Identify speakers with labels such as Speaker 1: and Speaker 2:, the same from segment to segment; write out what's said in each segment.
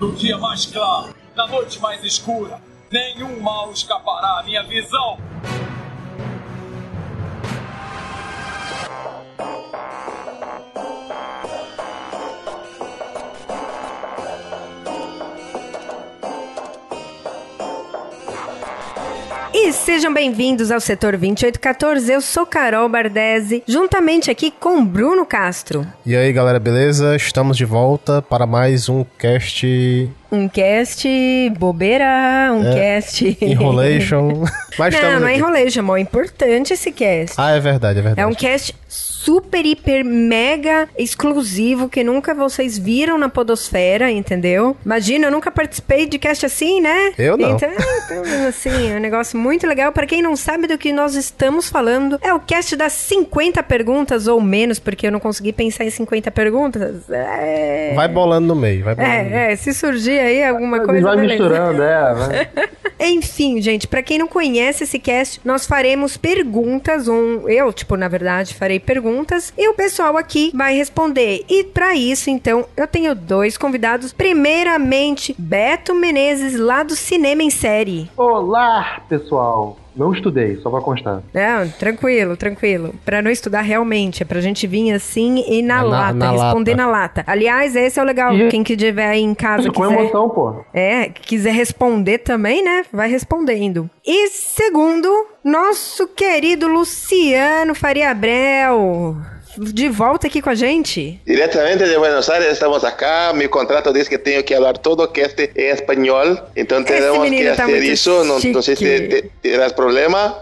Speaker 1: No dia mais claro, na noite mais escura, nenhum mal escapará à minha visão.
Speaker 2: E sejam bem-vindos ao setor 2814. Eu sou Carol Bardesi, juntamente aqui com Bruno Castro.
Speaker 3: E aí galera, beleza? Estamos de volta para mais um cast
Speaker 2: Um cast bobeira, um cast.
Speaker 3: Enrolation. Mas
Speaker 2: Não,
Speaker 3: É, estamos
Speaker 2: não é
Speaker 3: aqui.
Speaker 2: enrolation, amor. É importante esse cast.
Speaker 3: Ah, é verdade, é
Speaker 2: É
Speaker 3: verdade.
Speaker 2: um cast super, hiper, mega exclusivo que nunca vocês viram na Podosfera, entendeu? Imagina, eu nunca participei de cast assim, né?
Speaker 3: Eu não.
Speaker 2: Então, então, assim, é um negócio muito legal. Pra quem não sabe do que nós estamos falando, é o cast das 50 perguntas ou menos, porque eu não consegui pensar em 50 perguntas. É.
Speaker 3: Vai bolando no meio, vai bolando. no meio.
Speaker 2: É, é, se surgir aí alguma coisa.
Speaker 4: Uhum. vai
Speaker 2: beleza.
Speaker 4: misturando, é. Vai.
Speaker 2: Enfim, gente, pra quem não conhece esse cast, nós faremos perguntas, um, eu, tipo, na verdade, farei perguntas e o pessoal aqui vai responder. E pra isso, então, eu tenho dois convidados. Primeiramente, Beto Menezes, lá do Cinema em Série.
Speaker 4: Olá, pessoal. Não estudei, só pra constar.
Speaker 2: Não, Né, tranquilo, tranquilo. Pra não estudar realmente, é pra gente vir assim e na,
Speaker 3: É, Na-
Speaker 2: lata,
Speaker 3: na
Speaker 2: responder
Speaker 3: lata.
Speaker 2: na lata. Aliás, esse é o legal.
Speaker 4: E- um
Speaker 2: Quem que tiver aí em casa
Speaker 4: Com
Speaker 2: quiser
Speaker 4: emoção, pô.
Speaker 2: É, quiser responder também, né? Vai respondendo. E segundo, nosso querido Luciano Faria Abreu. De volta aqui com a gente.
Speaker 5: Directamente de Buenos Aires estamos acá, mi contrato dice que tengo que hablar todo que este es español, entonces
Speaker 2: Ese
Speaker 5: tenemos que
Speaker 2: menino está
Speaker 5: hacer
Speaker 2: muy
Speaker 5: eso, no, no sé si
Speaker 2: chique.
Speaker 5: te, te- tendrás problema.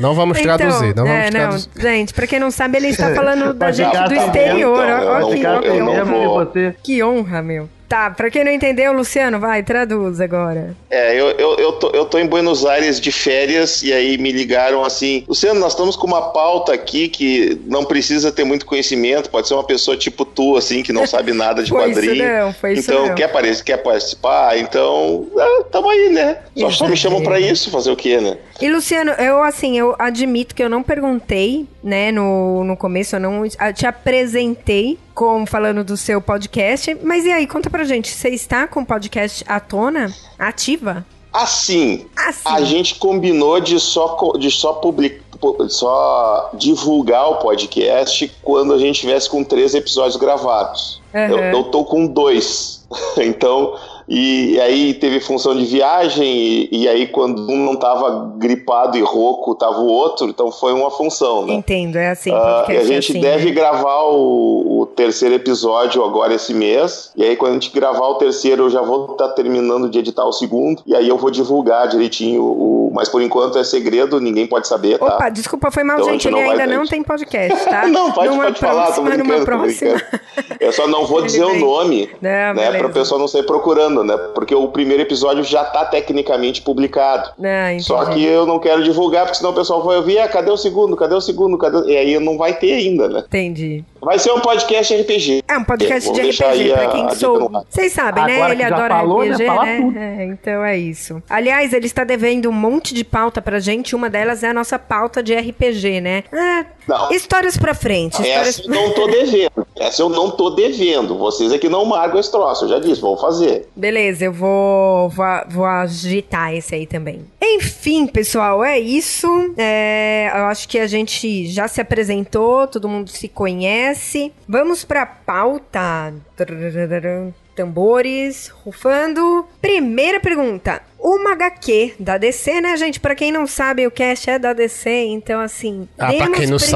Speaker 3: Não vamos traduzir, não vamos
Speaker 2: é, não,
Speaker 3: traduzir.
Speaker 2: gente, pra quem não sabe, ele está falando da
Speaker 4: Pode
Speaker 2: gente
Speaker 4: ficar
Speaker 2: do
Speaker 4: sabendo,
Speaker 2: exterior. ó, ó
Speaker 5: não,
Speaker 2: que,
Speaker 4: Ficar
Speaker 5: tá então,
Speaker 2: ó que
Speaker 4: com
Speaker 5: eu não
Speaker 2: honra.
Speaker 4: medo de
Speaker 5: vou.
Speaker 4: você.
Speaker 2: Que honra, meu. Tá, pra quem não entendeu, Luciano, vai, traduz agora.
Speaker 5: É, eu, eu, eu, tô, eu tô em Buenos Aires de férias e aí me ligaram assim: Luciano, nós estamos com uma pauta aqui que não precisa ter muito conhecimento, pode ser uma pessoa tipo tu, assim, que não sabe nada de
Speaker 2: Foi isso
Speaker 5: quadrinho.
Speaker 2: não, foi isso
Speaker 5: então,
Speaker 2: não.
Speaker 5: Quer, aparecer, quer participar? Então, ah, tamo aí, né? Só, só me
Speaker 2: Exagero.
Speaker 5: chamam pra isso, fazer o quê, né?
Speaker 2: E Luciano, eu assim, eu admito que eu não perguntei, né, no, no começo, eu não a- te apresentei como falando do seu podcast. Mas e aí, conta pra gente, você está com o podcast à tona? Ativa?
Speaker 5: Assim,
Speaker 2: Assim.
Speaker 5: A gente combinou de só, co- de só public- pu- só divulgar o podcast quando a gente tivesse com três episódios gravados.
Speaker 2: Aham.
Speaker 5: Eu, eu tô com dois. Então, e, e aí teve função de viagem, e, e aí quando um não tava gripado e rouco, tava o outro, então foi uma função, né?
Speaker 2: Entendo, é assim,
Speaker 5: Ah,
Speaker 2: podcast
Speaker 5: e a
Speaker 2: é
Speaker 5: gente
Speaker 2: assim,
Speaker 5: deve
Speaker 2: né?
Speaker 5: gravar o, o terceiro episódio agora esse mês. E aí, quando a gente gravar o terceiro, eu já vou estar terminando de editar o segundo. E aí eu vou divulgar direitinho. O, mas por enquanto é segredo, ninguém pode saber, tá?
Speaker 2: Opa, desculpa, foi mal,
Speaker 5: Então a
Speaker 2: gente.
Speaker 5: gente
Speaker 2: Ele
Speaker 5: não vai
Speaker 2: ainda
Speaker 5: adiante.
Speaker 2: não tem podcast, tá?
Speaker 5: não, pode,
Speaker 2: numa
Speaker 5: pode
Speaker 2: próxima,
Speaker 5: falar, tô brincando,
Speaker 2: numa
Speaker 5: tô
Speaker 2: próxima.
Speaker 5: brincando. Eu só não vou
Speaker 2: Ele
Speaker 5: dizer o
Speaker 2: vem.
Speaker 5: nome,
Speaker 2: Não,
Speaker 5: né?
Speaker 2: beleza.
Speaker 5: Pra pessoa não sair procurando, né? Porque o primeiro episódio já tá tecnicamente publicado.
Speaker 2: Não, entendi.
Speaker 5: Só que eu não quero divulgar, porque senão o pessoal vai ouvir, ah, cadê o segundo? Cadê o segundo? Cadê o-" E aí não vai ter ainda, né?
Speaker 2: Entendi.
Speaker 5: Vai ser um podcast RPG.
Speaker 2: É um podcast
Speaker 5: Vou
Speaker 2: de
Speaker 5: deixar
Speaker 2: RPG,
Speaker 5: aí
Speaker 2: pra
Speaker 5: a- a
Speaker 2: quem
Speaker 5: dica
Speaker 2: soube.
Speaker 5: no ar.
Speaker 2: Vocês sabem, né?
Speaker 4: Agora
Speaker 2: Ele
Speaker 4: que já
Speaker 2: adora
Speaker 4: falou, né?
Speaker 2: RPG,
Speaker 4: Fala
Speaker 2: né?
Speaker 4: tudo.
Speaker 2: É, então é isso. Aliás, ele está devendo um monte de pauta pra gente. Uma delas é a nossa pauta de RPG, né? Ah,
Speaker 5: Não. assim,
Speaker 2: histórias pra frente. Histórias...
Speaker 5: É Essa eu não tô devendo. Essa eu não tô devendo. Vocês é que não marcam esse troço. Eu já disse, vão fazer.
Speaker 2: Beleza, eu vou, vou, vou agitar esse aí também. Enfim, pessoal, é isso. É, eu acho que a gente já se apresentou, todo mundo se conhece. Vamos pra pauta. Tararararam, Tambores, rufando. Primeira pergunta. Uma HQ da DC, né, gente? Pra quem não sabe, o cast é da DC, então assim.
Speaker 3: Ah, pra
Speaker 2: demos
Speaker 3: quem não
Speaker 2: prefe-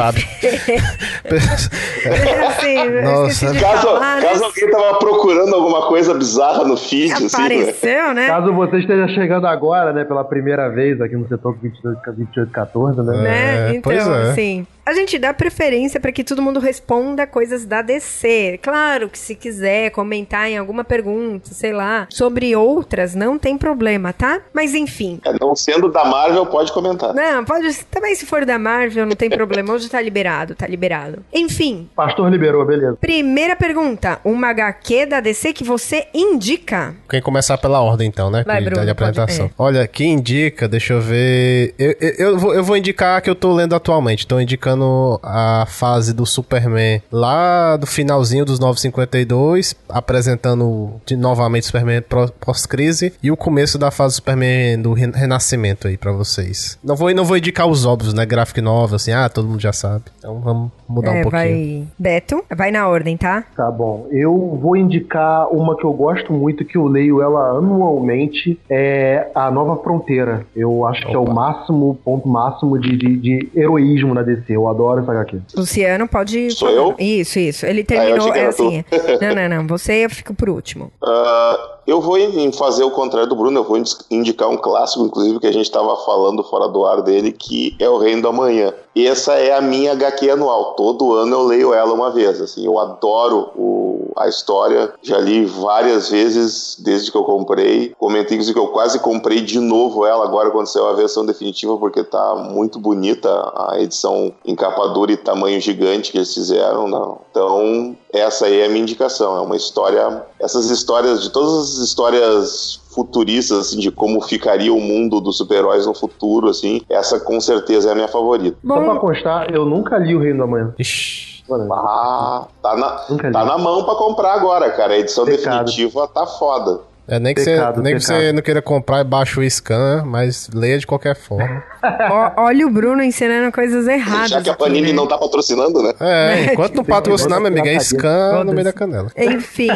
Speaker 3: sabe.
Speaker 2: assim, eu
Speaker 3: Nossa.
Speaker 2: esqueci de
Speaker 5: Caso,
Speaker 2: falar,
Speaker 5: caso
Speaker 2: né?
Speaker 5: alguém tava procurando alguma coisa bizarra no feed, assim, né?
Speaker 2: Apareceu, né?
Speaker 4: Caso você esteja chegando agora, né, pela primeira vez aqui no setor 22, 2814, né?
Speaker 2: né?
Speaker 3: É,
Speaker 2: então,
Speaker 3: pois é.
Speaker 2: assim, a gente dá preferência pra que todo mundo responda coisas da DC. Claro que se quiser comentar em alguma pergunta, sei lá, sobre outras, não tem problema, tá? Mas enfim.
Speaker 5: É, não sendo da Marvel, pode comentar.
Speaker 2: Não, pode. Também se for da Marvel, não tem problema. Hoje tá liberado, tá liberado. Enfim,
Speaker 4: Pastor liberou, beleza.
Speaker 2: primeira pergunta. Uma HQ da DC que você indica?
Speaker 3: Quem começar pela ordem, então, né?
Speaker 2: Vai,
Speaker 3: que-
Speaker 2: Bruno,
Speaker 3: de apresentação.
Speaker 2: pode- é.
Speaker 3: Olha, quem indica, deixa eu ver. Eu, eu, eu vou, eu vou indicar a que eu tô lendo atualmente. Tô indicando a fase do Superman lá do finalzinho dos 952, apresentando de, novamente o Superman pró- pós-crise e o começo da fase do Superman do ren- renascimento aí pra vocês. Não vou, não vou indicar os óbvios, né? Gráfico novel, assim, ah, todo mundo já sabe. Então vamos mudar um
Speaker 2: é,
Speaker 3: pouquinho.
Speaker 2: vai. Beto, vai na ordem, tá?
Speaker 4: Tá bom. Eu vou indicar uma que eu gosto muito, que eu leio ela anualmente, é a Nova Fronteira. Eu acho que é
Speaker 3: Opa.
Speaker 4: o máximo, ponto máximo de, de, de heroísmo na DC. Eu adoro essa HQ.
Speaker 2: Luciano, pode.
Speaker 5: Sou
Speaker 2: falar.
Speaker 5: eu?
Speaker 2: Isso, isso. Ele
Speaker 5: Ah, eu
Speaker 2: terminou.
Speaker 5: achei que
Speaker 2: é
Speaker 5: era
Speaker 2: assim. Não, não, não. Você eu fico por último.
Speaker 5: Ah, eu vou em- em fazer o contrário do Bruno, eu vou indi- indicar um clássico, inclusive, que a gente estava falando fora do ar dele, que é O Reino da Manhã. E essa é a minha HQ anual. Todo ano eu leio ela uma vez. Assim, eu adoro o- a história, já li várias vezes desde que eu comprei. Comentei inclusive, que eu quase comprei de novo ela agora quando saiu a versão definitiva, porque tá muito bonita a edição em capa dura e tamanho gigante que eles fizeram. Não. Então, essa aí é a minha indicação. É uma história. Essas histórias, de todas as histórias futuristas, assim, de como ficaria o mundo dos super-heróis no futuro, assim, essa com certeza é a minha favorita.
Speaker 4: Só pra
Speaker 2: Bom,
Speaker 4: constar, eu nunca li o Reino da Manhã.
Speaker 3: Ixi.
Speaker 5: Ah, tá na,
Speaker 4: Nunca li.
Speaker 5: tá na mão pra comprar agora, cara. A edição
Speaker 4: Pecado.
Speaker 5: definitiva tá foda.
Speaker 3: É, nem que
Speaker 4: Pecado,
Speaker 3: você nem que
Speaker 4: pecado.
Speaker 3: você não queira comprar e baixa o scan, mas leia de qualquer forma.
Speaker 2: ó- olha o Bruno ensinando coisas erradas.
Speaker 5: Já que a
Speaker 2: aqui,
Speaker 5: Panini
Speaker 2: né?
Speaker 5: não tá patrocinando, né?
Speaker 3: É, enquanto não
Speaker 2: um
Speaker 3: patrocinar, meu amigo, é scan no
Speaker 2: Foda-se.
Speaker 3: meio da canela.
Speaker 2: Enfim,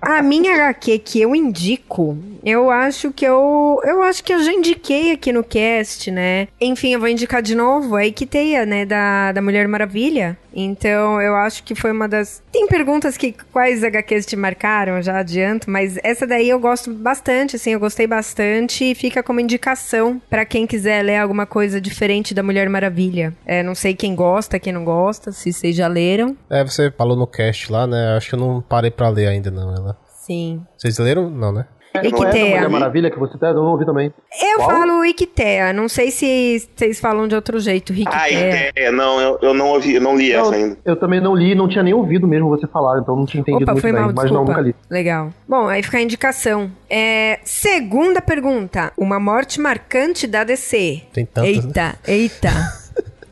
Speaker 2: a minha HQ que eu indico, eu acho que eu. Eu acho que eu já indiquei aqui no cast, né? Enfim, eu vou indicar de novo a Equiteia, né? Da, da Mulher Maravilha. Então, eu acho que foi uma das. Tem perguntas que quais HQs te marcaram, eu já adianto, mas essa daí eu gosto bastante, assim, eu gostei bastante e fica como indicação pra quem quiser ler alguma coisa diferente da Mulher Maravilha. É, não sei quem gosta, quem não gosta, se vocês já leram.
Speaker 3: É, você falou no cast lá, né? Acho que eu não parei pra ler ainda, não. Ela.
Speaker 2: Sim.
Speaker 3: Vocês leram? Não, né?
Speaker 5: não é da
Speaker 2: Equitea.
Speaker 4: Mulher Maravilha que você tá, eu não ouvi também.
Speaker 2: Eu
Speaker 4: Qual?
Speaker 2: falo Iquitea, não sei se vocês falam de outro jeito,
Speaker 5: Ah,
Speaker 2: Riquitea.
Speaker 5: ideia. Não, eu, eu não ouvi, eu não li
Speaker 4: Não,
Speaker 5: essa ainda.
Speaker 4: Eu também não li, não tinha nem ouvido mesmo você falar, então não tinha entendido
Speaker 2: Opa,
Speaker 4: muito
Speaker 2: foi
Speaker 4: bem.
Speaker 2: mal,
Speaker 4: mas não,
Speaker 2: desculpa.
Speaker 4: nunca li.
Speaker 2: Legal. Bom, aí fica a indicação. É, segunda pergunta. Uma morte marcante da DC.
Speaker 3: Tem
Speaker 4: né?
Speaker 3: tantas,
Speaker 2: Eita, eita.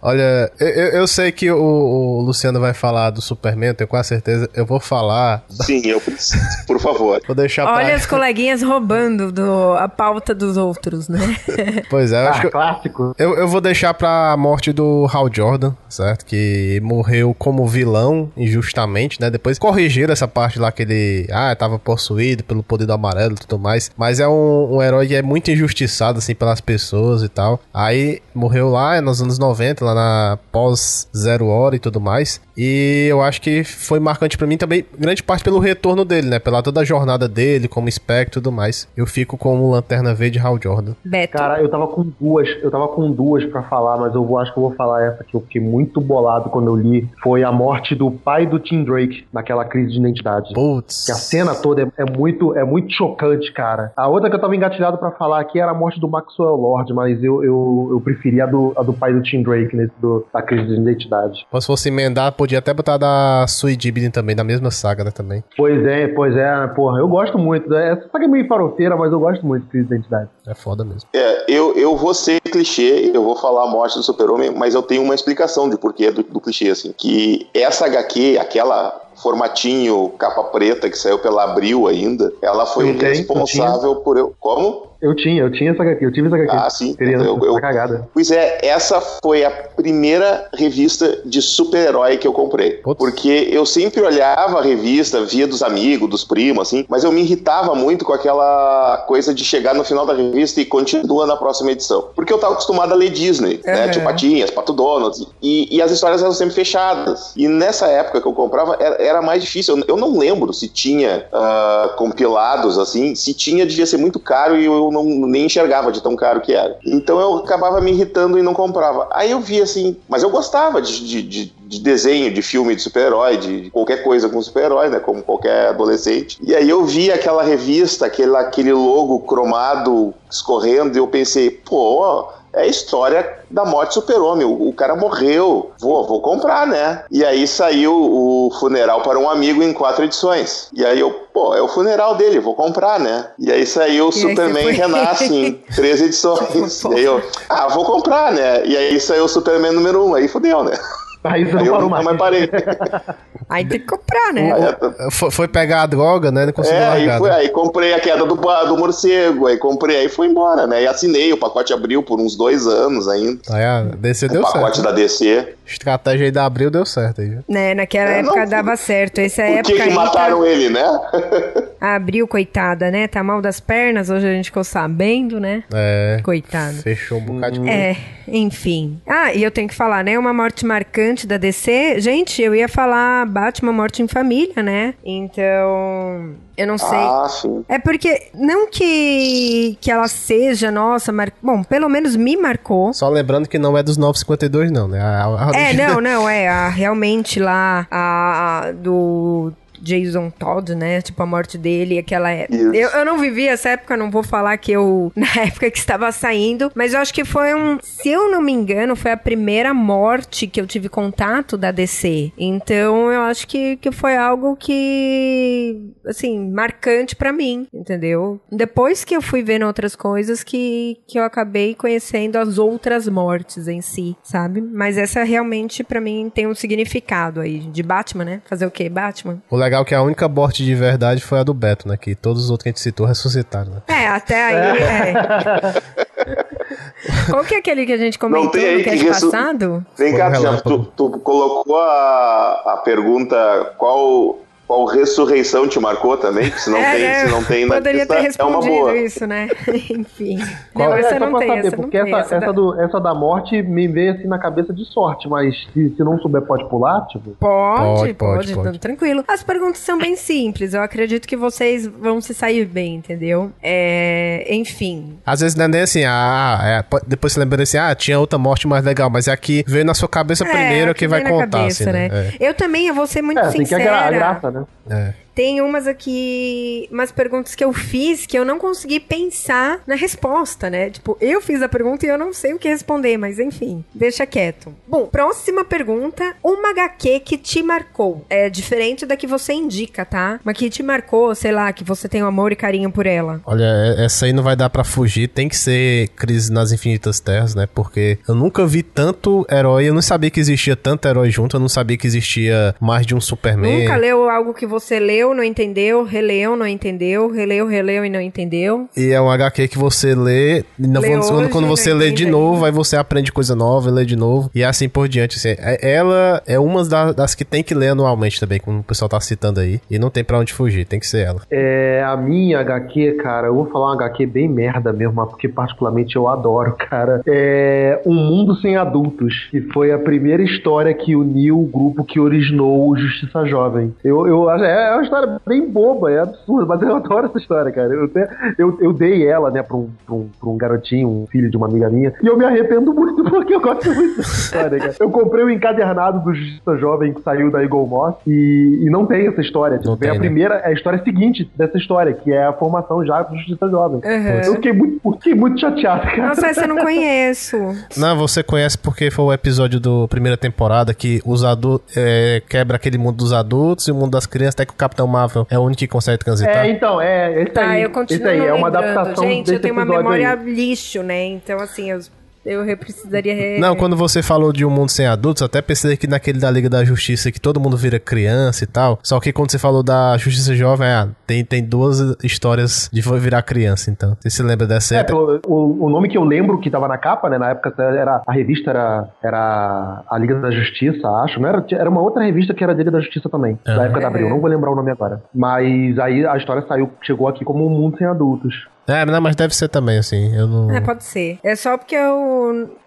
Speaker 3: Olha, eu, eu- eu sei que o, o Luciano vai falar do Superman, eu tenho quase certeza. Eu vou falar.
Speaker 5: Sim, eu preciso, por favor.
Speaker 3: Vou deixar
Speaker 2: Olha
Speaker 3: pra.
Speaker 2: os coleguinhas roubando do- a pauta dos outros, né?
Speaker 3: Pois é, eu acho
Speaker 4: Ah,
Speaker 3: que eu-
Speaker 4: clássico.
Speaker 3: Eu, eu vou deixar pra morte do Hal Jordan, certo? Que morreu como vilão, injustamente, né? Depois corrigiram essa parte lá que ele. Ah, tava possuído pelo poder do amarelo e tudo mais. Mas é um, um herói que é muito injustiçado, assim, pelas pessoas e tal. Aí morreu lá é nos anos 90, lá na pós-zero hora e tudo mais. E eu acho que foi marcante pra mim também, grande parte pelo retorno dele, né? Pela toda a jornada dele, como espectro e tudo mais. Eu fico como Lanterna Verde Hal Jordan.
Speaker 2: Beto.
Speaker 4: Cara, eu tava com duas, eu tava com duas para falar, mas eu vou, acho que eu vou falar essa que eu fiquei muito bolado quando eu li. Foi a morte do pai do Tim Drake naquela crise de identidade.
Speaker 3: Putz.
Speaker 4: Que a cena toda é, é muito é muito chocante, cara. A outra que eu tava engatilhado pra falar aqui era a morte do Maxwell Lord, mas eu, eu, eu preferi a do, a do pai do Tim Drake nesse do, da crise de identidade.
Speaker 3: Mas se fosse emendar, podia até botar da Sui Dibny também, da mesma saga, né, também.
Speaker 4: Pois é, pois é, porra, eu gosto muito. Né? Essa saga é meio farofeira, mas eu gosto muito de crise de identidade.
Speaker 3: É foda mesmo.
Speaker 5: É, eu, eu vou ser clichê, eu vou falar a morte do super-homem, mas eu tenho uma explicação de porquê do, do clichê, assim. Que essa HQ, aquela formatinho capa preta que saiu pela Abril ainda, ela foi
Speaker 4: Eu tenho,
Speaker 5: responsável por eu... Como?
Speaker 4: Eu tinha, eu tinha essa HQ, eu tive essa HQ.
Speaker 5: Ah, sim.
Speaker 4: Criança,
Speaker 5: Eu- eu-
Speaker 4: essa cagada.
Speaker 5: Pois é, essa foi a primeira revista de super-herói que eu comprei.
Speaker 3: Putz.
Speaker 5: Porque eu sempre olhava a revista, via dos amigos, dos primos, assim, mas eu me irritava muito com aquela coisa de chegar no final da revista e continua na próxima edição. Porque eu tava acostumado a ler Disney, né?
Speaker 2: Uhum.
Speaker 5: Tipo Patinhas, Pato Donald, e, e as histórias eram sempre fechadas. E nessa época que eu comprava, era, era mais difícil. Eu, eu não lembro se tinha ah, compilados, assim. Se tinha, devia ser muito caro e eu não, nem enxergava de tão caro que era. Então eu acabava me irritando e não comprava. Aí eu vi assim, mas eu gostava de. de- de- de desenho, de filme de super-herói, de, de qualquer coisa com super-herói, né? Como qualquer adolescente. E aí eu vi aquela revista, aquele, aquele logo cromado escorrendo, e eu pensei, pô, é a história da morte do super-homem. O, o, cara morreu. Vou, vou comprar, né? E aí saiu o funeral para um amigo em quatro edições. E aí eu, pô, é o funeral dele, vou comprar, né? E aí saiu o Superman foi... Renasce em três edições. e aí eu, ah, vou comprar, né? E aí saiu o Superman número um, aí fudeu, né?
Speaker 4: Aí você não parou mais.
Speaker 5: mais parei.
Speaker 2: aí tem que comprar, né?
Speaker 3: O, foi, foi, pegar a droga, né? Não conseguiu é, largar.
Speaker 5: Aí, foi, né? aí comprei a queda do, do morcego, aí comprei, aí foi embora, né? E assinei, o pacote abriu por uns dois anos ainda.
Speaker 3: Aí a DC deu
Speaker 5: o
Speaker 3: certo.
Speaker 5: O pacote da DC.
Speaker 3: Estratégia aí da Abril deu certo aí.
Speaker 2: Né, naquela é, época não, dava certo. Essa
Speaker 5: por
Speaker 2: época.
Speaker 5: que mataram tá... ele, né?
Speaker 2: a Abril, coitada, né? Tá mal das pernas, hoje a gente ficou sabendo, né?
Speaker 3: É.
Speaker 2: Coitada.
Speaker 3: Fechou um bocadinho.
Speaker 2: É, enfim. Ah, e eu tenho que falar, né? Uma morte marcante da DC. Gente, eu ia falar Batman Morte em Família, né? Então. Eu não sei.
Speaker 5: Ah, sim.
Speaker 2: É porque, não que, que ela seja, nossa, mar... bom, pelo menos me marcou.
Speaker 3: Só lembrando que não é dos 952, não, né? A,
Speaker 2: a... É, não, não, é. A, realmente lá, a, a do Jason Todd, né? Tipo, a morte dele, aquela é época. Eu, eu não vivi essa época, não vou falar que eu. Na época que estava saindo, mas eu acho que foi um. Se eu não me engano, foi a primeira morte que eu tive contato da DC. Então, eu acho que, que foi algo que. Assim, marcante para mim, entendeu? Depois que eu fui vendo outras coisas que, que eu acabei conhecendo as outras mortes em si, sabe? Mas essa realmente, para mim, tem um significado aí. De Batman, né? Fazer o quê? Batman?
Speaker 3: O legal legal é que a única morte de verdade foi a do Beto, né? Que todos os outros que a gente citou ressuscitaram, né?
Speaker 2: É, até aí. É. Qual que é aquele que a gente comentou
Speaker 5: Não, tem
Speaker 2: no cast ressu... passado?
Speaker 5: Vem cá, já, tu, tu, colocou a, a pergunta qual qual ressurreição te marcou também? Se não é, tem, né? se não tem na
Speaker 2: Poderia
Speaker 5: lista,
Speaker 2: ter respondido
Speaker 5: é uma boa.
Speaker 2: isso, né? Enfim. Qual não, é? essa, não tem,
Speaker 4: saber,
Speaker 2: essa não
Speaker 4: porque
Speaker 2: tem,
Speaker 4: essa, essa, do, essa, da morte me veio assim na cabeça de sorte, mas se, se não souber, pode pular, tipo?
Speaker 2: Pode, pode, pode, pode. tranquilo. As perguntas são bem simples, eu acredito que vocês vão se sair bem, entendeu? É, enfim.
Speaker 3: Às vezes não é nem assim, ah, é, depois você lembra assim, ah, tinha outra morte mais legal, mas é aqui veio na sua cabeça
Speaker 2: É,
Speaker 3: primeiro é que, que vai contar, cabeça, assim, né? né?
Speaker 2: Eu também, eu vou ser muito sincera.
Speaker 4: é, Tem que a graça, né?
Speaker 3: É.
Speaker 2: Tem umas aqui, umas perguntas que eu fiz que eu não consegui pensar na resposta, né? Tipo, eu fiz a pergunta e eu não sei o que responder, mas enfim, deixa quieto. Bom, próxima pergunta: uma HQ que te marcou. É diferente da que você indica, tá? Mas que te marcou, sei lá, que você tem um amor e carinho por ela.
Speaker 3: Olha, é, essa aí não vai dar para fugir, tem que ser Crise nas Infinitas Terras, né? Porque eu nunca vi tanto herói, eu não sabia que existia tanto herói junto, eu não sabia que existia mais de um Superman.
Speaker 2: Nunca leu algo que você leu leu, não entendeu, releu, não entendeu, releu, releu e não entendeu.
Speaker 3: E é um HQ que você lê, não, lê quando, hoje, quando você lê né? de novo, ainda. aí você aprende coisa nova, lê de novo, e assim por diante. Assim, ela é uma das, das que tem que ler anualmente também, como o pessoal tá citando aí, e não tem para onde fugir, tem que ser ela.
Speaker 4: É, a minha HQ, cara, eu vou falar uma HQ bem merda mesmo, mas porque particularmente eu adoro, cara. É Um Mundo Sem Adultos, que foi a primeira história que uniu o grupo que originou o Justiça Jovem. Eu, eu, é, é uma história bem boba, é absurdo, mas eu adoro essa história, cara. Eu, até, eu, eu dei ela, né, pra um, pra um, pra, um, garotinho, um filho de uma amiga minha, e eu me arrependo muito porque eu gosto muito dessa história, cara. Eu comprei o um encadernado do Justiça Jovem que saiu da Eagle Moss e, e não tem essa história. Tipo, tem, a né? primeira, a história seguinte dessa história, que é a formação já do Justiça Jovem.
Speaker 2: Uhum.
Speaker 4: Eu fiquei muito, fiquei muito chateado, cara.
Speaker 2: Nossa, essa eu não conheço.
Speaker 3: Não, você conhece porque foi o episódio da primeira temporada que os adultos é, quebra aquele mundo dos adultos e o mundo das crianças, até que o Capitão Marvel é o único que consegue transitar.
Speaker 4: É, então, é, esse
Speaker 2: tá,
Speaker 4: aí.
Speaker 2: eu continuo
Speaker 4: esse aí, é uma
Speaker 2: lembrando.
Speaker 4: adaptação
Speaker 2: Gente, eu tenho uma memória
Speaker 4: aí.
Speaker 2: lixo, né? Então, assim, eu eu precisaria. Re...
Speaker 3: Não, quando você falou de um mundo sem adultos, até pensei que naquele da Liga da Justiça que todo mundo vira criança e tal. Só que quando você falou da Justiça Jovem, ah, tem, tem duas histórias de virar criança, então. Você se lembra dessa?
Speaker 4: É, pelo, o, o nome que eu lembro que tava na capa, né? Na época era a revista era, era a Liga da Justiça, acho. Não era, era uma outra revista que era Liga da Justiça também, uhum. da época da Abril. Não vou lembrar o nome agora. Mas aí a história saiu, chegou aqui como um mundo sem adultos.
Speaker 3: É, não, mas deve ser também, assim. Eu não...
Speaker 2: É, pode ser. É só porque eu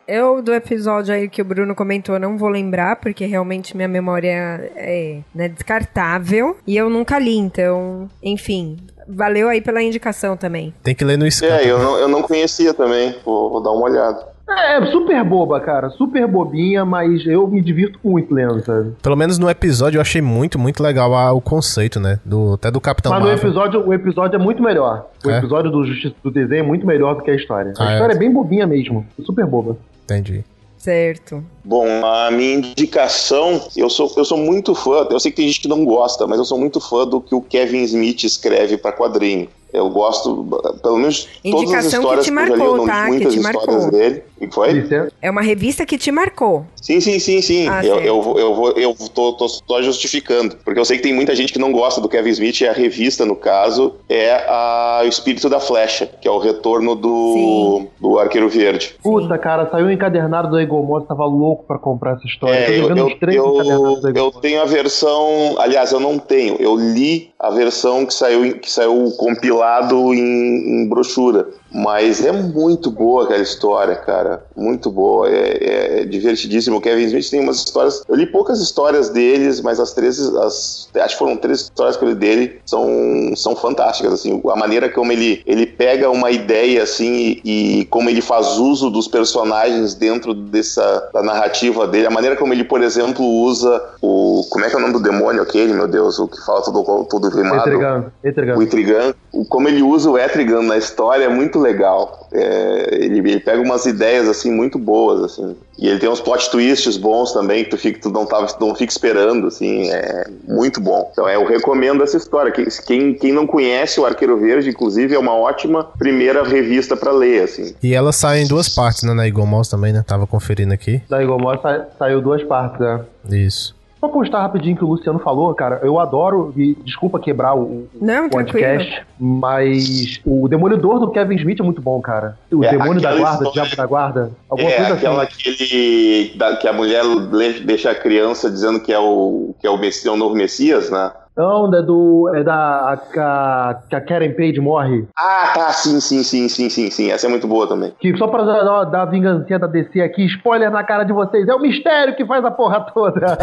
Speaker 2: eu, do episódio aí que o Bruno comentou, não vou lembrar, porque realmente minha memória é né, descartável. E eu nunca li, então, enfim. Valeu aí pela indicação também.
Speaker 3: Tem que ler no Skype.
Speaker 5: É, eu não, eu não conhecia também. Vou, vou dar uma olhada.
Speaker 4: É, super boba, cara. Super bobinha, mas eu me divirto muito lendo, sabe?
Speaker 3: Pelo menos no episódio eu achei muito, muito legal a- o conceito, né? Do, até do Capitão
Speaker 4: mas no
Speaker 3: Marvel.
Speaker 4: episódio, o episódio é muito melhor. O
Speaker 3: É?
Speaker 4: episódio do Justiça do Desenho é muito melhor do que a história. A
Speaker 3: Ah, é.
Speaker 4: história é. bem bobinha mesmo. Super boba.
Speaker 3: Entendi.
Speaker 2: Certo.
Speaker 5: Bom, a minha indicação, eu sou, eu sou muito fã, eu sei que tem gente que não gosta, mas eu sou muito fã do que o Kevin Smith escreve para quadrinho. Eu gosto, pelo menos todas as
Speaker 2: Indicação
Speaker 5: histórias
Speaker 2: que te
Speaker 5: eu já li,
Speaker 2: marcou,
Speaker 5: eu não li
Speaker 2: tá? Que
Speaker 5: muitas
Speaker 2: te
Speaker 5: histórias
Speaker 2: marcou.
Speaker 5: dele. E foi?
Speaker 4: Licença.
Speaker 2: É uma revista que te marcou.
Speaker 5: Sim, sim, sim, sim.
Speaker 2: Ah,
Speaker 5: eu,
Speaker 2: certo.
Speaker 5: eu, vou- eu, vou, eu tô, tô só justificando. Porque eu sei que tem muita gente que não gosta do Kevin Smith, e a revista, no caso, é a O Espírito da Flecha, que é o retorno do,
Speaker 2: Sim.
Speaker 5: do Arqueiro Verde.
Speaker 4: Puta, cara, saiu um encadernado do Eagle Moss, tava louco pra comprar essa história.
Speaker 5: É,
Speaker 4: Tô
Speaker 5: eu,
Speaker 4: devendo
Speaker 5: eu,
Speaker 4: uns três
Speaker 5: eu-
Speaker 4: encadernados do
Speaker 5: eu
Speaker 4: Eagle Moss.
Speaker 5: tenho a versão. Aliás, eu não tenho. Eu li a versão que saiu, em- que saiu compilado em, em brochura. Mas é muito boa aquela história, cara. Muito boa. É, é- é divertidíssimo. O Kevin Smith tem umas histórias. Eu li poucas histórias deles, mas as três. As, acho que foram três histórias que eu li dele. São, são fantásticas. assim. A maneira como ele, ele pega uma ideia assim e, e como ele faz uso dos personagens dentro dessa da narrativa dele. A maneira como ele, por exemplo, usa o. Como é que é o nome do demônio aquele, meu Deus? O que fala todo, todo rimado?
Speaker 4: Entregando, entregando.
Speaker 5: O Etrigan, o- como ele usa o Etrigan na história é muito legal. É, ele, ele pega umas ideias assim muito boas assim. E ele tem uns plot twists bons também que tu fica tu não tava tu não fica esperando assim, é muito bom. Então é, eu recomendo essa história. Quem- Quem, quem não conhece o Arqueiro Verde, inclusive, é uma ótima primeira revista pra ler assim.
Speaker 3: E ela sai em duas partes, né? Na Eagle Moss também, né? Tava conferindo aqui.
Speaker 4: Da Eagle Moss sa- saiu duas partes, né?
Speaker 3: Isso.
Speaker 4: Só constar rapidinho que o Luciano falou, cara, eu adoro, e desculpa quebrar o, o
Speaker 2: Não, tranquilo.
Speaker 4: podcast, mas o Demolidor do Kevin Smith é muito bom, cara. O
Speaker 5: É,
Speaker 4: Demônio da
Speaker 5: aquela
Speaker 4: Guarda, o
Speaker 5: história-
Speaker 4: Diabo da Guarda, alguma
Speaker 5: é
Speaker 4: coisa
Speaker 5: aquela
Speaker 4: assim.
Speaker 5: que ele da- que a mulher le- deixa a criança dizendo que é o que é o, Messias, o novo Messias, né?
Speaker 4: Não, é do. É da. A, a- que a Karen Page morre.
Speaker 5: Ah, tá, sim, sim, sim, sim, sim, sim. Essa é muito boa também.
Speaker 4: Que só pra dar, dar- dar a vingancinha da DC aqui, spoiler na cara de vocês, é o mistério que faz a porra toda.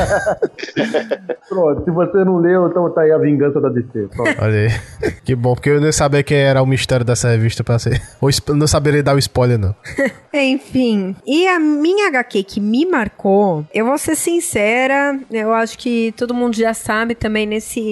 Speaker 4: Pronto, se você não leu, então tá aí a vingança da DC. Pronto.
Speaker 3: Olha aí. que bom, porque eu não sabia que era o mistério dessa revista pra ser. Ou spo- não saberia dar o spoiler, não.
Speaker 2: Enfim. E a minha HQ que me marcou, eu vou ser sincera, eu acho que todo mundo já sabe também nesse.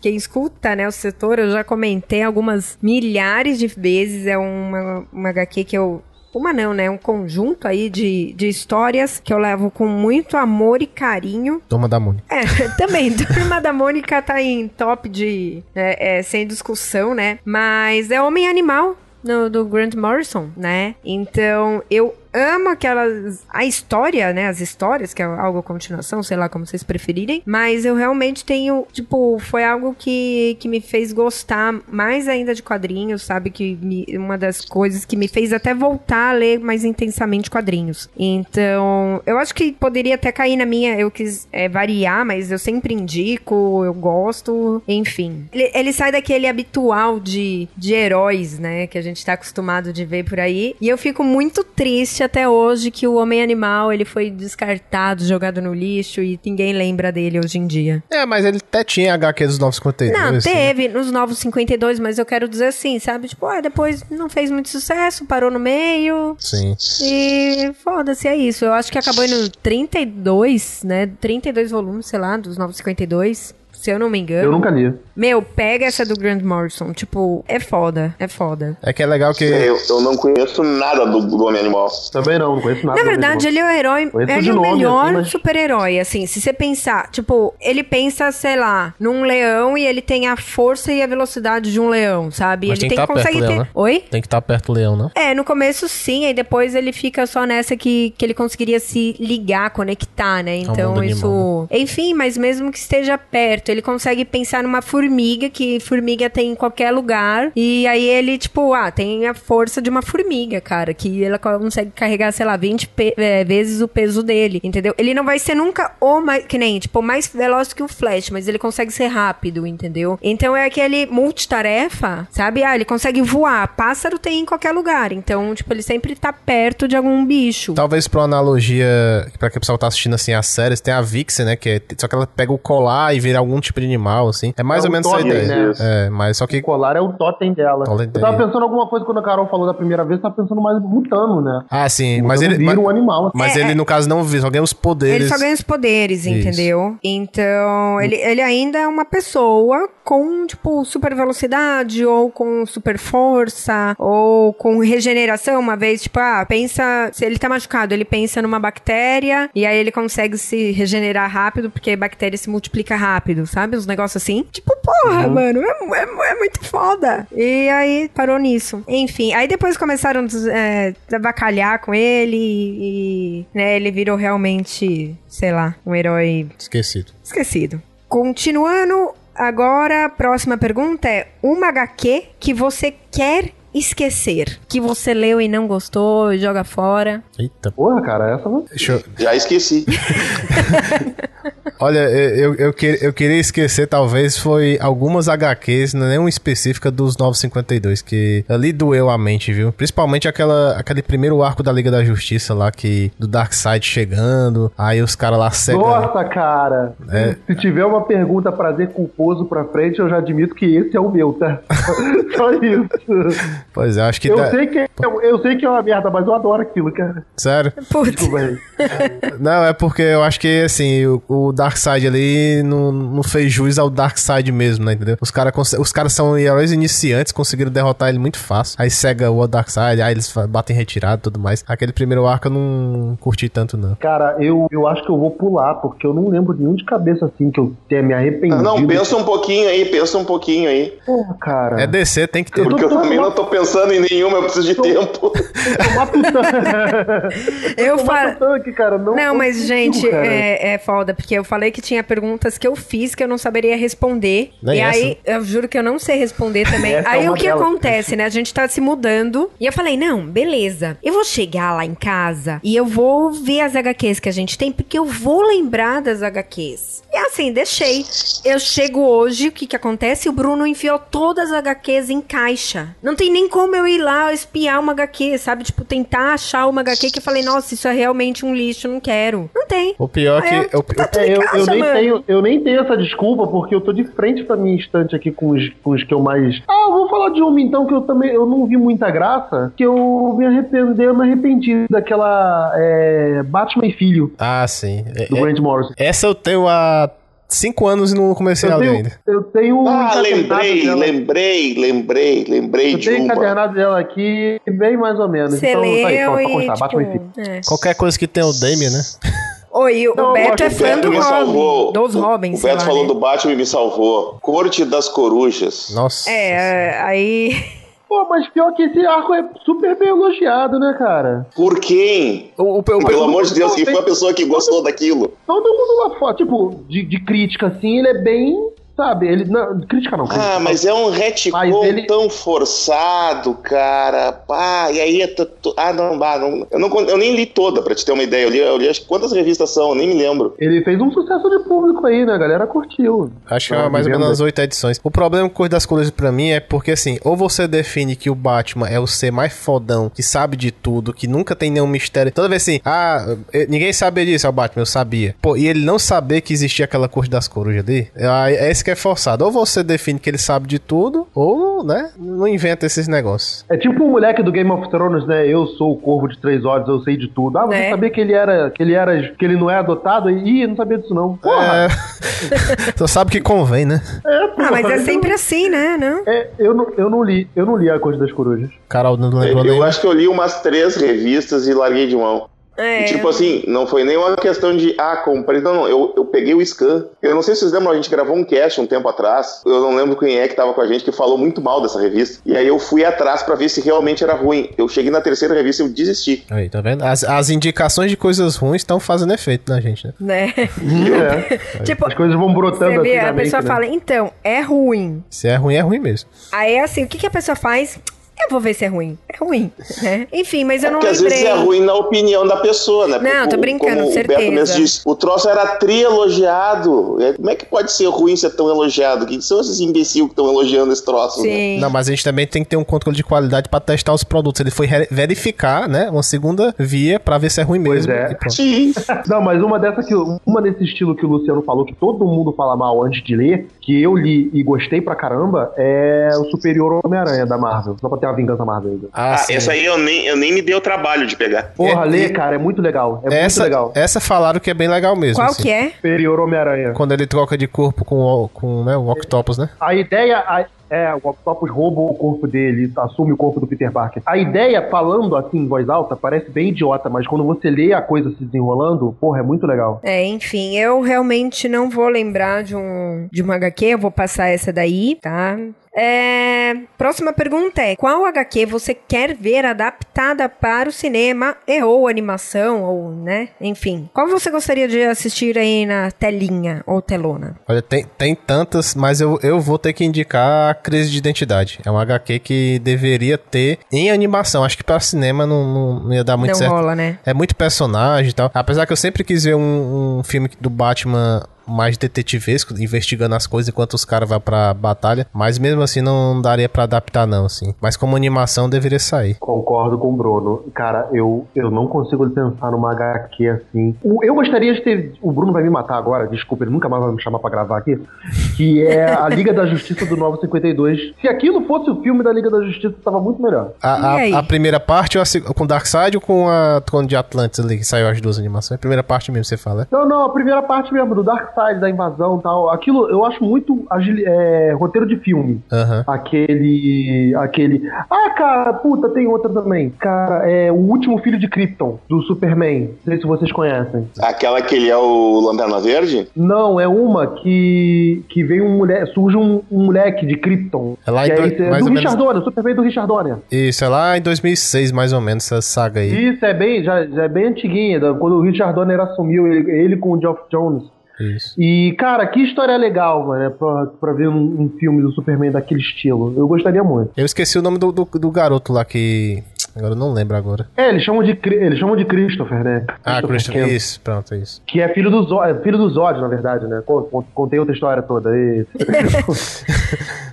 Speaker 2: Quem escuta, né, o setor, eu já comentei algumas milhares de vezes. É uma, uma HQ que eu. Uma não, né? Um conjunto aí de, de histórias que eu levo com muito amor e carinho.
Speaker 3: Toma da Mônica.
Speaker 2: É, também, Turma da Mônica tá em top de. é, é, sem discussão, né? Mas é Homem Animal. no- do Grant Morrison, né? Então, eu amo aquelas. A história, né? As histórias, que é algo a continuação, sei lá como vocês preferirem. Mas eu realmente tenho. Tipo, foi algo que, que me fez gostar mais ainda de quadrinhos, sabe? Que me- uma das coisas que me fez até voltar a ler mais intensamente quadrinhos. Então, eu acho que poderia até cair na minha. Eu quis é, variar, mas eu sempre indico, eu gosto, enfim. Ele, ele sai daquele habitual de, de heróis, né? Que a gente tá acostumado de ver por aí. E eu fico muito triste até hoje que o Homem Animal ele foi descartado, jogado no lixo e ninguém lembra dele hoje em dia.
Speaker 3: É, mas ele até tinha HQ dos 952.
Speaker 2: Não,
Speaker 3: assim, né?
Speaker 2: teve nos novos 52, mas eu quero dizer assim, sabe? Tipo, ah, depois não fez muito sucesso, parou no meio.
Speaker 3: Sim.
Speaker 2: E foda-se, é isso. Eu acho que acabou indo 32, né? 32 volumes, sei lá, dos 952. Se eu não me engano.
Speaker 4: Eu nunca li.
Speaker 2: Meu, pega essa do Grant Morrison. Tipo, é foda, é foda.
Speaker 3: É que é legal que.
Speaker 5: É, Eu, eu não conheço nada do, do Homem Animal.
Speaker 4: Também não, não conheço nada.
Speaker 2: Na verdade, ele é o herói.
Speaker 4: Conheço
Speaker 2: Ele
Speaker 4: de
Speaker 2: é o
Speaker 4: nome,
Speaker 2: melhor
Speaker 4: assim, mas-
Speaker 2: super-herói, assim. Se você pensar, tipo, ele pensa, sei lá, num leão e ele tem a força e a velocidade de um leão, sabe?
Speaker 3: Mas
Speaker 2: ele
Speaker 3: tem que tá
Speaker 2: consegue
Speaker 3: perto do
Speaker 2: ter.
Speaker 3: leão, né?
Speaker 2: Oi?
Speaker 3: Tem que estar perto do leão, não?
Speaker 2: É, no começo sim, aí depois ele fica só nessa que, que ele conseguiria se ligar, conectar, né? Então
Speaker 3: mundo
Speaker 2: isso. Enfim, mas mesmo que esteja perto, ele consegue pensar numa formiga, que formiga tem em qualquer lugar. E aí ele, tipo, ah, tem a força de uma formiga, cara, que ela consegue carregar, sei lá, 20 pe- é, vezes o peso dele, entendeu? Ele não vai ser nunca o mais. Que nem, tipo, mais veloz que o Flash, mas ele consegue ser rápido, entendeu? Então é aquele multitarefa, sabe? Ah, ele consegue voar. Pássaro tem em qualquer lugar. Então, tipo, ele sempre tá perto de algum bicho.
Speaker 3: Talvez pra uma analogia, pra que o pessoal tá assistindo assim as séries, tem a Vixen, né? Que é- só que ela pega o colar e vira algum tipo de animal, assim. É mais
Speaker 4: É
Speaker 3: ou
Speaker 4: o
Speaker 3: menos essa
Speaker 4: totem,
Speaker 3: ideia.
Speaker 4: né?
Speaker 3: É, mas só que.
Speaker 4: O colar é o totem dela.
Speaker 3: Totem
Speaker 4: Eu tava
Speaker 3: dele.
Speaker 4: pensando alguma coisa quando a Carol falou da primeira vez, eu tava pensando mais mutano, né?
Speaker 3: Ah, sim, mas
Speaker 4: Mutano
Speaker 3: ele.
Speaker 4: vira
Speaker 3: Mas,
Speaker 4: um animal.
Speaker 3: mas
Speaker 2: É,
Speaker 3: ele, no caso, não vira, só ganha os poderes.
Speaker 2: Ele só ganha os poderes,
Speaker 3: Isso.
Speaker 2: entendeu? Então, ele, ele ainda é uma pessoa com, tipo, super velocidade, ou com super força, ou com regeneração. Uma vez, tipo, ah, pensa. Se ele tá machucado, ele pensa numa bactéria, e aí ele consegue se regenerar rápido, porque a bactéria se multiplica rápido, sabe? Uns negócios assim. Tipo, porra, mano, é, mu- é mu- é muito foda. E aí parou nisso. Enfim, aí depois começaram a des- é, avacalhar com ele e né, ele virou realmente, sei lá, um herói
Speaker 3: Esquecido.
Speaker 2: esquecido. Continuando, agora a próxima pergunta é: uma HQ que você quer esquecer, que você leu e não gostou e joga fora.
Speaker 3: Eita.
Speaker 4: Porra, cara, essa não.
Speaker 3: Deixa eu...
Speaker 5: Já esqueci.
Speaker 3: Olha, eu, eu, eu que- eu queria esquecer, talvez, foi algumas HQs, não é nenhuma específica dos 952, que ali doeu a mente, viu? Principalmente aquela, aquele primeiro arco da Liga da Justiça lá, que do Darkseid chegando, aí os caras lá cegando.
Speaker 4: Nossa, cara!
Speaker 2: É.
Speaker 4: Se tiver uma pergunta prazer culposo pra frente, eu já admito que esse é o meu, tá? Só isso.
Speaker 3: Pois é, acho que.
Speaker 4: Eu,
Speaker 2: Tá.
Speaker 3: dá-
Speaker 4: sei que é, eu, eu sei que é uma merda, mas eu adoro aquilo, cara.
Speaker 3: Sério?
Speaker 2: Putz.
Speaker 4: Desculpa aí.
Speaker 3: Não, é porque eu acho que, assim, o, o Darkseid ali não, não fez jus ao Darkseid mesmo, né, entendeu? Os caras os cara são heróis iniciantes, conseguiram derrotar ele muito fácil. Aí cega o Darkseid, aí eles fa- batem retirado e tudo mais. Aquele primeiro arco eu não curti tanto, não.
Speaker 4: Cara, eu, eu acho que eu vou pular, porque eu não lembro nenhum de cabeça assim que eu tenha me arrependido.
Speaker 5: Não, pensa um pouquinho aí, pensa um pouquinho aí.
Speaker 4: Porra, cara.
Speaker 3: É DC, tem que ter.
Speaker 5: Porque eu também não tô pensando em nenhuma, eu preciso de tempo.
Speaker 4: Eu mato o tanque.
Speaker 2: Eu
Speaker 4: Eu
Speaker 2: falo.
Speaker 4: mato o tanque, cara. Não,
Speaker 2: Não, mas,
Speaker 4: consigo,
Speaker 2: gente,
Speaker 4: cara.
Speaker 2: é, é foda, porque eu falei que tinha perguntas que eu fiz que eu não saberia responder.
Speaker 3: Nem
Speaker 2: e
Speaker 3: essa.
Speaker 2: aí, eu juro que eu não sei responder também.
Speaker 4: Essa é
Speaker 2: aí o
Speaker 4: uma
Speaker 2: que
Speaker 4: delas.
Speaker 2: acontece, né? A gente tá se mudando. E eu falei, não, beleza. Eu vou chegar lá em casa e eu vou ver as HQs que a gente tem, porque eu vou lembrar das HQs. E assim, deixei. Eu chego hoje, o que que acontece? O Bruno enfiou todas as HQs em caixa. Não tem nem como eu ir lá espiar uma HQ, sabe? Tipo, tentar achar uma HQ que eu falei, nossa, isso é realmente um lixo, não quero. Não tem.
Speaker 3: O pior é
Speaker 2: Aí
Speaker 3: que.
Speaker 2: eu-
Speaker 3: o pi-
Speaker 2: tá tudo
Speaker 4: É,
Speaker 2: em
Speaker 4: eu, eu
Speaker 2: caixa,
Speaker 4: nem
Speaker 2: mano.
Speaker 4: tenho, eu nem tenho essa desculpa, porque eu tô de frente pra minha estante aqui com os, com os que eu mais. Ah, eu vou falar de uma então, que eu também eu não vi muita graça, que eu me arrepender, eu me arrependi daquela é, Batman e Filho
Speaker 3: Ah, sim. É-
Speaker 4: do
Speaker 3: é-
Speaker 4: Grant Morrison.
Speaker 3: essa eu tenho há cinco anos e não comecei a
Speaker 4: Eu
Speaker 3: ler
Speaker 4: tenho,
Speaker 3: ainda.
Speaker 4: eu tenho um
Speaker 5: Ah,
Speaker 4: encadernado
Speaker 5: lembrei,
Speaker 4: dela.
Speaker 5: lembrei, lembrei, lembrei
Speaker 4: né? Eu
Speaker 5: de
Speaker 4: tenho
Speaker 5: uma.
Speaker 4: encadernado dela aqui, bem mais ou menos.
Speaker 2: Você
Speaker 4: então, tá aí,
Speaker 2: leu
Speaker 4: só, só
Speaker 2: e,
Speaker 4: constar, Batman e Filho.
Speaker 2: tipo... é.
Speaker 3: Qualquer coisa que tenha o Damien, né?
Speaker 2: Oi, o
Speaker 4: Não,
Speaker 2: Beto
Speaker 4: eu
Speaker 2: é
Speaker 4: acho
Speaker 2: fã
Speaker 4: que
Speaker 2: do
Speaker 5: me salvou.
Speaker 2: Robin. Dos
Speaker 5: O-
Speaker 2: Robins,
Speaker 5: O
Speaker 2: sei
Speaker 5: Beto
Speaker 2: lá,
Speaker 5: falou
Speaker 2: né?
Speaker 5: do Batman e me salvou. Corte das Corujas.
Speaker 3: Nossa.
Speaker 2: É, aí...
Speaker 4: Pô, mas pior que esse arco é super bem elogiado, né, cara?
Speaker 5: Por quem?
Speaker 3: O, o- o-
Speaker 5: Pelo amor de Deus,
Speaker 4: não,
Speaker 5: quem foi a
Speaker 4: tem-
Speaker 5: pessoa que gostou daquilo?
Speaker 4: Todo mundo lá fora, tipo, de, de crítica, assim, ele é bem, sabe? Ele, não, crítica não.
Speaker 5: Ah,
Speaker 4: crítica.
Speaker 5: mas é um retcon
Speaker 4: Mas ele-
Speaker 5: tão forçado, cara. Pá, e aí... é tanto- Ah, não, bah, não... Eu, não con- eu nem li toda, pra te ter uma ideia. Eu li, eu li acho que quantas revistas são, eu nem me lembro.
Speaker 4: Ele fez um sucesso de público aí, né? A galera curtiu.
Speaker 3: Acho que
Speaker 5: Ah,
Speaker 4: Não,
Speaker 3: é mais ou menos
Speaker 4: vivendo.
Speaker 3: umas oito edições. O problema com Coisa das Coisas pra mim é porque, assim, ou você define que o Batman é o ser mais fodão, que sabe de tudo, que nunca tem nenhum mistério. Toda vez assim, ah, eh, ninguém sabia disso, é o Batman, eu sabia. Pô, e ele não saber que existia aquela Corte das Corujas ali, é é esse que é forçado. Ou você define que ele sabe de tudo, ou, né, não inventa esses negócios.
Speaker 4: É tipo o moleque do Game of Thrones, né? Eu sou o corvo de três olhos, eu sei de tudo. Ah, você
Speaker 2: É.
Speaker 4: sabia que ele era. que ele era. que ele não é adotado? Ih, não sabia disso, não. Porra!
Speaker 3: É. Só sabe que convém, né?
Speaker 2: Ah, mas é sempre assim, né? Não?
Speaker 4: É, eu, não, eu não li, eu não li a Corte das Corujas.
Speaker 3: Carol não lembrou
Speaker 5: Eu,
Speaker 3: nenhum.
Speaker 5: acho que eu li umas três revistas e larguei de mão.
Speaker 2: É.
Speaker 5: E, tipo assim, não foi nem uma questão de, ah, comprei. Não, não, eu, eu peguei o scan. Eu não sei se vocês lembram, a gente gravou um cast um tempo atrás. Eu não lembro quem é que tava com a gente, que falou muito mal dessa revista. E aí eu fui atrás pra ver se realmente era ruim. Eu cheguei na terceira revista e eu desisti.
Speaker 3: Aí, tá vendo? As, as indicações de coisas ruins estão fazendo efeito na gente, né?
Speaker 2: Né?
Speaker 5: Uhum.
Speaker 4: É.
Speaker 2: tipo,
Speaker 4: As coisas vão brotando
Speaker 2: você
Speaker 4: assim.
Speaker 2: vê,
Speaker 4: na
Speaker 2: a
Speaker 4: mente,
Speaker 2: pessoa
Speaker 4: né?
Speaker 2: fala, então, é ruim.
Speaker 3: Se é ruim, é ruim mesmo.
Speaker 2: Aí, assim, o que, que a pessoa faz? eu vou ver se é ruim. É ruim, né? Enfim, mas eu não
Speaker 5: Porque às vezes
Speaker 2: lembrei.
Speaker 5: é ruim na opinião da pessoa, né?
Speaker 2: Não, tô brincando,
Speaker 5: como
Speaker 2: certeza.
Speaker 5: O Beto mesmo disse, o troço era tri-elogiado. É, Como é que pode ser ruim ser tão elogiado? Quem são esses imbecil que estão elogiando esse troço? né?
Speaker 2: Sim.
Speaker 3: Não, mas a gente também tem que ter um controle de qualidade pra testar os produtos. Ele foi re- verificar, né? Uma segunda via pra ver se é ruim
Speaker 4: Pois
Speaker 3: mesmo.
Speaker 4: é.
Speaker 3: E pronto.
Speaker 5: Sim.
Speaker 4: Não, mas uma dessa que uma desse estilo que o Luciano falou que todo mundo fala mal antes de ler, que eu li e gostei pra caramba, é o Superior Homem-Aranha da Marvel. Só pra ter uma vingança Marvel ainda.
Speaker 5: Ah,
Speaker 3: sim.
Speaker 5: essa aí eu nem, eu nem me dei o trabalho de pegar.
Speaker 3: É,
Speaker 4: Porra, lê,
Speaker 3: e-
Speaker 4: cara, é muito legal. É
Speaker 3: essa,
Speaker 4: muito legal.
Speaker 3: essa falaram que é bem legal mesmo.
Speaker 2: Qual
Speaker 3: assim.
Speaker 2: que é?
Speaker 4: Superior Homem-Aranha.
Speaker 3: Quando ele troca de corpo com, o- com né, o Octopus, né?
Speaker 4: A ideia a- é, o Octopus rouba o corpo dele, assume o corpo do Peter Parker. A ideia, falando assim em voz alta, parece bem idiota, mas quando você lê a coisa se desenrolando, porra, é muito legal.
Speaker 2: É, enfim, eu realmente não vou lembrar de um de uma HQ, eu vou passar essa daí, tá? É, próxima pergunta é: qual HQ você quer ver adaptada para o cinema e ou animação ou, né? Enfim, qual você gostaria de assistir aí na telinha ou telona?
Speaker 3: Olha, tem, tem tantas, mas eu, eu vou ter que indicar a Crise de Identidade. É um HQ que deveria ter em animação. Acho que pra cinema não, não- não ia dar muito
Speaker 2: não
Speaker 3: certo.
Speaker 2: rola, né?
Speaker 3: É muito personagem e tal. Apesar que eu sempre quis ver um, um filme do Batman mais detetivesco, investigando as coisas enquanto os caras vão pra batalha. Mas mesmo assim não daria pra adaptar, não, assim. Mas como animação deveria sair.
Speaker 4: Concordo com o Bruno. Cara, eu, eu não consigo pensar numa HQ assim. O- eu gostaria de ter. O Bruno vai me matar agora, desculpa, ele nunca mais vai me chamar pra gravar aqui. Que é a Liga da Justiça do 952. Se aquilo fosse o filme da Liga da Justiça, tava muito melhor.
Speaker 3: A, a-
Speaker 2: E aí?
Speaker 3: a primeira parte ou a, seg- com Darkseid ou com a com de Atlantis ali, que saiu as duas animações? É A primeira parte mesmo, você fala. né?
Speaker 4: Não, não, a primeira parte mesmo, do Dark Side, da invasão e tal. Aquilo eu acho muito agili- é, roteiro de filme.
Speaker 3: é? Aham.
Speaker 4: Aquele. Aquele. Ah, cara, puta, tem outra também. Cara, é O Último Filho de Krypton, do Superman. Não sei se vocês conhecem.
Speaker 5: Aquela que ele é o Lanterna Verde?
Speaker 4: Não, é uma que. que vem um moleque. surge um, um moleque de Krypton.
Speaker 3: É lá
Speaker 4: que
Speaker 3: em
Speaker 4: aí
Speaker 3: dois-
Speaker 4: cê- é
Speaker 3: mais
Speaker 4: do
Speaker 3: ou menos-
Speaker 4: Richard Donner, Superman do Richard Donner.
Speaker 3: Isso, é lá em 2006, mais ou menos, essa saga aí.
Speaker 4: Isso é bem, já, já é bem antiguinha, da- quando o Richard Donner assumiu ele, ele com o Geoff Jones.
Speaker 3: Isso.
Speaker 4: E, cara, que história legal, mano, é pra, pra ver um, um filme do Superman daquele estilo. Eu gostaria muito.
Speaker 3: Eu esqueci o nome do, do, do garoto lá que. Agora eu não lembro agora.
Speaker 4: É, eles chamam de, Cri- eles chamam de Christopher, né?
Speaker 3: Ah, Christopher.
Speaker 4: Kent,
Speaker 3: Isso, pronto, isso.
Speaker 4: Que é filho do, Zo é filho do Zod, na verdade, né? Con- con- Contei outra história toda. Isso.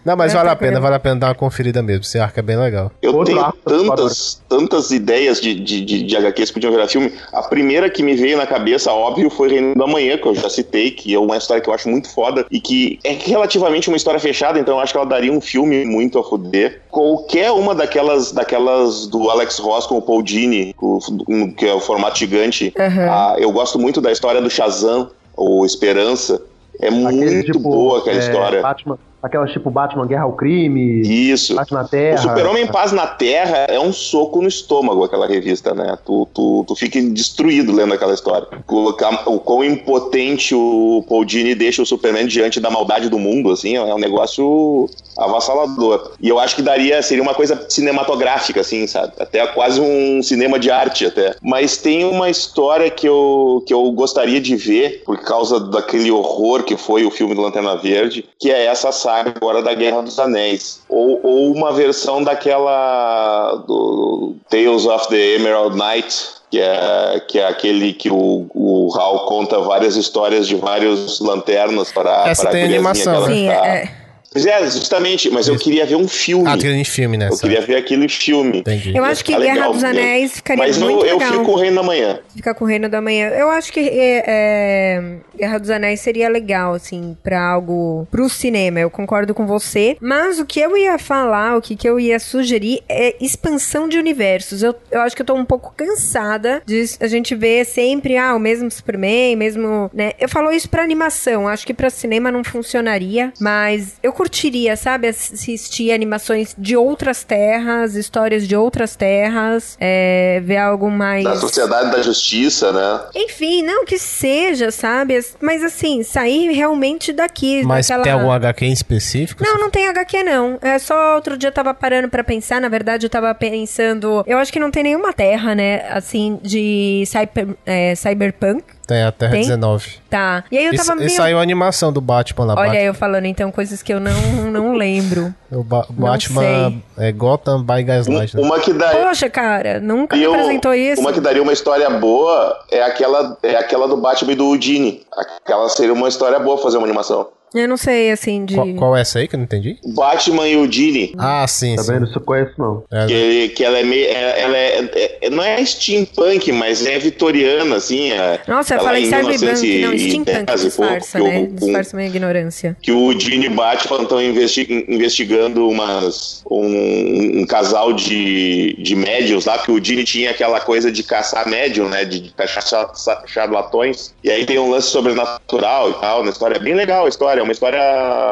Speaker 3: Não, mas
Speaker 2: É,
Speaker 3: vale a
Speaker 2: tá
Speaker 3: pena,
Speaker 2: querendo.
Speaker 3: vale a pena dar uma conferida mesmo. Esse arco é bem legal.
Speaker 5: Eu
Speaker 4: Outro
Speaker 5: tenho
Speaker 4: arco
Speaker 5: tantas, tantas ideias de, de, de, de HQs que podiam virar filme. A primeira que me veio na cabeça, óbvio, foi Reino da Manhã, que eu já citei, que é uma história que eu acho muito foda e que é relativamente uma história fechada, então eu acho que ela daria um filme muito a fuder. Qualquer uma daquelas, daquelas do Alex Ross com o Paul Dini, o- que é o formato gigante.
Speaker 2: Aham.
Speaker 5: Ah, eu gosto muito da história do Shazam, ou Esperança. É
Speaker 4: Aquele
Speaker 5: muito boa aquela
Speaker 4: é,
Speaker 5: história.
Speaker 4: Batman, aquelas tipo Batman Guerra ao Crime,
Speaker 5: Isso.
Speaker 4: Bate na Terra.
Speaker 5: O Super-Homem em Paz na Terra é um soco no estômago, aquela revista, né? Tu, tu, tu fica destruído lendo aquela história. O, ca- o quão impotente o Paul Dini deixa o Superman diante da maldade do mundo, assim, é um negócio avassalador. E eu acho que daria, seria uma coisa cinematográfica, assim, sabe? Até quase um cinema de arte, até. Mas tem uma história que eu, que eu gostaria de ver, por causa daquele horror que foi o filme do Lanterna Verde, que é essa saga agora da Guerra dos Anéis. Ou, ou uma versão daquela. do Tales of the Emerald Knight, que é, que é aquele que o, o Hal conta várias histórias de vários lanternas para
Speaker 3: Essa
Speaker 5: para
Speaker 3: tem
Speaker 5: a guriazinha
Speaker 3: animação, né?
Speaker 5: que ela
Speaker 2: Sim,
Speaker 5: tá-
Speaker 2: é, é.
Speaker 5: Pois é, justamente, mas eu
Speaker 3: Isso.
Speaker 5: queria ver um filme.
Speaker 3: Ah, trilha de filme, né?
Speaker 5: Eu
Speaker 3: sabe?
Speaker 5: queria ver aquele filme.
Speaker 3: Entendi.
Speaker 2: eu acho que
Speaker 5: Tá legal,
Speaker 2: Guerra dos
Speaker 5: meu.
Speaker 2: Anéis ficaria
Speaker 5: Mas
Speaker 2: muito
Speaker 5: eu, eu
Speaker 2: legal.
Speaker 5: fico rei na manhã.
Speaker 2: Ficar com o Reino da Manhã. Eu acho que é, é, Guerra dos Anéis seria legal, assim, pra algo. pro cinema. Eu concordo com você. Mas o que eu ia falar, o que, que eu ia sugerir é expansão de universos. Eu, eu acho que eu tô um pouco cansada de a gente ver sempre, ah, o mesmo Superman, mesmo. né? Eu falo isso pra animação. Acho que pra cinema não funcionaria. Mas eu curtiria, sabe, assistir animações de outras terras, histórias de outras terras, é, ver algo mais.
Speaker 5: Da Sociedade da Justiça, né?
Speaker 2: Enfim, não que seja, sabe? As- Mas assim, sair realmente daqui.
Speaker 3: Mas
Speaker 2: daquela...
Speaker 3: tem algum HQ em específico?
Speaker 2: Não, não tem HQ, não. É só outro dia eu tava parando pra pensar. Na verdade, eu tava pensando. Eu acho que não tem nenhuma terra, né? Assim, de cyber- é, cyberpunk.
Speaker 3: Tem a Terra
Speaker 2: Tem?
Speaker 3: 19.
Speaker 2: Tá. E aí eu
Speaker 3: E,
Speaker 2: tava
Speaker 3: sa- e
Speaker 2: meio.
Speaker 3: saiu a animação do Batman lá.
Speaker 2: Olha,
Speaker 3: Batman,
Speaker 2: eu falando então coisas que eu não, não lembro.
Speaker 3: o Ba-
Speaker 2: não
Speaker 3: Batman é Gotham by Gaslight.
Speaker 5: Um-
Speaker 3: Né?
Speaker 5: uma que daria
Speaker 2: Poxa, cara, nunca me
Speaker 5: um-
Speaker 2: apresentou isso.
Speaker 5: uma que daria uma história boa é aquela é aquela do Batman e do Houdini. Aquela seria uma história boa fazer uma animação.
Speaker 2: Eu não sei, assim, de.
Speaker 3: Qual, qual é essa aí que eu não entendi?
Speaker 5: Batman e Houdini.
Speaker 3: Ah, sim,
Speaker 4: Tá
Speaker 3: sim.
Speaker 4: vendo? Você conhece não.
Speaker 3: É,
Speaker 5: Que, ele- que ela é meio. é- Ela é, é- não é steampunk, mas é vitoriana, assim. É,
Speaker 2: Nossa, eu
Speaker 5: ela
Speaker 2: falei
Speaker 5: é em
Speaker 2: cyberpunk, não,
Speaker 5: 1910
Speaker 2: steampunk,
Speaker 5: e pouco,
Speaker 2: disfarça,
Speaker 5: que o-
Speaker 2: né?
Speaker 5: um-
Speaker 2: Disfarça minha ignorância.
Speaker 5: que o Dini e Batman estão investigando umas, um, um casal de, de médiums lá, que o Dini tinha aquela coisa de caçar médium, né? De, de caçar cha- cha- charlatões. E aí tem um lance sobrenatural e tal. Na história é bem legal a história. É uma história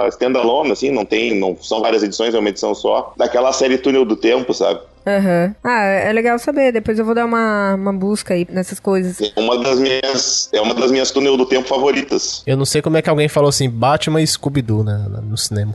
Speaker 5: standalone, assim, não tem. Não, são várias edições, é uma edição só. Daquela série Túnel do Tempo, sabe?
Speaker 2: Aham. Ah, é legal saber. Depois eu vou dar uma, uma busca aí nessas coisas.
Speaker 5: É uma das minhas. É uma das minhas túnel do tempo favoritas.
Speaker 3: Eu não sei como é que alguém falou assim, Batman e Scooby-Doo, né? No cinema.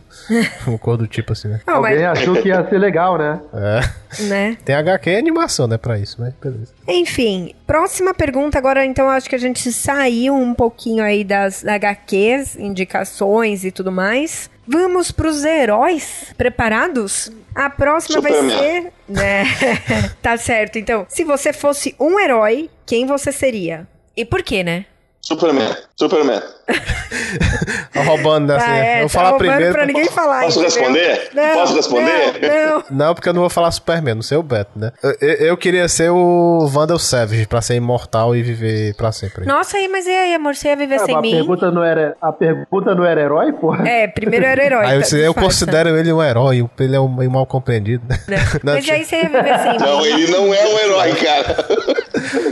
Speaker 3: Uma cor do tipo assim, né?
Speaker 2: Não,
Speaker 4: Alguém
Speaker 2: Ah, mas,
Speaker 4: achou que ia ser legal, né?
Speaker 3: É.
Speaker 2: né?
Speaker 3: Tem HQ e animação, né? Pra isso, né? Beleza.
Speaker 2: Enfim, próxima pergunta agora, então acho que a gente saiu um pouquinho aí das HQs, indicações e tudo mais. Vamos pros heróis preparados? A próxima vai
Speaker 5: Superman.
Speaker 2: ser, né? tá certo. Então, se você fosse um herói, quem você seria? E por quê, né?
Speaker 5: Superman. Superman.
Speaker 3: Tá roubando, né? assim,
Speaker 2: Ah, é,
Speaker 3: né? eu vou
Speaker 2: tá
Speaker 3: falar
Speaker 2: roubando
Speaker 3: primeiro.
Speaker 2: pra ninguém falar.
Speaker 5: Posso
Speaker 2: entendeu?
Speaker 5: responder?
Speaker 2: Não,
Speaker 5: Posso responder?
Speaker 2: Não, não.
Speaker 3: Não, porque eu não vou falar Superman, não sei o Beto, né? Eu, eu- eu queria ser o Vandal Savage pra ser imortal e viver pra sempre.
Speaker 2: Nossa, aí, mas e aí, amor? Você ia viver
Speaker 4: Ah,
Speaker 2: sem
Speaker 4: a,
Speaker 2: mim?
Speaker 4: pergunta não era, a pergunta não era herói, porra?
Speaker 2: É, primeiro era herói.
Speaker 3: Aí eu,
Speaker 2: tá,
Speaker 3: disse, eu
Speaker 2: disfarça.
Speaker 3: considero ele um herói, ele é um meio mal compreendido. né? Não,
Speaker 2: É. Mas
Speaker 3: tinha-
Speaker 2: aí você ia viver sem mim.
Speaker 5: Não, ele não é um herói, cara.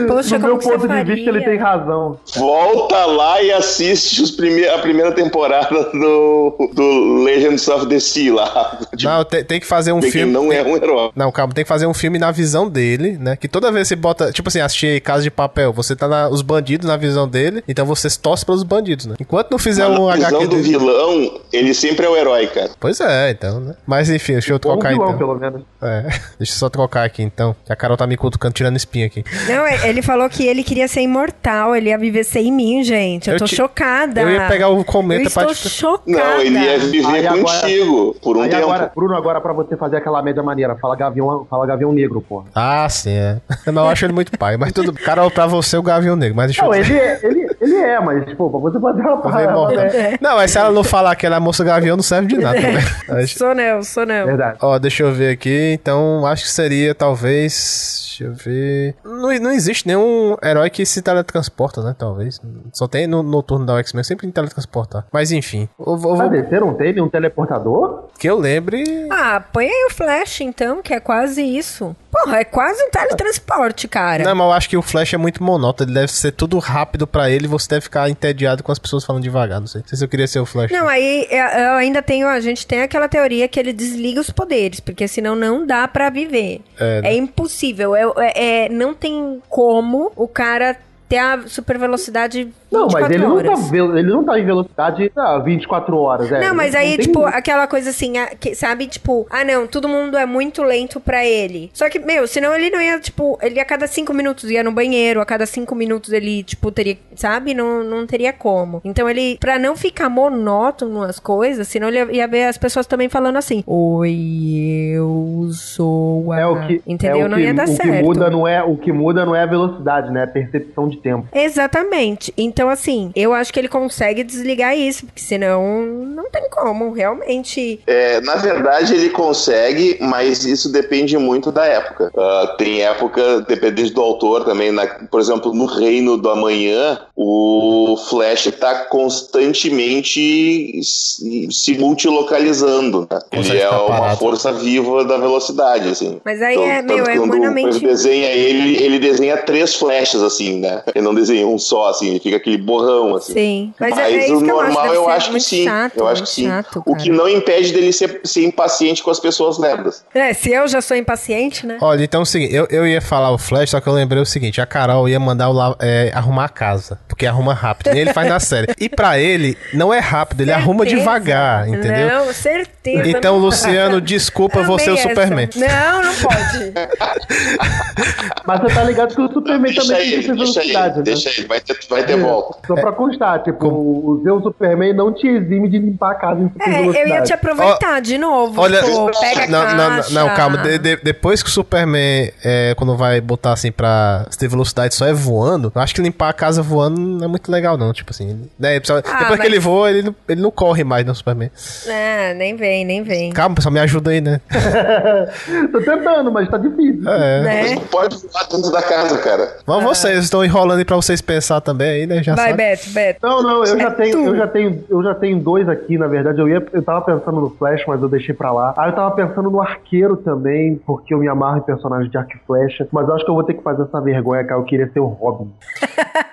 Speaker 2: Poxa,
Speaker 4: Do
Speaker 2: como
Speaker 4: meu
Speaker 2: que você
Speaker 4: ponto de
Speaker 2: faria?
Speaker 4: vista, ele tem razão.
Speaker 5: Volta lá e assiste os prime- a primeira temporada do, do Legends of the Sea lá. De
Speaker 3: não, tem, tem que fazer um
Speaker 5: ver quem
Speaker 3: filme.
Speaker 5: não é um herói.
Speaker 3: Não, calma, tem que fazer um filme na visão dele, né? Que toda vez você bota. Tipo assim, assistir Casa de Papel, você tá na, os bandidos na visão dele, então você torce pelos bandidos, né? Enquanto não fizer um
Speaker 5: a visão
Speaker 3: HQ
Speaker 5: do
Speaker 3: dele.
Speaker 5: vilão, ele sempre é o herói, cara.
Speaker 3: Pois é, então, né? Mas enfim, deixa eu
Speaker 4: Ou
Speaker 3: trocar
Speaker 4: Um vilão,
Speaker 3: então.
Speaker 4: pelo menos.
Speaker 3: É, deixa eu só trocar aqui então. Que a Carol tá me cutucando, tirando espinha aqui.
Speaker 2: Não, é- ele falou que ele queria ser imortal, ele ia viver sem mim, gente. Eu,
Speaker 3: Eu
Speaker 2: tô
Speaker 3: te-
Speaker 2: chocada.
Speaker 3: eu ia pegar o cometa
Speaker 2: Eu
Speaker 3: pra
Speaker 2: estou
Speaker 3: te-
Speaker 2: chocada.
Speaker 5: Não, ele ia viver
Speaker 4: Aí agora-
Speaker 5: contigo por um
Speaker 4: Aí
Speaker 5: tempo.
Speaker 4: agora, Bruno, agora pra você fazer aquela média maneira, fala gavião, fala gavião negro, porra.
Speaker 3: Ah, sim, é. Mas eu acho ele muito pai. Mas tudo. Carol, pra você o Gavião Negro, mas deixa
Speaker 4: Não,
Speaker 3: eu.
Speaker 4: ele é, ele, ele é, mas, pô, pra você fazer uma
Speaker 3: Eu vou
Speaker 4: parada.
Speaker 3: embora.
Speaker 4: né?
Speaker 3: Não, mas se ela não falar que ela é moça Gavião, não serve de nada, né? Acho-
Speaker 2: Sou não, sou não.
Speaker 4: Verdade.
Speaker 3: Ó, deixa eu ver aqui. Então, acho que seria talvez. Deixa eu ver. Não, não existe nenhum herói que se teletransporta, né? Talvez. Só tem no, no turno da X-Men sempre tem que teletransportar. Mas enfim. Eu, vou- eu
Speaker 4: Pra
Speaker 3: vou-
Speaker 4: descer não tem nenhum teleportador?
Speaker 3: que eu lembre.
Speaker 2: Ah, põe aí o Flash, então, que é quase isso. Porra, é quase um teletransporte, cara.
Speaker 3: Não, mas eu acho que o Flash é muito monótono. Ele deve ser tudo rápido pra ele. Você deve ficar entediado com as pessoas falando devagar. Não sei, não sei se eu queria ser o Flash.
Speaker 2: Não, aí é, eu ainda tenho, a gente tem aquela teoria que ele desliga os poderes, porque senão não dá pra viver.
Speaker 3: É,
Speaker 2: É, impossível, é, é- é- não tem como o cara ter a super velocidade 24
Speaker 4: Não, mas ele não,
Speaker 2: horas.
Speaker 4: tá, ve- ele não tá em velocidade ah, 24 horas, é.
Speaker 2: Não, mas aí,
Speaker 4: tem-
Speaker 2: tipo, aquela coisa assim, a- que, sabe? Tipo, ah, não, todo mundo é muito lento pra ele. Só que, meu, senão ele não ia, tipo, ele a cada cinco minutos ia no banheiro, a cada cinco minutos ele, tipo, teria, sabe? Não, não teria como. Então ele, pra não ficar monótono as coisas, senão ele ia, ia ver as pessoas também falando assim: Oi, eu sou a.
Speaker 4: É o que,
Speaker 2: Entendeu?
Speaker 4: é o
Speaker 2: não
Speaker 4: que-
Speaker 2: ia dar
Speaker 4: o
Speaker 2: certo.
Speaker 4: Que muda não é, o que muda não é a velocidade, né? É a percepção de tempo.
Speaker 2: Exatamente. Então, assim, eu acho que ele consegue desligar isso, porque senão não tem como, realmente.
Speaker 5: É, na verdade, ele consegue, mas isso depende muito da época. Ah, tem época, dependendo do autor também. na- por exemplo, no Reino do Amanhã, o Flash está constantemente se, se multilocalizando. Né?
Speaker 3: Consegue
Speaker 5: Ele é
Speaker 3: ficar
Speaker 5: uma
Speaker 3: parado.
Speaker 5: força viva da velocidade, assim.
Speaker 2: Mas aí é,
Speaker 5: tanto
Speaker 2: meu, é
Speaker 5: quando
Speaker 2: humanamente-
Speaker 5: o Flash desenha ele, ele desenha três flechas, assim, né? Ele não desenha um só, assim, ele fica aquele borrão, assim.
Speaker 2: Sim, mas, é,
Speaker 5: Mas
Speaker 2: é
Speaker 5: o
Speaker 2: isso que eu acho.
Speaker 5: normal
Speaker 2: deve
Speaker 5: eu
Speaker 2: ser
Speaker 5: acho que
Speaker 2: muito
Speaker 5: sim.
Speaker 2: Chato,
Speaker 5: Eu acho
Speaker 2: muito
Speaker 5: que sim.
Speaker 2: Chato,
Speaker 5: O
Speaker 2: cara.
Speaker 5: que não impede dele ser, ser impaciente com as pessoas lerdas.
Speaker 2: É, se eu já sou impaciente, né?
Speaker 3: Olha, então é o seguinte, eu, eu ia falar o Flash, só que eu lembrei o seguinte, a Carol ia mandar o la- é, arrumar a casa. porque arruma rápido. Nem ele faz na série. E pra ele, não é rápido, ele arruma
Speaker 2: Certeza.
Speaker 3: devagar, entendeu?
Speaker 2: Não, certeza.
Speaker 3: Então, Luciano, desculpa, você é o
Speaker 2: Amei essa.
Speaker 3: Superman.
Speaker 2: Não, não pode.
Speaker 4: Mas você tá ligado que o Superman
Speaker 5: Deixa
Speaker 4: também
Speaker 5: ele,
Speaker 4: precisa de
Speaker 5: deixa
Speaker 4: velocidade,
Speaker 5: ele,
Speaker 4: né? É,
Speaker 5: deixa ele, vai ter, vai ter volta.
Speaker 4: Só
Speaker 2: É.
Speaker 4: pra constar, tipo, o seu Superman não te exime de limpar a casa em super
Speaker 2: É, eu
Speaker 4: velocidade.
Speaker 2: ia te aproveitar de novo.
Speaker 3: Olha,
Speaker 2: pô, pega a
Speaker 3: não, não, não,
Speaker 2: caixa.
Speaker 3: não, calma. De- de- depois que o Superman, é, quando vai botar assim pra se ter velocidade, só é voando. Eu acho que limpar a casa voando não é muito legal, não. Tipo assim, né? ele precisa-
Speaker 2: Ah,
Speaker 3: depois que
Speaker 2: mas-
Speaker 3: ele voa, ele, não- ele não corre mais, não, Superman.
Speaker 2: É, nem vem, nem vem.
Speaker 3: Calma, pessoal, me ajuda aí, né?
Speaker 4: Tô tentando, mas tá difícil.
Speaker 3: É.
Speaker 5: Mas
Speaker 2: Né?
Speaker 5: não pode voar dentro da casa, cara.
Speaker 3: Vamos vocês, estão enrolando aí pra vocês pensar também aí, né? Já
Speaker 2: Vai,
Speaker 3: sabe.
Speaker 2: Beto, Beto.
Speaker 4: Não, não, eu já, tenho,
Speaker 2: É tu.
Speaker 4: eu já tenho, eu já tenho dois aqui, na verdade. Eu ia, eu tava pensando no Flash, mas eu deixei pra lá. Aí eu tava pensando no arqueiro também, porque eu me amarro em personagem de arco e flecha. Mas eu acho que eu vou ter que fazer essa vergonha, cara. Eu queria ser o Robin.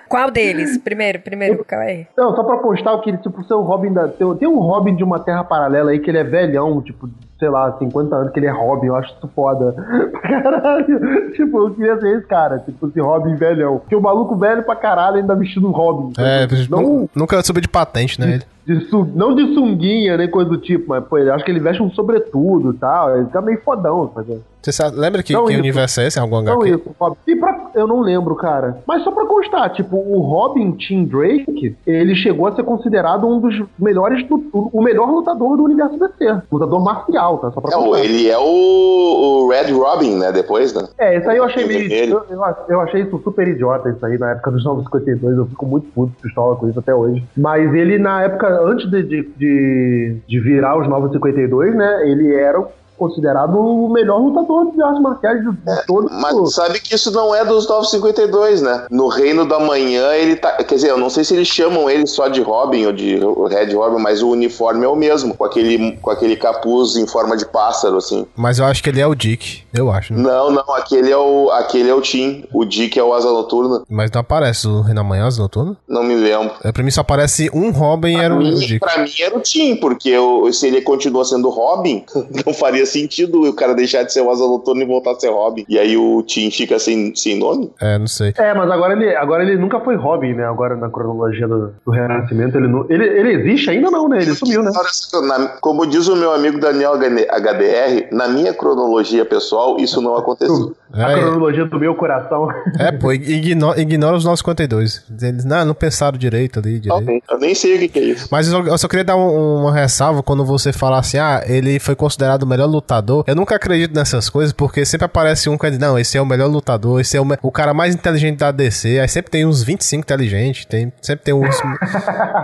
Speaker 2: Qual deles? Primeiro, primeiro, qual é?
Speaker 4: Não, só pra postar, eu queria, tipo, ser o Robin da. Tem, tem um Robin de uma terra paralela aí que ele é velhão, tipo, sei lá, 50 anos que ele é Robin, eu acho isso foda. Pra caralho. Tipo, eu queria ser esse cara, tipo, esse Robin velhão. Porque o maluco velho pra caralho ainda vestido Robin. Tipo,
Speaker 3: É,
Speaker 4: não,
Speaker 3: nu- nunca subiu de patente,
Speaker 5: Hum.
Speaker 3: né? Ele.
Speaker 4: de su- não de sunguinha, nem coisa do tipo, mas, pô, ele acho que ele veste um sobretudo e tal. Ele fica meio fodão, é sabe?
Speaker 3: Você sabe- lembra que,
Speaker 4: Não,
Speaker 3: que
Speaker 4: isso.
Speaker 3: universo é esse? Algum
Speaker 4: Então
Speaker 3: HQ?
Speaker 4: isso, Robin. E pra, eu não lembro, cara. Mas só pra constar, tipo, o Robin Tim Drake, ele chegou a ser considerado um dos melhores, lu- o melhor lutador do universo DC. Lutador marcial, tá? Só pra
Speaker 5: Não,
Speaker 4: constar.
Speaker 5: ele é o, o Red Robin, né? Depois, né?
Speaker 4: É, isso aí eu achei meio.
Speaker 5: Ele-
Speaker 4: Eu, eu, eu achei isso super idiota, isso aí, na época dos 952. Eu fico muito puto pistola com isso até hoje. Mas ele, na época, antes de, de, de, de virar os 952, né? Ele era considerado o melhor lutador de artes marciais de, de todo
Speaker 5: É, Mas sabe que isso não é dos 952, né? No Reino da Manhã ele tá. Quer dizer, eu não sei se eles chamam ele só de Robin ou de Red Robin, mas o uniforme é o mesmo, com aquele, com aquele capuz em forma de pássaro, assim.
Speaker 3: Mas eu acho que ele é o Dick, eu acho. Né?
Speaker 5: Não, não, aquele é o, aquele é o Tim. O Dick é o Asa Noturna.
Speaker 3: Mas não aparece o Renan Manhã, as noturnas?
Speaker 5: Não me lembro.
Speaker 3: É, Pra mim só aparece um Robin e era o
Speaker 5: Mim,
Speaker 3: Dick.
Speaker 5: pra mim era o Tim, porque eu- se ele continua sendo Robin, não faria sentido o cara deixar de ser o Asa Noturna e voltar a ser Robin. E aí o Tim fica sem, sem nome?
Speaker 3: É, não sei.
Speaker 4: É, mas agora ele, agora ele nunca foi Robin, né? Agora na cronologia do, do Renascimento, ele, não, ele ele existe ainda não, né? Ele sumiu, né?
Speaker 5: Olha só, na- como diz o meu amigo Daniel HDR, na minha cronologia pessoal, isso não aconteceu.
Speaker 4: A
Speaker 3: É,
Speaker 4: cronologia do meu coração.
Speaker 3: é, pô, igno- ignora os 952. Eles não, não pensaram direito ali. Direito.
Speaker 5: Eu nem sei o que, que é isso.
Speaker 3: Mas eu só- eu só queria dar um- uma ressalva quando você fala assim: ah, ele foi considerado o melhor lutador. Eu nunca acredito nessas coisas, porque sempre aparece um que diz: não, esse é o melhor lutador, esse é o, me- o cara mais inteligente da DC. Aí sempre tem uns 25 inteligentes, tem, sempre tem uns,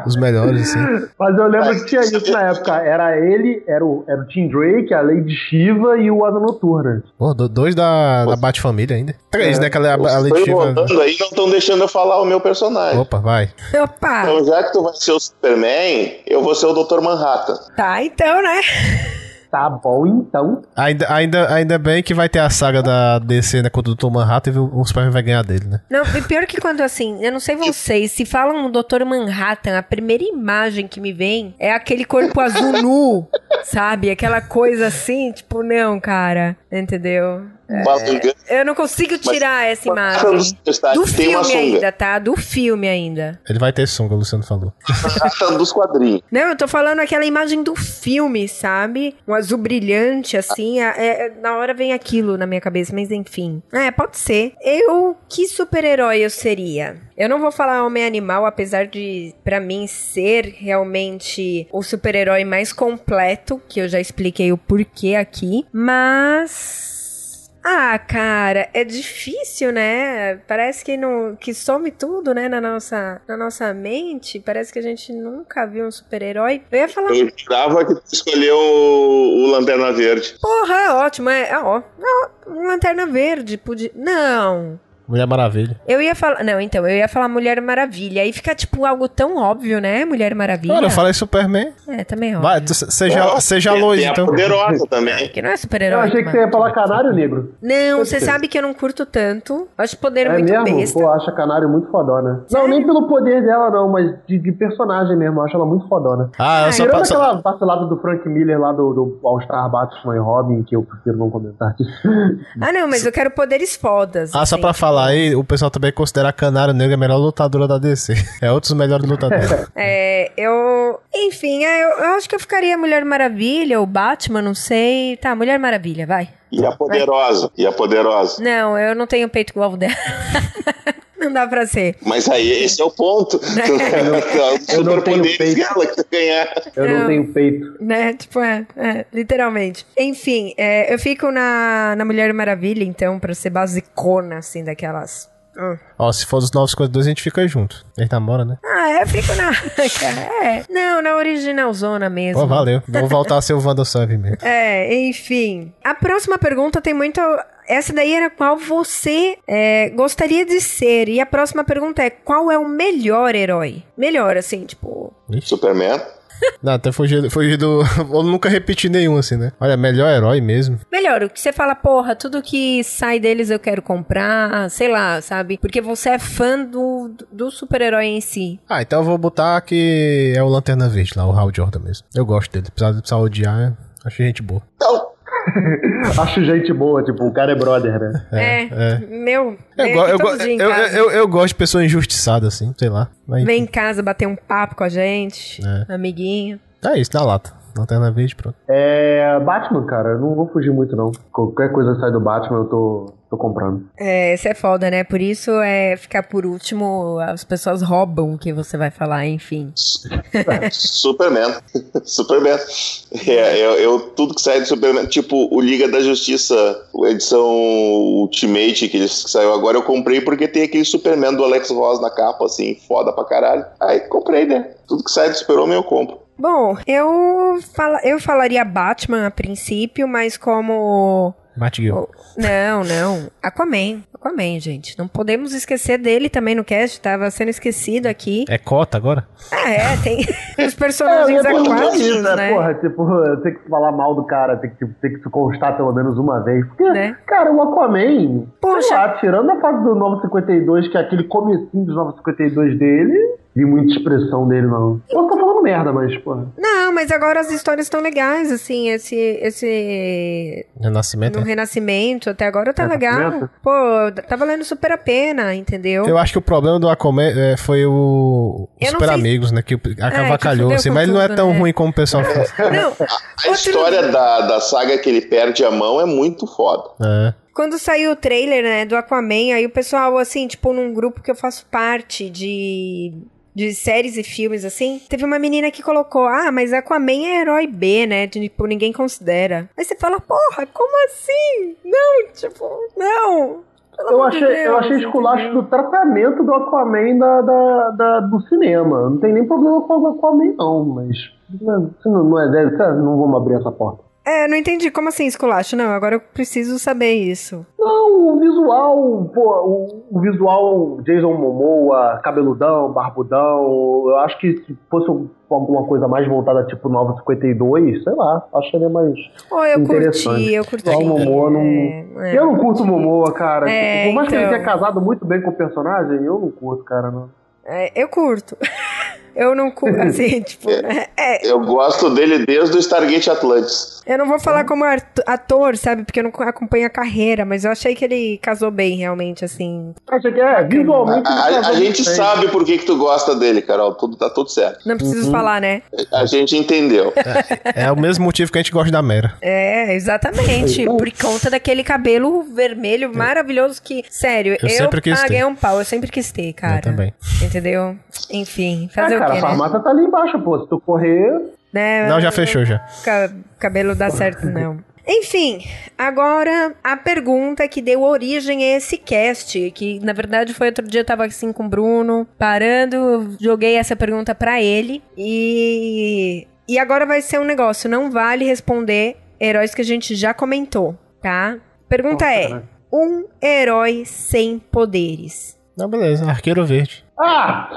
Speaker 3: os melhores, assim.
Speaker 4: Mas eu lembro que tinha isso na época. Era ele, era o, era o Tim Drake, a Lady Shiva e o Asa Noturna.
Speaker 3: Pô, do- dois da, da Bat-Família ainda. Três, né? Aquela a, a
Speaker 5: Vocês
Speaker 3: Lady
Speaker 5: estão
Speaker 3: Shiva-
Speaker 5: voltando aí não estão deixando eu falar o meu personagem.
Speaker 3: Opa, vai.
Speaker 2: Opa,
Speaker 5: Então, já que tu vai ser o Superman, eu vou ser o Dr. Manhattan.
Speaker 2: tá então, né?
Speaker 4: Tá bom, então.
Speaker 3: Ainda, ainda, ainda bem que vai ter a saga da DC, né? Quando o Dr. Manhattan e o o Superman vai ganhar dele, né?
Speaker 2: Não, e pior que quando assim, eu não sei vocês, se falam do Dr. Manhattan, a primeira imagem que me vem é aquele corpo azul nu, sabe? Aquela coisa assim, tipo, não, cara, entendeu?
Speaker 4: É.
Speaker 5: Balangando.
Speaker 2: Eu não consigo tirar essa
Speaker 5: Manhattan do
Speaker 2: imagem.
Speaker 5: Superstar,
Speaker 2: Do
Speaker 5: tem uma
Speaker 2: filme
Speaker 5: sunga.
Speaker 2: ainda, tá? Do filme ainda.
Speaker 3: Ele vai ter sunga, o Luciano falou.
Speaker 5: Manhattan dos quadrinhos.
Speaker 2: Não, eu tô falando aquela imagem do filme, sabe? Um azul brilhante, assim. a- é- é- na hora vem aquilo na minha cabeça, mas enfim. É, pode ser. Eu, que super-herói eu seria? Eu não vou falar Homem-Animal, apesar de, pra mim, ser realmente o super-herói mais completo, que eu já expliquei o porquê aqui. Mas. Ah, cara, é difícil, né? Parece que não, que some tudo, né, na nossa, na nossa mente. Parece que a gente nunca viu um super-herói. Eu ia falar,
Speaker 5: Eu jurava que tu escolheu o, o Lanterna Verde.
Speaker 2: porra, ótimo, é, é ó, é ó, um lanterna verde, podia... Não,
Speaker 3: Mulher Maravilha.
Speaker 2: eu ia falar, não, então, eu ia falar Mulher Maravilha. Aí fica, tipo, algo tão óbvio, né, Mulher Maravilha?
Speaker 3: Cara, eu falei Superman.
Speaker 2: É, também é óbvio.
Speaker 3: Vai, tu- seja, seja a
Speaker 5: Tem-
Speaker 3: luz,
Speaker 5: tem
Speaker 3: então.
Speaker 5: a poderosa também.
Speaker 2: Que não é
Speaker 4: Eu
Speaker 2: super-herói,
Speaker 4: achei que
Speaker 2: mano.
Speaker 4: você ia falar canário negro.
Speaker 2: Não, você
Speaker 4: Perfeito.
Speaker 2: sabe que eu não curto tanto. Acho poder
Speaker 4: É
Speaker 2: muito
Speaker 4: mesmo?
Speaker 2: besta.
Speaker 4: Pô, acha canário muito fodona. Não, nem pelo poder dela, não, mas de, de personagem mesmo. Eu acho ela muito fodona.
Speaker 3: Ah, eu só,
Speaker 4: Tirando
Speaker 3: só-
Speaker 4: aquela vacilada do Frank Miller lá do, do All Star Batman e Robin, que eu prefiro não comentar disso.
Speaker 2: Ah, não, mas eu quero poderes fodas.
Speaker 3: ah, só
Speaker 2: assim.
Speaker 3: pra falar falar aí, o pessoal também considera a Canário Negra a melhor lutadora da DC. É outros melhores lutadores.
Speaker 2: É, eu. Enfim, é, eu, eu acho que eu ficaria Mulher Maravilha ou Batman, não sei. Tá, Mulher Maravilha, vai.
Speaker 5: E a poderosa, e a poderosa.
Speaker 2: Não, eu não tenho peito igual o dela. não dá pra ser.
Speaker 5: Mas aí, esse é o ponto.
Speaker 4: Eu não tenho
Speaker 5: Superpoderes
Speaker 4: peito.
Speaker 5: dela que tu ganhar.
Speaker 4: Eu não,
Speaker 2: Não.
Speaker 4: tenho peito.
Speaker 2: Né? Tipo, é, é, literalmente. Enfim, é, eu fico na, na Mulher Maravilha, então, pra ser basicona, assim, daquelas. Hum.
Speaker 3: Ó, se for dos 952, a gente fica junto. Ele namora, né?
Speaker 2: Ah, é, eu fico na. é. Não, na originalzona mesmo.
Speaker 3: Pô, valeu. Vou voltar a ser o Wanda Sub mesmo.
Speaker 2: É, enfim. A próxima pergunta tem muito. Essa daí era qual você é, gostaria de ser. E a próxima pergunta é: qual é o melhor herói? Melhor, assim, tipo.
Speaker 5: Superman.
Speaker 3: Não, até fugiu, fugiu do. Eu nunca repeti nenhum, assim, né? Olha, melhor herói mesmo.
Speaker 2: Melhor, o que você fala, porra, tudo que sai deles eu quero comprar, sei lá, sabe? Porque você é fã do, do super-herói em si.
Speaker 3: Ah, então eu vou botar que é o Lanterna Verde lá, o Hal Jordan mesmo. Eu gosto dele. Apesar de precisar odiar, acho gente boa.
Speaker 5: Então,
Speaker 4: Acho gente boa, tipo, o cara é brother, né?
Speaker 2: É, meu. é,
Speaker 3: Eu,
Speaker 2: vem
Speaker 3: go-
Speaker 2: aqui
Speaker 3: eu, go-
Speaker 2: todo dia em
Speaker 3: eu-
Speaker 2: casa.
Speaker 3: eu- eu gosto de pessoa injustiçada, assim, sei lá. Mas,
Speaker 2: Vem em casa bater um papo com a gente,
Speaker 3: É.
Speaker 2: amiguinho.
Speaker 3: É isso, na lata. Lanterna Verde, pronto.
Speaker 4: É. Batman, cara, eu não vou fugir muito, não. Qualquer coisa que sai do Batman, eu tô, tô comprando.
Speaker 2: É, isso é foda, né? Por isso é ficar por último, as pessoas roubam o que você vai falar, enfim.
Speaker 5: Superman. Superman. É, eu, eu- tudo que sai do Superman, tipo o Liga da Justiça, a edição Ultimate que, eles, que saiu agora, eu comprei porque tem aquele Superman do Alex Ross na capa, assim, foda pra caralho. Aí comprei, né? Tudo que sai do Super-Homem eu compro.
Speaker 2: Bom, eu, fala, eu falaria Batman a princípio, mas como
Speaker 3: Mate Gil.
Speaker 2: Oh, Não, não. Aquaman. Aquaman, gente. Não podemos esquecer dele também no cast. Tava sendo esquecido aqui.
Speaker 3: É cota agora?
Speaker 2: Ah, é. Tem os personagens
Speaker 4: É, eu ia perguntar
Speaker 2: aquáticos,
Speaker 4: isso,
Speaker 2: é né?
Speaker 4: Porra, tipo, tem que falar mal do cara, tem que, tipo, tem que se constar pelo menos uma vez. Porque,
Speaker 2: Né?
Speaker 4: cara, o Aquaman,
Speaker 2: Poxa.
Speaker 4: sei lá, tirando a fase do 952, que é aquele comecinho dos 952 dele, vi muita expressão dele, não. Eu tô falando merda, mas, porra.
Speaker 2: Não, mas agora as histórias estão legais, assim. Esse, esse
Speaker 3: Renascimento.
Speaker 2: no
Speaker 3: é.
Speaker 2: Renascimento até agora tá
Speaker 4: É,
Speaker 2: legal.
Speaker 4: Renascimento?
Speaker 2: Pô, tá valendo super a pena, entendeu?
Speaker 3: Eu acho que o problema do Aquaman é, foi o.
Speaker 2: Eu
Speaker 3: Os
Speaker 2: não
Speaker 3: Super
Speaker 2: sei-
Speaker 3: Amigos, né? Que o-
Speaker 2: que
Speaker 3: acavacalhou,
Speaker 2: fudeu
Speaker 3: assim.
Speaker 2: com
Speaker 3: Mas ele não é
Speaker 2: tudo,
Speaker 3: tão
Speaker 2: né?
Speaker 3: ruim como o pessoal fala.
Speaker 2: Não,
Speaker 5: A
Speaker 2: outro-
Speaker 5: história da, da saga que ele perde a mão é muito foda.
Speaker 3: É.
Speaker 2: Quando saiu o trailer, né, do Aquaman, aí o pessoal, assim, tipo, num grupo que eu faço parte de. De séries e filmes, assim, teve uma menina que colocou: Ah, mas Aquaman é herói B, né? Tipo, ninguém considera. Aí você fala: Porra, como assim? Não, tipo, não. Pelo
Speaker 4: Eu
Speaker 2: amor de
Speaker 4: achei, eu
Speaker 2: Deus,
Speaker 4: achei esculacho
Speaker 2: entendeu?
Speaker 4: do tratamento do Aquaman da, da- da- do cinema. Não tem nem problema com o Aquaman, não, mas. né, Se não, não é deve, tá, não vamos abrir essa porta.
Speaker 2: É, não entendi. Como assim esculacho? Não, agora eu preciso saber isso.
Speaker 4: Não, o visual, pô, o, o visual Jason Momoa, cabeludão, barbudão, eu acho que se fosse um- alguma coisa mais voltada tipo Nova 52, sei lá, acharia mais.
Speaker 2: Oh, eu curti,
Speaker 4: Interessante.
Speaker 2: eu curti.
Speaker 4: Só o Momoa não-
Speaker 2: É, é,
Speaker 4: eu não curto o
Speaker 2: curti.
Speaker 4: Momoa, cara.
Speaker 2: É,
Speaker 4: Tipo, por mais que ele
Speaker 2: então.
Speaker 4: tenha casado muito bem com o personagem, eu não curto, cara. Não.
Speaker 2: É, eu curto. eu não curto, assim, tipo. é- é,
Speaker 5: Eu gosto dele desde o Stargate Atlantis.
Speaker 2: Eu não vou falar como art- ator, sabe? Porque eu não acompanho a carreira, mas eu achei que ele casou bem, realmente, assim.
Speaker 4: Acho que é, visualmente.
Speaker 5: A,
Speaker 4: ele
Speaker 5: a- a
Speaker 4: casou muito
Speaker 5: gente
Speaker 4: bem.
Speaker 5: sabe por que, que tu gosta dele, Carol. Tudo, tá tudo certo.
Speaker 2: Não
Speaker 3: Uhum.
Speaker 2: preciso falar, né?
Speaker 5: A gente entendeu.
Speaker 3: É o mesmo motivo que a gente gosta da Mera. né,
Speaker 2: É, exatamente.
Speaker 3: Uhum.
Speaker 4: Então-
Speaker 2: Por conta daquele cabelo vermelho maravilhoso que, sério,
Speaker 3: É. Eu
Speaker 2: eu,
Speaker 3: sempre quis
Speaker 2: paguei
Speaker 3: ter.
Speaker 2: um pau. Eu sempre quis ter, cara.
Speaker 3: Eu também.
Speaker 2: Entendeu? Enfim,
Speaker 4: Ah,
Speaker 2: fazer
Speaker 4: cara,
Speaker 2: o quê,
Speaker 4: a
Speaker 2: né?
Speaker 4: farmácia tá ali embaixo, pô. Se tu correr,
Speaker 2: né?
Speaker 3: Não, já fechou já.
Speaker 2: Ca- cabelo dá certo, não. Enfim, agora a pergunta que deu origem a esse cast, que na verdade foi outro dia eu tava assim com o Bruno, parando, joguei essa pergunta pra ele e e agora vai ser um negócio, não vale responder heróis que a gente já comentou, tá? Pergunta
Speaker 4: Nossa,
Speaker 2: é:
Speaker 4: né?
Speaker 2: um herói sem poderes.
Speaker 3: Não, beleza. Arqueiro Verde.
Speaker 4: Ah!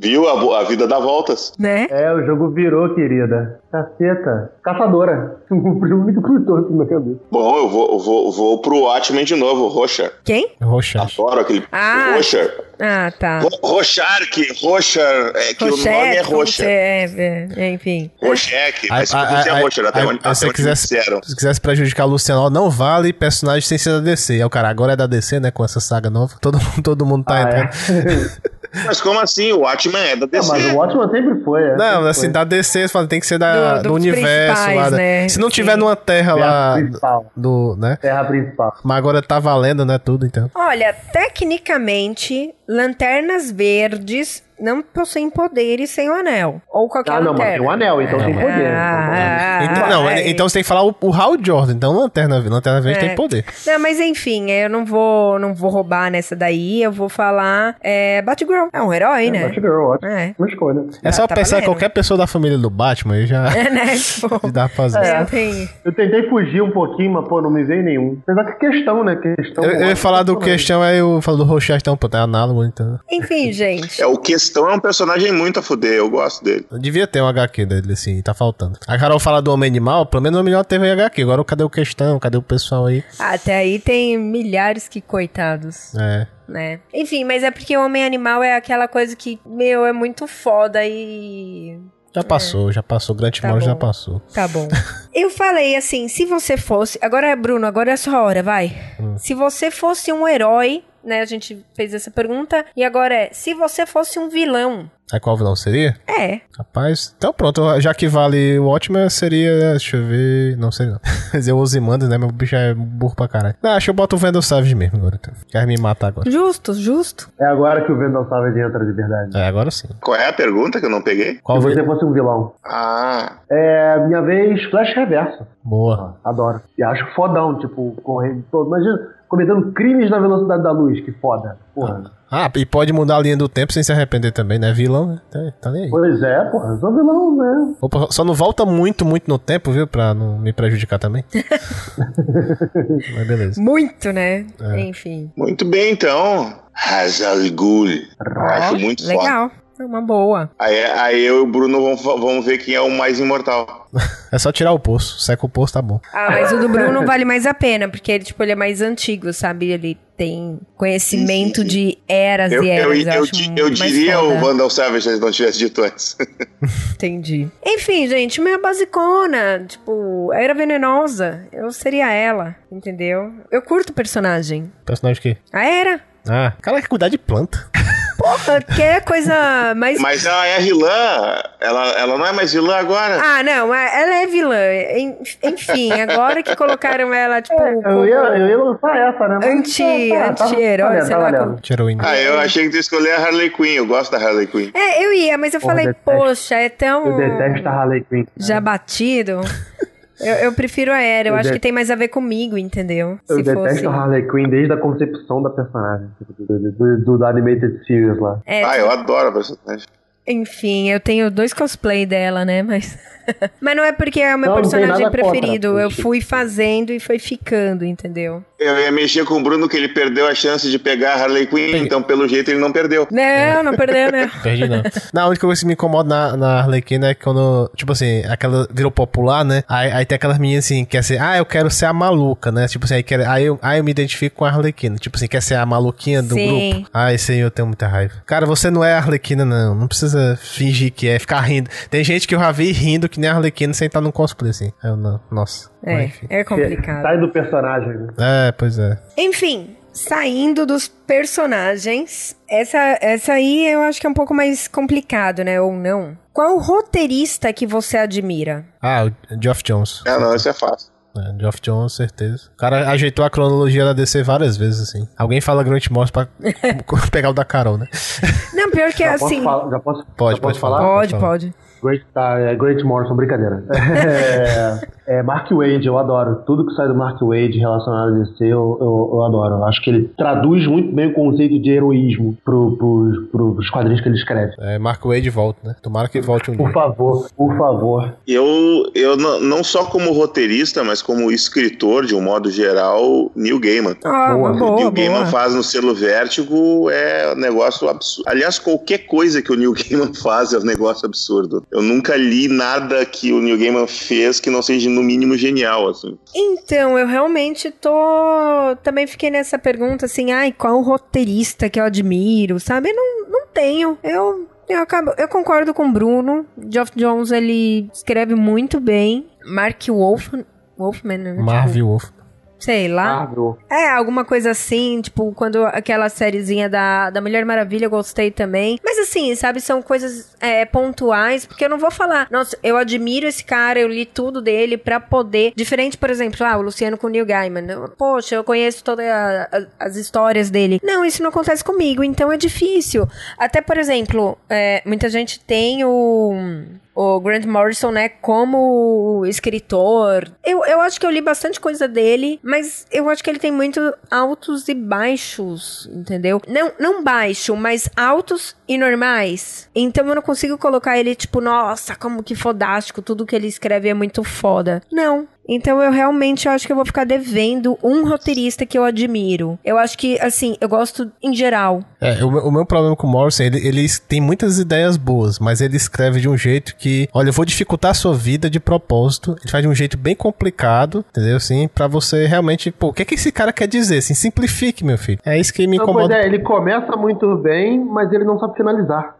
Speaker 5: Viu? A, vo- a vida dá voltas.
Speaker 2: né?
Speaker 4: É, o jogo virou, querida. Caceta. Caçadora. O filme que cruzou aqui na cabeça.
Speaker 5: Bom, eu vou, eu vou, vou pro Watchmen de novo, Rochar.
Speaker 2: Quem?
Speaker 3: Roxa.
Speaker 5: Adoro aquele.
Speaker 2: Ah.
Speaker 5: Rochar.
Speaker 2: Ah, tá.
Speaker 5: Ro- Rochark, Rochar, é que o nome é
Speaker 2: Rochette, como você
Speaker 5: Rocha.
Speaker 2: é, é, é, enfim.
Speaker 5: Rochek, mas
Speaker 3: Aí-
Speaker 5: você é
Speaker 3: aí-
Speaker 5: Rochar, até
Speaker 3: aí-
Speaker 5: onde,
Speaker 3: aí se
Speaker 5: até
Speaker 3: você
Speaker 5: onde
Speaker 3: quisesse,
Speaker 5: disseram.
Speaker 3: se quisesse prejudicar o Luciano, ó, não vale personagem sem ser da DC. Aí o cara agora é da DC, né? Com essa saga nova. Todo, mundo- todo mundo tá
Speaker 4: Ah,
Speaker 3: entrando.
Speaker 4: é.
Speaker 5: Mas como assim? O Watchmen é da
Speaker 4: É,
Speaker 5: DC.
Speaker 4: mas o Watchman sempre foi, é.
Speaker 3: Não,
Speaker 4: Sempre
Speaker 3: assim,
Speaker 4: foi.
Speaker 3: da DC, você fala, tem que ser da,
Speaker 2: Do-
Speaker 3: do,
Speaker 2: dos
Speaker 3: universo
Speaker 2: principais,
Speaker 3: lá. da-
Speaker 2: né?
Speaker 3: Se não tiver
Speaker 2: Sim.
Speaker 3: numa terra lá.
Speaker 4: Terra É principal.
Speaker 3: Do, né?
Speaker 4: Terra principal.
Speaker 3: Mas agora tá valendo, né? Tudo, então.
Speaker 2: Olha, tecnicamente, lanternas verdes não possuem poderes sem o anel. Ou qualquer
Speaker 4: Ah, não, mas tem
Speaker 2: lanterna.
Speaker 4: um anel, então tem poder.
Speaker 2: É. Ah,
Speaker 3: então, não,
Speaker 2: é.
Speaker 3: então você tem que falar o, o Hal Jordan. Então, Lanterna, Lanterna Verde
Speaker 2: É.
Speaker 3: tem poder.
Speaker 2: Não, mas enfim, eu não vou, não vou roubar nessa daí. Eu vou falar. É, Batgirl. É um herói, né?
Speaker 4: Batgirl, ótimo.
Speaker 2: É.
Speaker 4: Uma escolha.
Speaker 3: É só
Speaker 2: tá
Speaker 3: pensar em
Speaker 2: valendo.
Speaker 3: qualquer pessoa da família do Batman e já
Speaker 2: É, né? Tipo,
Speaker 3: dá pra fazer.
Speaker 2: é, tem-
Speaker 4: Eu tentei fugir um pouquinho, mas, pô, não me veio nenhum. Apesar que questão, né? Questão. né?
Speaker 3: Eu, eu ia falar do questão, aí eu falo do Rochester, então, pô, tá análogo, então.
Speaker 2: Enfim, gente.
Speaker 5: É, o Questão é um personagem muito a fuder, eu gosto dele.
Speaker 3: Devia ter um HQ dele, assim, tá faltando. A Carol fala do Homem Animal, pelo menos o Homem Animal teve HQ. Agora cadê o questão? Cadê o pessoal aí?
Speaker 2: Até aí tem milhares que coitados,
Speaker 3: É.
Speaker 2: né? Enfim, mas é porque o homem animal é aquela coisa que, meu, é muito foda e.
Speaker 3: Já passou, já passou. Grande
Speaker 2: É. Tá
Speaker 3: Moro já
Speaker 2: bom.
Speaker 3: passou.
Speaker 2: Tá bom. Eu falei assim, se você fosse. Agora, Bruno, agora é a sua hora, vai. Se você fosse um herói, né? A gente fez essa pergunta. E agora é, se você fosse um vilão.
Speaker 3: Aí qual vilão seria?
Speaker 2: É.
Speaker 3: Rapaz, então pronto, já que vale o Watchmen, seria, deixa eu ver, não sei não. Quer dizer, o Ozymandias, né, meu bicho é burro pra caralho. Não, acho que eu boto o Vendel Savage mesmo agora, então. Quer me matar agora.
Speaker 2: Justo, justo.
Speaker 4: É agora que o Vendel Savage entra de verdade.
Speaker 3: É, agora sim.
Speaker 5: Qual é a pergunta que eu não peguei?
Speaker 3: Qual
Speaker 4: Se
Speaker 3: vilão?
Speaker 4: você fosse um vilão.
Speaker 5: Ah,
Speaker 4: É, minha vez, Flash Reverso.
Speaker 3: Boa.
Speaker 4: Adoro. E acho fodão, tipo, correndo. pô, Imagina, cometendo crimes na velocidade da luz, que foda. Porra.
Speaker 3: Ah, e pode mudar a linha do tempo sem se arrepender também, né? Vilão, né? Tá, tá nem aí.
Speaker 4: Pois é, porra, eu sou vilão, né?
Speaker 3: Opa, só não volta muito, muito no tempo, viu? Pra não me prejudicar também. Mas beleza.
Speaker 2: Muito, né? Enfim.
Speaker 5: muito bem então. Hazal Ghul. Acho Ah, muito foda.
Speaker 2: Legal. É uma boa.
Speaker 5: Aí, aí eu e o Bruno vamos, fa- vamos ver quem é o mais imortal.
Speaker 3: É só tirar o poço. Seca o poço, tá bom.
Speaker 2: Ah, mas o do Bruno vale mais a pena, porque ele, tipo, ele é mais antigo, sabe? Ele tem conhecimento de eras
Speaker 5: Eu,
Speaker 2: e eras.
Speaker 5: eu,
Speaker 2: Eu,
Speaker 5: eu,
Speaker 2: acho
Speaker 5: di-
Speaker 2: muito
Speaker 5: eu
Speaker 2: mais
Speaker 5: diria
Speaker 2: foda.
Speaker 5: o Vandal Savage se ele não tivesse dito antes.
Speaker 2: Entendi. Enfim, gente, minha basicona, tipo, era venenosa. Eu seria ela, entendeu? Eu curto o personagem.
Speaker 3: Personagem que.
Speaker 2: A era.
Speaker 3: Ah, o cara quer cuidar de planta.
Speaker 2: Porra, que é coisa mais.
Speaker 5: Mas ela é vilã. Ela, ela não é mais vilã agora.
Speaker 2: Ah, não, é- ela é vilã. En- Enfim, agora que colocaram ela, tipo.
Speaker 4: É, Eu ia, eu ia lançar essa, né? Mas
Speaker 2: Anti-
Speaker 4: tá, tá,
Speaker 2: anti-herói,
Speaker 4: valendo,
Speaker 2: sei
Speaker 4: tá
Speaker 2: lá
Speaker 4: valendo.
Speaker 2: como-
Speaker 3: Tirou o
Speaker 5: Ah, eu achei que tu ia escolher a Harley Quinn. Eu gosto da Harley Quinn.
Speaker 2: É, eu ia, mas eu
Speaker 4: Porra,
Speaker 2: falei,
Speaker 4: eu detesto.
Speaker 2: poxa, é tão.
Speaker 4: Eu detesto a Harley Quinn.
Speaker 2: já batido. Eu, eu prefiro a Era, eu,
Speaker 4: Eu
Speaker 2: acho
Speaker 4: de-
Speaker 2: que tem mais a ver comigo, entendeu?
Speaker 4: Eu
Speaker 2: Se
Speaker 4: detesto
Speaker 2: fosse.
Speaker 4: a Harley Quinn desde a concepção da personagem, tipo, do, do, do, do Animated Series lá.
Speaker 2: É,
Speaker 5: Ah, eu adoro a personagem.
Speaker 2: enfim, eu tenho dois cosplay dela, né? Mas. Mas não é porque é o meu
Speaker 4: Não, não tem
Speaker 2: personagem
Speaker 4: nada contra, tipo,
Speaker 2: preferido. eu
Speaker 4: gente.
Speaker 2: fui fazendo e foi ficando, entendeu?
Speaker 5: Eu ia mexer com o Bruno que ele perdeu a chance de pegar a Harley Quinn, então pelo jeito ele não perdeu.
Speaker 4: É.
Speaker 2: Não, não perdeu, né?
Speaker 3: Perdi não. Na única coisa que me incomoda na, na Arlequina é quando, tipo assim, aquela virou popular, né? Aí, aí tem aquelas meninas assim, quer ser, ah, eu quero ser a maluca, né? Tipo assim, aí, quer, aí, eu, aí eu me identifico com a Arlequina. Tipo assim, quer ser a maluquinha do
Speaker 2: Sim.
Speaker 3: grupo. Ah, isso aí eu tenho muita raiva. Cara, você não é a Arlequina, não. Não precisa fingir que é, ficar rindo. Tem gente que eu já vi rindo que nem a Arlequina sem estar num cosplay, assim. Eu não, nossa. Mas enfim.
Speaker 2: É, é complicado.
Speaker 4: Sai do personagem, né?
Speaker 3: É, pois é.
Speaker 2: Enfim, saindo dos personagens, essa, essa aí eu acho que é um pouco mais complicado, né? Ou não. Qual roteirista que você admira?
Speaker 3: Ah, o Geoff Jones.
Speaker 5: Ah, não, isso é fácil.
Speaker 3: É, Geoff Jones, certeza. O cara ajeitou a cronologia da DC várias vezes, assim. Alguém fala Grant Morris pra pegar o da Carol, né?
Speaker 2: Não, pior que
Speaker 4: Já
Speaker 2: assim.
Speaker 4: posso falar? Já posso,
Speaker 3: Pode, pode
Speaker 4: já posso
Speaker 3: falar.
Speaker 2: Pode,
Speaker 3: Pode falar.
Speaker 2: pode.
Speaker 4: Great, tá, é Great Morrison, brincadeira. É, É, Mark Wade, eu adoro. Tudo que sai do Mark Wade relacionado a DC, eu, eu, eu adoro. Eu acho que ele traduz muito bem o conceito de heroísmo pro, pro, pros quadrinhos que ele escreve.
Speaker 3: É, Mark Wade volta, né? Tomara que volte um
Speaker 4: Por
Speaker 3: dia.
Speaker 4: favor, por favor.
Speaker 5: Eu, eu não não só como roteirista, mas como escritor, de um modo geral, Neil Gaiman.
Speaker 2: Ah,
Speaker 4: Boa.
Speaker 2: uma
Speaker 5: o
Speaker 2: boa,
Speaker 5: Neil Gaiman
Speaker 2: boa.
Speaker 5: faz no selo Vértigo é um negócio absurdo. Aliás, qualquer coisa que o Neil Gaiman faz é um negócio absurdo. Eu nunca li nada que o Neil Gaiman fez que não seja no mínimo genial, assim.
Speaker 2: Então, eu realmente tô. Também fiquei nessa pergunta assim, ai, qual roteirista que eu admiro, sabe? Eu não, não tenho. Eu. Eu, acabo, eu concordo com o Bruno. Geoff Jones, ele escreve muito bem. Mark Wolf, Wolfman, né?
Speaker 3: Marvel Wolf.
Speaker 2: Tipo, sei lá.
Speaker 4: Marvel.
Speaker 2: É, alguma coisa assim, tipo, quando aquela sériezinha da, da Mulher Maravilha eu gostei também. Mas assim, sabe, são coisas é, pontuais, porque eu não vou falar, nossa, eu admiro esse cara, eu li tudo dele pra poder. Diferente, por exemplo, ah, o Luciano com o Neil Gaiman. Eu, Poxa, eu conheço todas as histórias dele. Não, isso não acontece comigo, então é difícil. Até, por exemplo, é, muita gente tem o o Grant Morrison, né, como escritor. Eu, eu acho que eu li bastante coisa dele, mas eu acho que ele tem muito altos e baixos, entendeu? Não, não baixo, mas altos e normais. Então eu não consigo colocar ele tipo, nossa, como que fodástico, tudo que ele escreve é muito foda. Não. Então eu realmente acho que eu vou ficar devendo um roteirista que eu admiro. Eu acho que, assim, eu gosto em geral.
Speaker 3: É, o, meu- o meu problema com o Morrison, ele, ele tem muitas ideias boas, mas ele escreve de um jeito que, olha, eu vou dificultar a sua vida de propósito. Ele faz de um jeito bem complicado, entendeu? Assim, pra você realmente, pô, o que é que esse cara quer dizer? Assim, simplifique, meu filho. É isso que me
Speaker 4: Não, pois
Speaker 3: incomoda.
Speaker 4: é, ele começa muito bem, mas ele não sabe finalizar.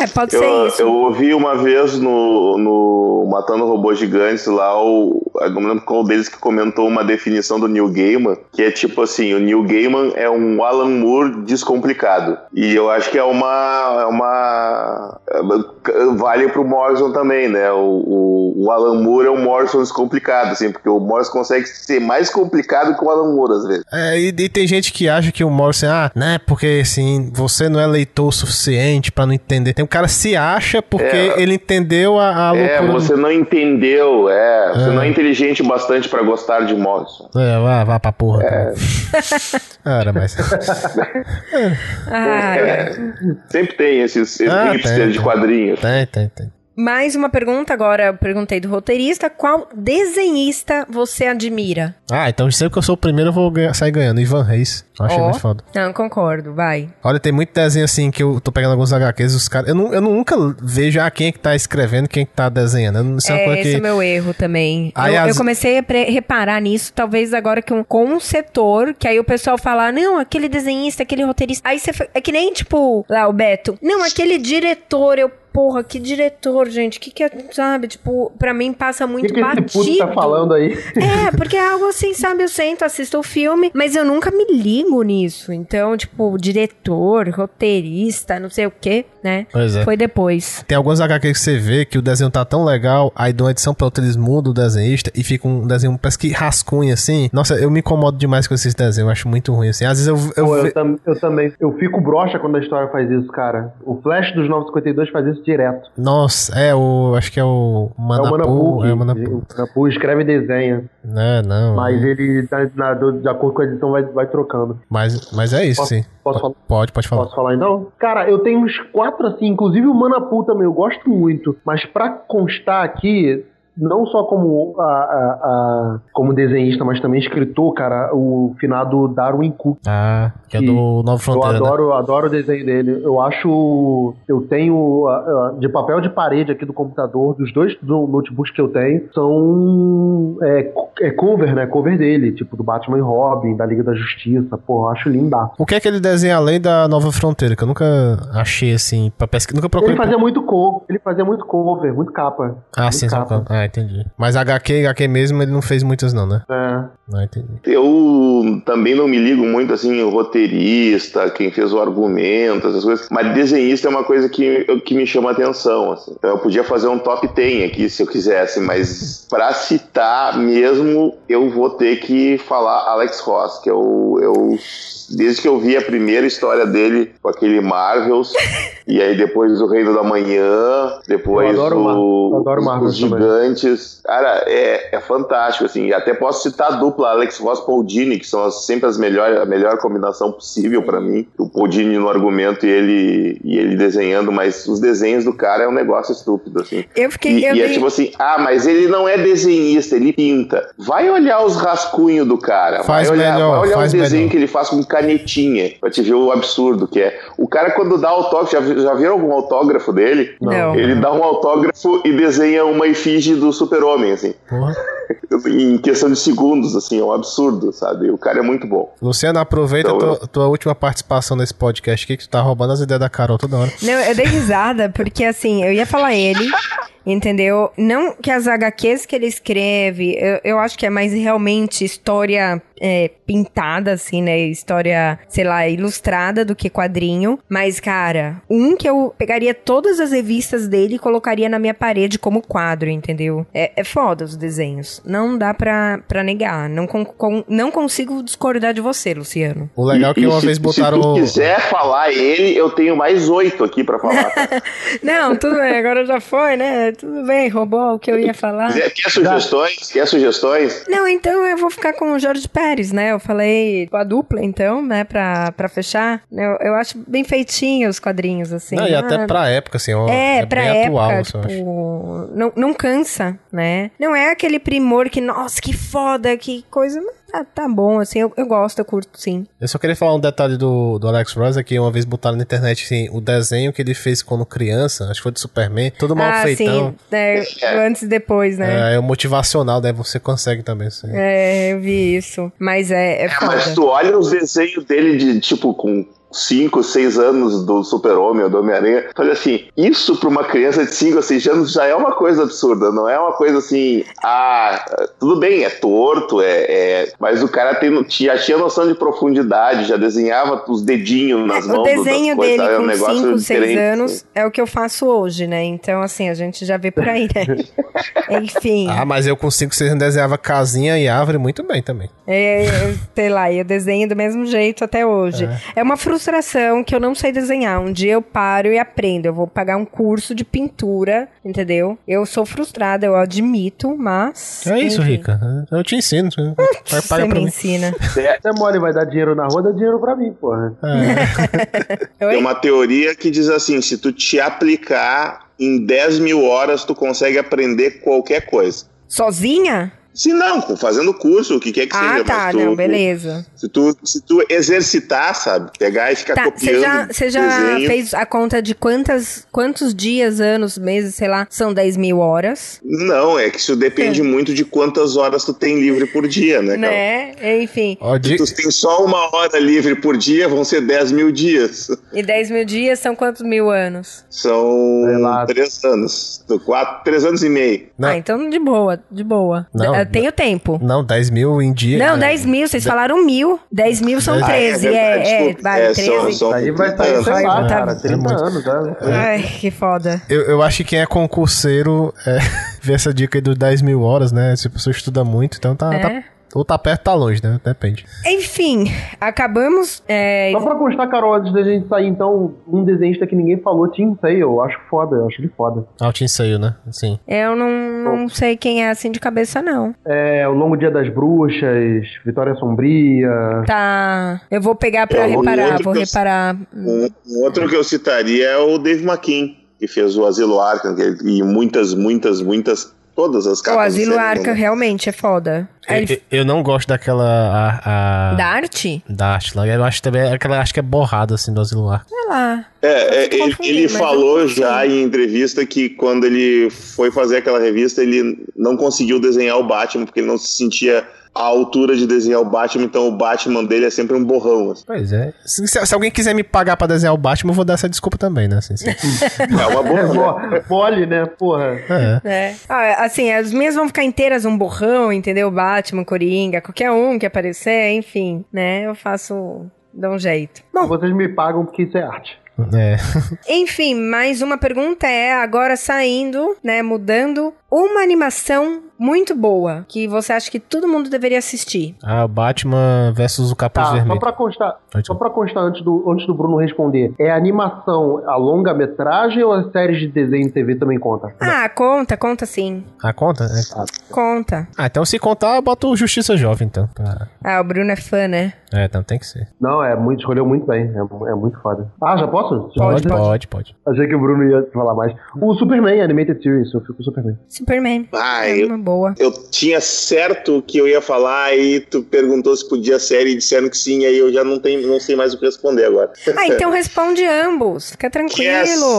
Speaker 2: É, pode ser
Speaker 5: Eu,
Speaker 2: isso.
Speaker 5: eu ouvi uma vez no, no Matando Robôs Gigantes lá, o, eu não me lembro qual deles que comentou uma definição do Neil Gaiman, que é tipo assim, o Neil Gaiman é um Alan Moore descomplicado. E eu acho que é uma... É uma é, vale pro Morrison também, né? O, o, o Alan Moore é um Morrison descomplicado, assim, porque o Morrison consegue ser mais complicado que o Alan Moore, às vezes.
Speaker 3: É, e, e tem gente que acha que o Morrison, ah, né, porque assim, você não é leitor o suficiente pra não entender. Tem um cara que se acha porque ele entendeu a, a
Speaker 5: É,
Speaker 3: loucura.
Speaker 5: você não entendeu, é. Você
Speaker 3: É.
Speaker 5: não é inteligente bastante pra gostar de Morrison.
Speaker 3: É, vá, vá pra porra. É. Cara, mas.
Speaker 2: Ai, ai.
Speaker 5: É, Sempre tem esses
Speaker 3: Ah,
Speaker 5: hipsters
Speaker 3: tem,
Speaker 5: de
Speaker 3: tem.
Speaker 5: quadrinhos.
Speaker 3: Tem, tem, tem.
Speaker 2: Mais uma pergunta agora, eu perguntei do roteirista, qual desenhista você admira?
Speaker 3: Ah, então sempre que eu sou o primeiro, eu vou ganhar- sair ganhando. Ivan Reis. Eu achei
Speaker 2: Ó.
Speaker 3: muito foda.
Speaker 2: Não, concordo, vai.
Speaker 3: Olha, tem muito desenho assim que eu tô pegando alguns HQs, os caras. Eu, não- eu nunca vejo ah, quem é que tá escrevendo, quem é que tá desenhando. Eu não- Isso é uma
Speaker 2: É,
Speaker 3: coisa
Speaker 2: esse
Speaker 3: que.
Speaker 2: é o meu erro também.
Speaker 3: Aí
Speaker 2: eu,
Speaker 3: as-
Speaker 2: eu comecei a pre- reparar nisso, talvez agora que um, com um setor, que aí o pessoal fala, não, aquele desenhista, aquele roteirista. Aí você. fa- É que nem, tipo, lá, o Beto. Não, aquele diretor, eu. Porra, que diretor, gente. Que que é, sabe? Tipo, pra mim passa
Speaker 4: O que,
Speaker 2: muito
Speaker 4: que esse
Speaker 2: batido.
Speaker 4: puto tá falando aí?
Speaker 2: É, porque é algo assim, sabe? Eu sento, assisto o filme, mas eu nunca me ligo nisso. Então, tipo, diretor, roteirista, não sei o quê, né?
Speaker 3: Pois é.
Speaker 2: Foi depois.
Speaker 3: Tem alguns HQs que você vê que o desenho tá tão legal, aí de uma edição pra outra eles mudam o desenhista e fica um desenho parece que rascunha assim. Nossa, eu me incomodo demais com esses desenhos, eu acho muito ruim assim. Às vezes eu. eu,
Speaker 4: Pô, eu,
Speaker 3: ve-
Speaker 4: tam- eu também. Eu fico broxa quando a história faz isso, cara. O Flash dos 952 faz isso direto.
Speaker 3: Nossa, é o. Acho que é o.
Speaker 4: é o
Speaker 3: Manapu.
Speaker 4: Manapu. que-
Speaker 3: É o Manapu.
Speaker 4: o Manapu escreve e desenha.
Speaker 3: É, não.
Speaker 4: Mas ele, na, na- do- de acordo com a edição, vai, vai trocando.
Speaker 3: Mas, mas é isso,
Speaker 4: Posso-
Speaker 3: sim.
Speaker 4: posso
Speaker 3: Po-
Speaker 4: falar?
Speaker 3: Pode, pode falar.
Speaker 4: Posso falar então? Cara, eu tenho uns quatro assim, inclusive o Manapu também, eu gosto muito. Mas pra constar aqui, não só como, a, a- a- como desenhista, mas também escritor, cara, o finado Darwin Cook.
Speaker 3: Ah, que é
Speaker 4: Que
Speaker 3: do Nova
Speaker 4: Eu
Speaker 3: Fronteira. né?
Speaker 4: adoro, eu adoro o desenho dele. Eu acho. Eu tenho. ah, ah, De papel de parede aqui do computador, dos dois do- notebooks que eu tenho, são. É, co- é cover, né? Cover dele, tipo do Batman e Robin, da Liga da Justiça. Porra, eu acho linda.
Speaker 3: O que é que ele desenha além da Nova Fronteira? Que eu nunca achei assim, pra pesquisar. Nunca procurei.
Speaker 4: Ele fazia muito cover, ele fazia muito cover, muito capa.
Speaker 3: Ah,
Speaker 4: muito
Speaker 3: sim, só
Speaker 4: capa.
Speaker 3: Ah, entendi. Mas HQ, HQ mesmo, ele não fez muitas, não, né?
Speaker 4: É.
Speaker 3: Não, entendi.
Speaker 5: Eu também não me ligo muito assim, em roteirista, quem fez o argumento, essas coisas. Mas desenhista é uma coisa que, eu- que me chama atenção. Assim. Então, eu podia fazer um top 10 aqui se eu quisesse, mas pra citar mesmo, eu vou ter que falar Alex Ross, que é eu, eu desde que eu vi a primeira história dele com aquele Marvels, e aí depois o Reino da Manhã, depois
Speaker 4: Eu adoro o Mar- eu
Speaker 5: o,
Speaker 4: adoro
Speaker 5: os,
Speaker 4: Marvels
Speaker 5: os
Speaker 4: também.
Speaker 5: Gigantes, antes. Cara, é, é fantástico, assim. Até posso citar a dupla Alex Ross Poldini, que são as- sempre as melhor, a melhor combinação possível pra mim. O Poldini no argumento e ele, e ele desenhando, mas os desenhos do cara é um negócio estúpido, assim.
Speaker 2: Eu fiquei.
Speaker 5: E,
Speaker 2: eu
Speaker 5: e é
Speaker 2: vi-
Speaker 5: tipo assim, ah, mas ele não é desenhista, ele pinta. Vai olhar os rascunhos do cara.
Speaker 3: Faz
Speaker 5: vai olhar,
Speaker 3: melhor,
Speaker 5: vai olhar
Speaker 3: faz
Speaker 5: o desenho
Speaker 3: melhor.
Speaker 5: que ele faz com canetinha, pra te ver o absurdo que é. O cara, quando dá autógrafo, já, vi- já viram algum autógrafo dele?
Speaker 2: Não.
Speaker 5: Ele dá um autógrafo e desenha uma efígie do super-homem, assim.
Speaker 3: Porra.
Speaker 5: Em questão de segundos, assim, é um absurdo, sabe? O cara é muito bom.
Speaker 3: Luciano, aproveita
Speaker 5: Então,
Speaker 3: tua, tua última participação nesse podcast aqui, que tu tá roubando as ideias da Carol toda hora.
Speaker 2: Não, eu dei risada, porque assim, eu ia falar ele, entendeu? Não que as HQs que ele escreve, eu, eu acho que é mais realmente história é, pintada, assim, né? História, sei lá, ilustrada do que quadrinho. Mas, cara, um que eu pegaria todas as revistas dele e colocaria na minha parede como quadro, entendeu? É, é foda os desenhos. Não dá pra, pra negar. Não, con- con- não consigo discordar de você, Luciano.
Speaker 3: O legal é que
Speaker 5: E- e
Speaker 3: uma
Speaker 5: se-
Speaker 3: vez botaram.
Speaker 5: Se tu
Speaker 3: o-
Speaker 5: quiser falar ele, eu tenho mais oito aqui pra falar. Se
Speaker 2: Não, tudo bem, agora já foi, né? Tudo bem, roubou o que eu ia falar.
Speaker 5: quiser- Quer sugestões? Quer sugestões?
Speaker 2: Não, então eu vou ficar com o Jorge Pérez, né? Eu falei com a dupla, então, né? Pra, pra fechar. Eu, eu acho bem feitinho os quadrinhos, assim.
Speaker 3: Não, e até
Speaker 2: Ah,
Speaker 3: pra época, assim, ó,
Speaker 2: É,
Speaker 3: é,
Speaker 2: pra
Speaker 3: bem
Speaker 2: época,
Speaker 3: atual, assim, eu acho.
Speaker 2: tipo, não, não cansa, né? Não é aquele primor que, nossa, que foda, que coisa. mas Tá, tá bom, assim, eu, eu gosto, eu curto, sim.
Speaker 3: Eu só queria falar um detalhe do, do Alex Ross, é que uma vez botaram na internet assim, o desenho que ele fez quando criança, acho que foi do Superman, todo Tá mal
Speaker 2: ah,
Speaker 3: feitão.
Speaker 2: sim, é,
Speaker 5: É.
Speaker 2: antes e depois, né?
Speaker 3: É, é o motivacional, daí você consegue também. Assim.
Speaker 2: É, eu vi isso. Mas é, é
Speaker 5: É, mas
Speaker 2: foda.
Speaker 5: tu olha os desenhos dele de, tipo, com 5, 6 anos do Super-Homem ou do Homem-Aranha, tu olha assim, isso pra uma criança de 5 ou 6 anos já é uma coisa absurda, não é uma coisa assim, ah, tudo bem, é torto, é, é- mas o cara tem, já tinha noção de profundidade, já desenhava os dedinhos nas
Speaker 2: É, o
Speaker 5: mãos. das
Speaker 2: desenho
Speaker 5: coisas,
Speaker 2: dele
Speaker 5: sabe? É um
Speaker 2: com
Speaker 5: negócio
Speaker 2: 5, 6
Speaker 5: diferente.
Speaker 2: anos é o que eu faço hoje, né? Então, assim, a gente já vê por aí, né? Enfim,
Speaker 3: Ah, mas eu com 5, 6 anos desenhava casinha e árvore muito bem também.
Speaker 2: é, eu- sei lá, eu desenho do mesmo jeito até hoje. É. uma frustração que eu não sei desenhar. Um dia eu paro e aprendo. Eu vou pagar um curso de pintura, entendeu? Eu sou frustrada, eu admito, mas.
Speaker 3: É isso,
Speaker 2: enfim.
Speaker 3: Rica. Eu te ensino. você Vai
Speaker 2: Você
Speaker 3: pagar pra
Speaker 2: me
Speaker 3: mim.
Speaker 2: ensina.
Speaker 4: Você é mole, vai dar dinheiro na rua, dá dinheiro pra mim, porra.
Speaker 3: É,
Speaker 5: Tem
Speaker 2: Oi?
Speaker 5: uma teoria que diz assim: se tu te aplicar em 10 mil horas, tu consegue aprender qualquer coisa.
Speaker 2: Sozinha?
Speaker 5: Se não, com- fazendo curso, o que quer que
Speaker 2: ah,
Speaker 5: seja.
Speaker 2: tá,
Speaker 5: mas tu-
Speaker 2: não, beleza.
Speaker 5: Se tu, se tu exercitar, sabe? Pegar e ficar
Speaker 2: Tá, você
Speaker 5: copiando.
Speaker 2: já, você já
Speaker 5: desenho.
Speaker 2: fez a conta de quantas, quantos dias, anos, meses, sei lá, são 10 mil horas,
Speaker 5: Não, é que isso depende muito de quantas horas tu tem livre por dia, né, cara?
Speaker 2: Hum. né? Enfim,
Speaker 3: ó,
Speaker 5: Se
Speaker 3: de-
Speaker 5: tu tem só uma hora livre por dia, vão ser 10 mil dias.
Speaker 2: e 10 mil dias são quantos mil anos?
Speaker 4: Sei
Speaker 5: São
Speaker 4: lá.
Speaker 5: três anos. Quatro, três anos e meio.
Speaker 3: Não.
Speaker 2: Ah, então de boa, de boa.
Speaker 3: Não,
Speaker 2: Eu tenho tempo.
Speaker 3: Não, 10 mil em dia.
Speaker 2: Não,
Speaker 3: né?
Speaker 2: 10 mil, vocês falaram mil. 10 mil são
Speaker 3: Ah, é
Speaker 2: 13,
Speaker 5: verdade,
Speaker 2: é, é,
Speaker 5: desculpa.
Speaker 2: vale,
Speaker 5: É,
Speaker 2: 13.
Speaker 5: são- são
Speaker 4: Aí vai
Speaker 5: 30
Speaker 4: sair,
Speaker 5: anos.
Speaker 4: sei lá,
Speaker 2: Vai,
Speaker 4: cara,
Speaker 2: tá.
Speaker 4: 30
Speaker 3: É muito.
Speaker 4: anos, né?
Speaker 2: Ai, que foda.
Speaker 3: Eu, eu acho que quem é concurseiro é, vê essa dica aí dos 10 mil horas, né? Se a pessoa estuda muito, então tá.
Speaker 2: É.
Speaker 3: tá- ou tá perto, tá longe, né? Depende.
Speaker 2: Enfim, acabamos. é,
Speaker 4: Só pra constar, Carol, antes da gente sair, então, um desenhista que ninguém falou, Tim Sale, eu acho foda, eu acho ele foda.
Speaker 3: Alto ensaio, né? Sim.
Speaker 2: eu não, não sei quem é assim de cabeça, não.
Speaker 4: É, O Longo Dia das Bruxas, Vitória Sombria...
Speaker 2: Tá. Eu vou pegar pra
Speaker 5: É, um
Speaker 2: reparar,
Speaker 5: outro
Speaker 2: vou
Speaker 5: que eu-
Speaker 2: reparar.
Speaker 5: Um, um outro que eu citaria é o Dave McKean, que fez o Asilo Arkham, que ele- e muitas, muitas, muitas, todas as
Speaker 2: O
Speaker 5: capas. do
Speaker 2: Asilo
Speaker 5: cinema. né?
Speaker 2: Arca realmente é foda.
Speaker 3: Eu,
Speaker 2: Ele-
Speaker 3: eu- eu não gosto daquela. A, a-
Speaker 2: Da arte?
Speaker 3: da arte lá. Eu acho também. Aquela acho que é borrada, assim, do Asilo Arca.
Speaker 2: Sei lá.
Speaker 5: É,
Speaker 2: Eu tô
Speaker 5: é, ele,
Speaker 2: confundindo,
Speaker 5: ele
Speaker 2: mas eu
Speaker 5: falou
Speaker 2: não sei.
Speaker 5: já em entrevista que quando ele foi fazer aquela revista, ele não conseguiu desenhar o Batman, porque ele não se sentia à altura de desenhar o Batman, então o Batman dele é sempre um borrão. assim.
Speaker 3: Pois é. Se, se- se alguém quiser me pagar pra desenhar o Batman, eu vou dar essa desculpa também, né? Assim, assim.
Speaker 5: É uma
Speaker 4: É,
Speaker 5: borrão.
Speaker 4: mo- mole, né, porra?
Speaker 3: É.
Speaker 2: É. Ah, assim, as minhas vão ficar inteiras um borrão, entendeu? Batman, Coringa, qualquer um que aparecer, enfim, né? Eu faço. Dá um jeito. Bom,
Speaker 4: Vocês me pagam porque isso é arte.
Speaker 3: É.
Speaker 2: enfim, mais uma pergunta é agora saindo, né? Mudando uma animação muito boa que você acha que todo mundo deveria assistir.
Speaker 3: Ah, o Batman versus o Capuz
Speaker 4: Tá, só
Speaker 3: Vermelho.
Speaker 4: pra constar,
Speaker 3: Ótimo.
Speaker 4: só pra constar antes, do, antes do Bruno responder, é animação a longa-metragem ou as séries de desenho e TV também conta?
Speaker 2: Ah, conta, conta sim.
Speaker 3: Ah, conta? É.
Speaker 2: Conta.
Speaker 3: Ah, então se contar, bota o Justiça Jovem, então. pra-
Speaker 2: Ah, o Bruno é fã, né?
Speaker 3: É, então tem que ser.
Speaker 4: Não, é muito, escolheu muito bem, é, é muito foda. Ah, já posso? Já
Speaker 3: Pode,
Speaker 4: posso?
Speaker 3: pode, pode.
Speaker 4: Achei que o Bruno ia falar mais. O Superman Animated Series, eu fico Superman.
Speaker 2: Superman.
Speaker 5: Ah,
Speaker 2: é
Speaker 5: eu-
Speaker 2: uma boa.
Speaker 5: Eu tinha certo que eu ia falar e tu perguntou se podia ser e disseram que sim, aí eu já não, tenho, não sei mais o que responder agora.
Speaker 2: Ah, então responde ambos. Fica tranquilo.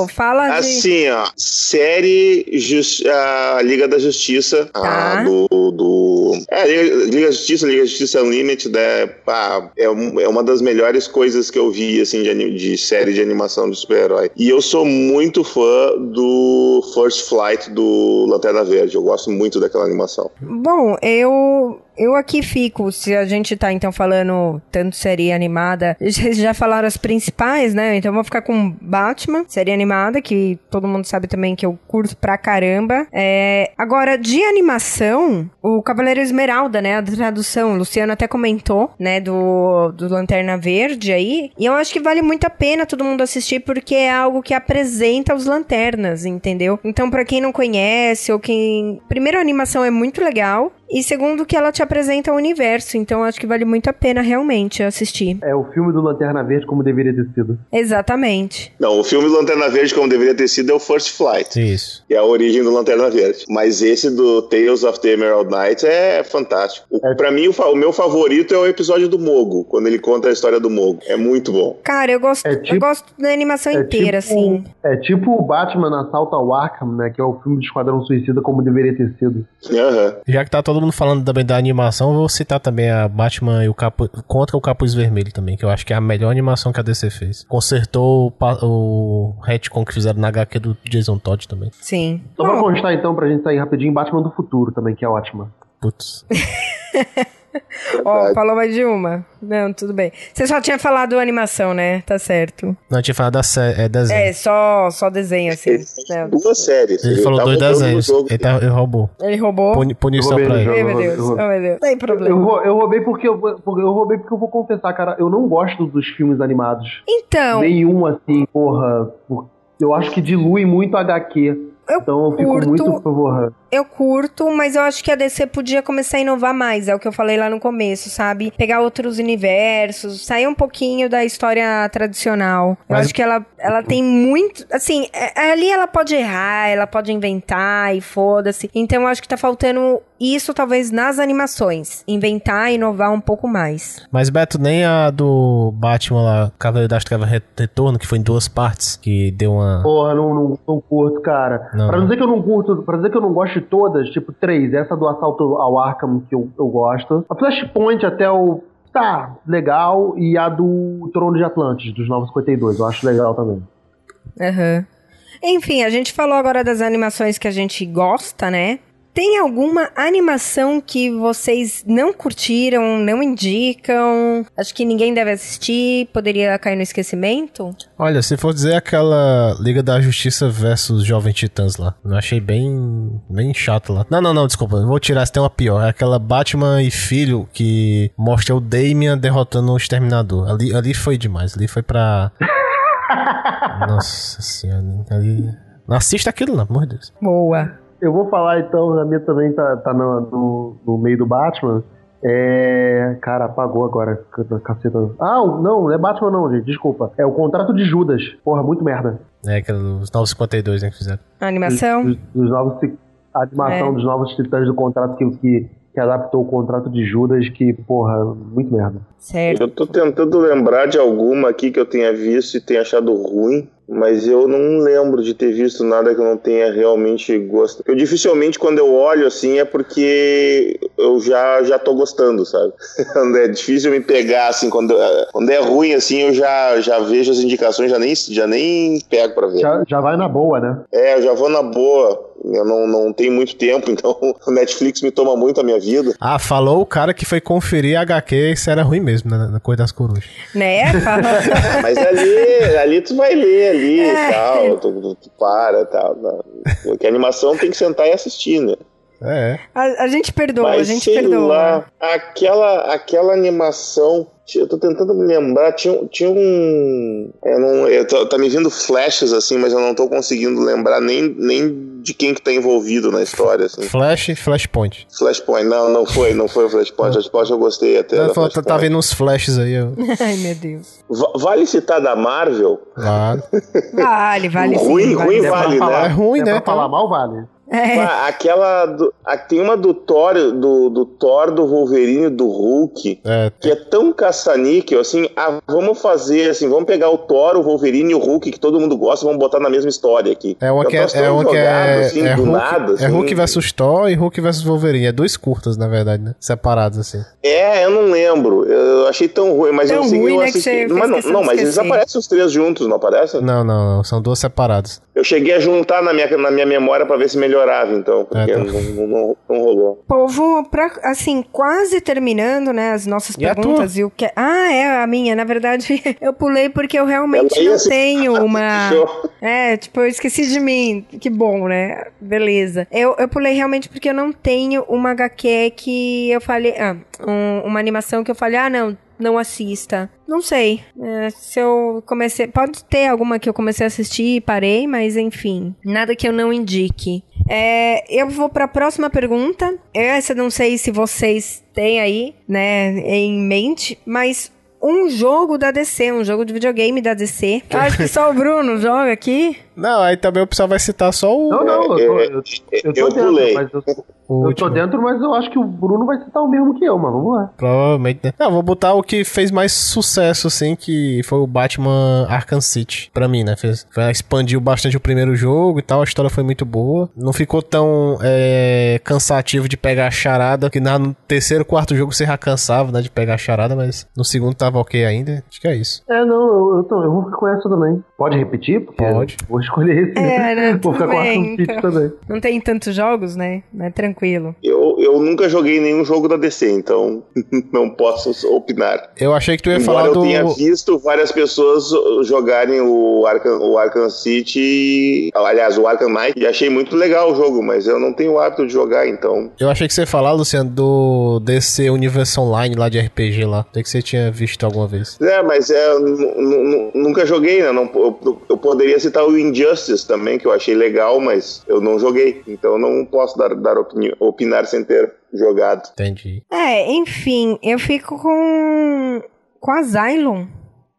Speaker 5: Yes.
Speaker 2: Fala de.
Speaker 5: Assim, ó, série Jus- a Liga da Justiça
Speaker 2: Tá.
Speaker 5: a do, do- É, Liga, Liga da Justiça, Liga da Justiça Unlimited é, pá, é, um- é uma das melhores coisas que eu vi, assim, de, ani- de série de animação de super-herói. E eu sou muito fã do First Flight do Lanterna Verde, eu gosto muito daquela animação.
Speaker 2: Bom, eu eu aqui fico, se a gente tá então falando tanto série animada, vocês já falaram as principais, né? Então eu vou ficar com Batman, série animada, que todo mundo sabe também que eu curto pra caramba. É, agora, de animação, o Cavaleiro Esmeralda, né? A tradução, o Luciano até comentou, né? Do, do Lanterna Verde aí. E eu acho que vale muito a pena todo mundo assistir, porque é algo que apresenta os lanternas, entendeu? Então, pra quem não conhece, ou quem. Primeiro, a animação é muito legal. E segundo, que ela te apresenta o universo. Então, acho que vale muito a pena realmente assistir.
Speaker 4: É o filme do Lanterna Verde como deveria ter sido.
Speaker 2: Exatamente.
Speaker 5: Não, o filme Lanterna Verde, como deveria ter sido, é o First Flight.
Speaker 3: Isso.
Speaker 5: que é a origem do Lanterna Verde. Mas esse do Tales of the Emerald Knight é fantástico. O,
Speaker 4: É.
Speaker 5: Pra mim, o, fa- o meu favorito é o episódio do Mogo, quando ele conta a história do Mogo. É muito bom.
Speaker 2: Cara, eu gosto,
Speaker 4: É
Speaker 2: eu
Speaker 4: tipo-
Speaker 2: gosto da animação
Speaker 4: é
Speaker 2: inteira,
Speaker 4: tipo-
Speaker 2: assim.
Speaker 4: É tipo o Batman Assalto ao Arkham, né? Que é o filme de Esquadrão Suicida como deveria ter sido.
Speaker 5: Aham.
Speaker 3: Já que tá todo mundo falando também da animação, eu vou citar também a Batman e o Capu... contra o Capuz Vermelho também, que eu acho que é a melhor animação que a DC fez. Consertou o, pa- o retcon que fizeram na HQ do Jason Todd também.
Speaker 2: Sim.
Speaker 4: Só pra
Speaker 2: Bom,
Speaker 4: constar então, pra gente sair rapidinho, Batman do Futuro também, que é ótima.
Speaker 3: Putz.
Speaker 2: Ó, falou mais de uma. Não, tudo bem. Você só tinha falado animação, né? Tá certo.
Speaker 3: Não, eu tinha falado da série, é desenho.
Speaker 2: É, só, só desenho, assim. Né?
Speaker 5: Duas séries.
Speaker 3: Ele falou
Speaker 5: tá
Speaker 3: dois
Speaker 5: voltando no
Speaker 3: desenhos.
Speaker 5: jogo.
Speaker 3: Ele, tá, ele roubou.
Speaker 2: Ele roubou.
Speaker 3: Puni- punição
Speaker 4: Eu roubei
Speaker 3: pra
Speaker 4: no
Speaker 2: Ai,
Speaker 3: ele.
Speaker 4: jogo.
Speaker 2: meu Deus.
Speaker 4: Eu roubei.
Speaker 2: Ai, meu Deus. Sem
Speaker 4: Eu,
Speaker 2: problema.
Speaker 4: vou- eu roubei porque eu, vou- porque eu roubei porque eu vou confessar, cara, eu não gosto dos filmes animados.
Speaker 2: Então,
Speaker 4: Nenhum assim, porra. por- Eu acho que dilui muito a HQ.
Speaker 2: Eu
Speaker 4: então eu fico
Speaker 2: curto-
Speaker 4: muito porra.
Speaker 2: eu curto, mas eu acho que a DC podia começar a inovar mais. É o que eu falei lá no começo, sabe? Pegar outros universos, sair um pouquinho da história tradicional. Eu
Speaker 3: Mas-
Speaker 2: acho que ela, ela tem muito. Assim, é- ali ela pode errar, ela pode inventar e foda-se. Então eu acho que tá faltando isso, talvez, nas animações. Inventar, inovar um pouco mais.
Speaker 3: Mas Beto, nem a do Batman lá, Cavaleiro das Trevas Re- Retorno, que foi em duas partes, que deu uma.
Speaker 4: Porra, não, não, não curto, cara.
Speaker 3: Não,
Speaker 4: pra
Speaker 3: não.
Speaker 4: dizer que eu não curto, pra dizer que eu não gosto de todas, tipo, três, essa do assalto ao Arkham que eu, eu gosto. A Flashpoint até o. Tá, legal. E a do Trono de Atlantis, dos 952, eu acho legal também.
Speaker 2: Aham. Enfim, a gente falou agora das animações que a gente gosta, né? Tem alguma animação que vocês não curtiram, não indicam? Acho que ninguém deve assistir, poderia cair no esquecimento?
Speaker 3: Olha, se for dizer aquela Liga da Justiça versus Jovem Titãs lá. Eu achei bem. bem chato lá. Não, não, não, desculpa. Vou tirar se tem uma pior. É aquela Batman e Filho que mostra o Damian derrotando o Exterminador. Ali, ali foi demais. Ali foi pra. Nossa senhora. Ali. Não assista aquilo, não, amor de Deus.
Speaker 2: Boa.
Speaker 4: Eu vou falar então, a minha também tá, tá no, no- no meio do Batman. É. Cara, apagou agora. c- Caceta. Ah, o- não, não é Batman, não, gente. Desculpa. É o contrato de Judas. Porra, muito merda.
Speaker 3: É aquela dos 952, né, que fizeram.
Speaker 2: A animação?
Speaker 5: Hum,
Speaker 4: Dos, dos novos, ti- a animação
Speaker 2: É.
Speaker 4: dos novos titãs do contrato que, que, que adaptou o contrato de Judas, que, porra, muito merda.
Speaker 2: Certo.
Speaker 5: Eu tô tentando lembrar de alguma aqui que eu tenha visto e tenha achado ruim, mas eu não lembro de ter visto nada que eu não tenha realmente gostado. Eu dificilmente, quando eu olho assim, é porque eu já, já tô gostando, sabe? é difícil me pegar, assim, quando, quando é ruim, assim, eu já, já vejo as indicações, já nem, já nem pego pra ver.
Speaker 4: Já, já vai na boa, né?
Speaker 5: É, eu já vou na boa. Eu não, não tenho muito tempo, então o Netflix me toma muito a minha vida.
Speaker 3: Ah, falou o cara que foi conferir a HQ se era ruim mesmo, né, na coisa das corujas.
Speaker 2: Né? Fala-
Speaker 5: Mas ali, ali tu vai ler ali e
Speaker 2: É.
Speaker 5: tal, tu, tu- tu para e tal. não. Porque a animação tem que sentar e assistir, né?
Speaker 3: É, é.
Speaker 2: a, a gente perdoa, a gente
Speaker 5: sei
Speaker 2: perdoa.
Speaker 5: lá, aquela, aquela animação. Eu tô tentando me lembrar, tinha, um- tinha um. Eu não, eu tô- tá me vindo flashes assim, mas eu não tô conseguindo lembrar nem, nem de quem que tá envolvido na história, assim.
Speaker 3: Flash, Flashpoint.
Speaker 5: Flashpoint, não, não foi, não foi o Flashpoint. Flashpoint eu gostei até.
Speaker 3: Ela
Speaker 5: da
Speaker 3: falou, tá, tá
Speaker 5: Flashpoint.
Speaker 3: vendo uns flashes aí, ó.
Speaker 2: Ai, meu Deus.
Speaker 5: Va- Vale citar da Marvel?
Speaker 3: Claro.
Speaker 2: Vale, vale sim.
Speaker 5: Ruim,
Speaker 2: vale,
Speaker 5: ruim,
Speaker 2: sim.
Speaker 4: pra
Speaker 5: vale,
Speaker 4: falar,
Speaker 5: né?
Speaker 3: É ruim,
Speaker 4: se
Speaker 3: né?
Speaker 4: Pra falar mal, vale.
Speaker 2: É.
Speaker 5: Ah, Aquela. do- a- tem uma do Thor, do, do Thor, do Wolverine, do Hulk.
Speaker 3: É,
Speaker 5: que é tão caça-níquel, assim, ah, vamos fazer, assim, vamos pegar o Thor, o Wolverine e o Hulk, que todo mundo gosta, e vamos botar na mesma história aqui.
Speaker 3: é uma
Speaker 5: um
Speaker 3: que é, é, uma que é,
Speaker 5: assim,
Speaker 3: é Hulk, é Hulk versus Thor e Hulk versus Wolverine. É dois curtas, na verdade, né? Separados, assim.
Speaker 5: É, eu não lembro, eu achei tão ruim, mas
Speaker 2: Tão
Speaker 5: eu segui,
Speaker 2: ruim,
Speaker 5: eu
Speaker 2: né, que você
Speaker 5: assisti.
Speaker 2: fez
Speaker 5: mas não,
Speaker 2: questão
Speaker 5: não,
Speaker 2: de
Speaker 5: mas eles
Speaker 2: esquecer.
Speaker 5: aparecem os três juntos, não aparecem?
Speaker 3: Não, não, não. São duas separadas.
Speaker 5: Eu cheguei a juntar na minha, na minha memória pra ver se melhorava, então, porque
Speaker 3: É, tá.
Speaker 5: não, não- não- não rolou.
Speaker 2: Povo, pra, assim, quase terminando, né, as nossas
Speaker 3: E é a
Speaker 2: perguntas e o que... Ah, é a minha, na verdade, eu pulei porque eu realmente
Speaker 5: Ela ia
Speaker 2: não
Speaker 5: se-
Speaker 2: tenho uma...
Speaker 5: Fechou?
Speaker 2: É, tipo, eu esqueci de mim. Que bom, né? Beleza. Eu, eu pulei realmente porque eu não tenho uma HQ que eu falei. Ah, um- uma animação que eu falei, ah, não, não assista. Não sei. É, se eu comecei. Pode ter alguma que eu comecei a assistir e parei, mas enfim. Nada que eu não indique. É, eu vou pra próxima pergunta. Essa eu não sei se vocês têm aí, né, em mente, mas um jogo da DC, um jogo de videogame da DC. Eu acho que só o Bruno joga aqui.
Speaker 3: Não, aí também o pessoal vai citar só o,
Speaker 4: Não, não, eu tô, eu, É, eu tô
Speaker 5: eu
Speaker 4: dentro,
Speaker 5: pulei.
Speaker 4: mas eu,
Speaker 3: o
Speaker 4: eu
Speaker 3: último.
Speaker 4: tô dentro, mas eu acho que o Bruno vai citar o mesmo que eu, mas vamos lá.
Speaker 3: Provavelmente, né? Não, vou botar o que fez mais sucesso, assim, que foi o Batman Arkham City. Pra mim, né? Fez, foi- expandiu bastante o primeiro jogo e tal, a história foi muito boa. Não ficou tão é, cansativo de pegar a charada, que na, no terceiro, quarto jogo você já cansava, né, de pegar a charada, mas no segundo tava ok ainda. Acho que é isso.
Speaker 4: É, não, eu, eu, tô- eu vou ficar com essa também. Pode repetir? Porque
Speaker 3: Pode.
Speaker 4: eu Vou escolher esse.
Speaker 2: É, né,
Speaker 4: Vou ficar com
Speaker 2: tudo
Speaker 4: a
Speaker 2: bem,
Speaker 4: Arkham City
Speaker 2: então.
Speaker 4: também.
Speaker 2: Não tem tantos jogos, né? É tranquilo.
Speaker 5: Eu, eu nunca joguei nenhum jogo da DC, então não posso opinar.
Speaker 3: Eu achei que tu ia
Speaker 5: Embora
Speaker 3: falar
Speaker 5: eu
Speaker 3: do...
Speaker 5: tenha visto várias pessoas uh, jogarem o Arkham, o Arkham City, aliás, o Arkham Knight, e achei muito legal o jogo, mas eu não tenho o hábito de jogar, então.
Speaker 3: Eu achei que você ia falar, Luciano, do DC Universo Online lá de RPG lá. Até que você tinha visto alguma vez.
Speaker 5: É, mas é, nu- nu- nunca joguei, né? Não, eu, eu poderia citar o Injustice também, que eu achei legal, mas eu não joguei. Então não posso dar, dar opini- opinar sem ter jogado.
Speaker 3: Entendi.
Speaker 2: É, enfim, eu fico com. com a Zylon,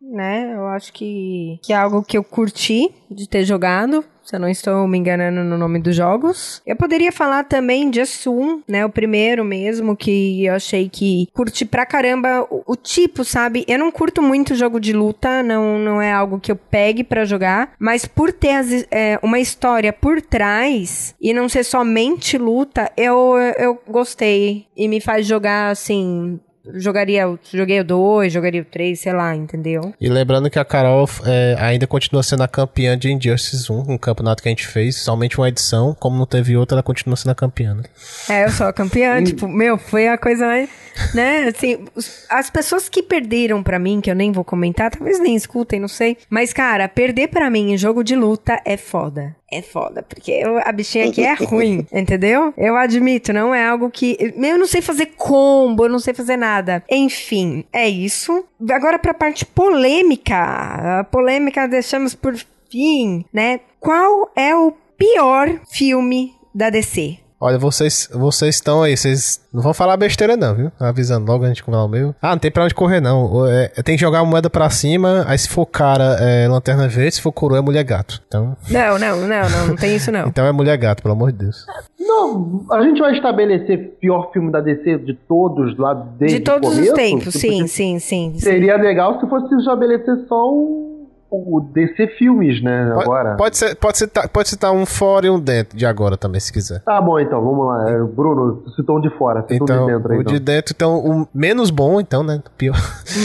Speaker 2: né? Eu acho que, que é algo que eu curti de ter jogado. Se eu não estou me enganando no nome dos jogos. Eu poderia falar também de Sun, né? O primeiro mesmo, que eu achei que curti pra caramba o, o tipo, sabe? Eu não curto muito jogo de luta, não, não é algo que eu pegue pra jogar. Mas por ter as- é, uma história por trás e não ser somente luta, eu, eu gostei. E me faz jogar assim. Jogaria, o- joguei o 2, jogaria o 3, sei lá, entendeu?
Speaker 3: E lembrando que a Carol é, ainda continua sendo a campeã de Injustice 1, um campeonato que a gente fez, somente uma edição. Como não teve outra, ela continua sendo a campeã. Né?
Speaker 2: É, eu sou a campeã, tipo, meu, foi a coisa mais, né, assim, os- as pessoas que perderam pra mim, que eu nem vou comentar, talvez nem escutem, não sei, mas, cara, perder pra mim em jogo de luta é foda. É foda, porque eu- a bichinha aqui é ruim, entendeu? Eu admito, não é algo que... Meu, eu não sei fazer combo, eu não sei fazer nada. Enfim, é isso. Agora pra parte polêmica. A polêmica deixamos por fim, né? Qual é o pior filme da DC?
Speaker 3: Olha, vocês vocês estão aí, vocês não vão falar besteira não, viu? Avisando logo antes de comer o meu. Ah, não tem pra onde correr não. Ou é- tem que jogar a moeda pra cima, aí se for cara é lanterna verde, se for coroa é mulher gato. Então,
Speaker 2: Não, não, não, não, não tem isso não.
Speaker 3: então é mulher gato, pelo amor de Deus.
Speaker 4: Não, a gente vai estabelecer pior filme da DC de todos lá desde
Speaker 2: De
Speaker 4: o
Speaker 2: todos os
Speaker 4: começo?
Speaker 2: tempos,
Speaker 4: Tipo,
Speaker 2: sim, sim, sim. sim.
Speaker 4: Seria legal se fosse estabelecer só o, o DC filmes, né?
Speaker 3: Pode-
Speaker 4: Agora.
Speaker 3: Pode, ser, pode, citar, pode citar um fora e um dentro de agora também, se quiser.
Speaker 4: Tá bom, então, vamos lá. É, Bruno, citou um de fora, citou um
Speaker 3: Então,
Speaker 4: de dentro aí.
Speaker 3: o
Speaker 4: Então.
Speaker 3: de dentro, então, o menos bom, então, né? Pior.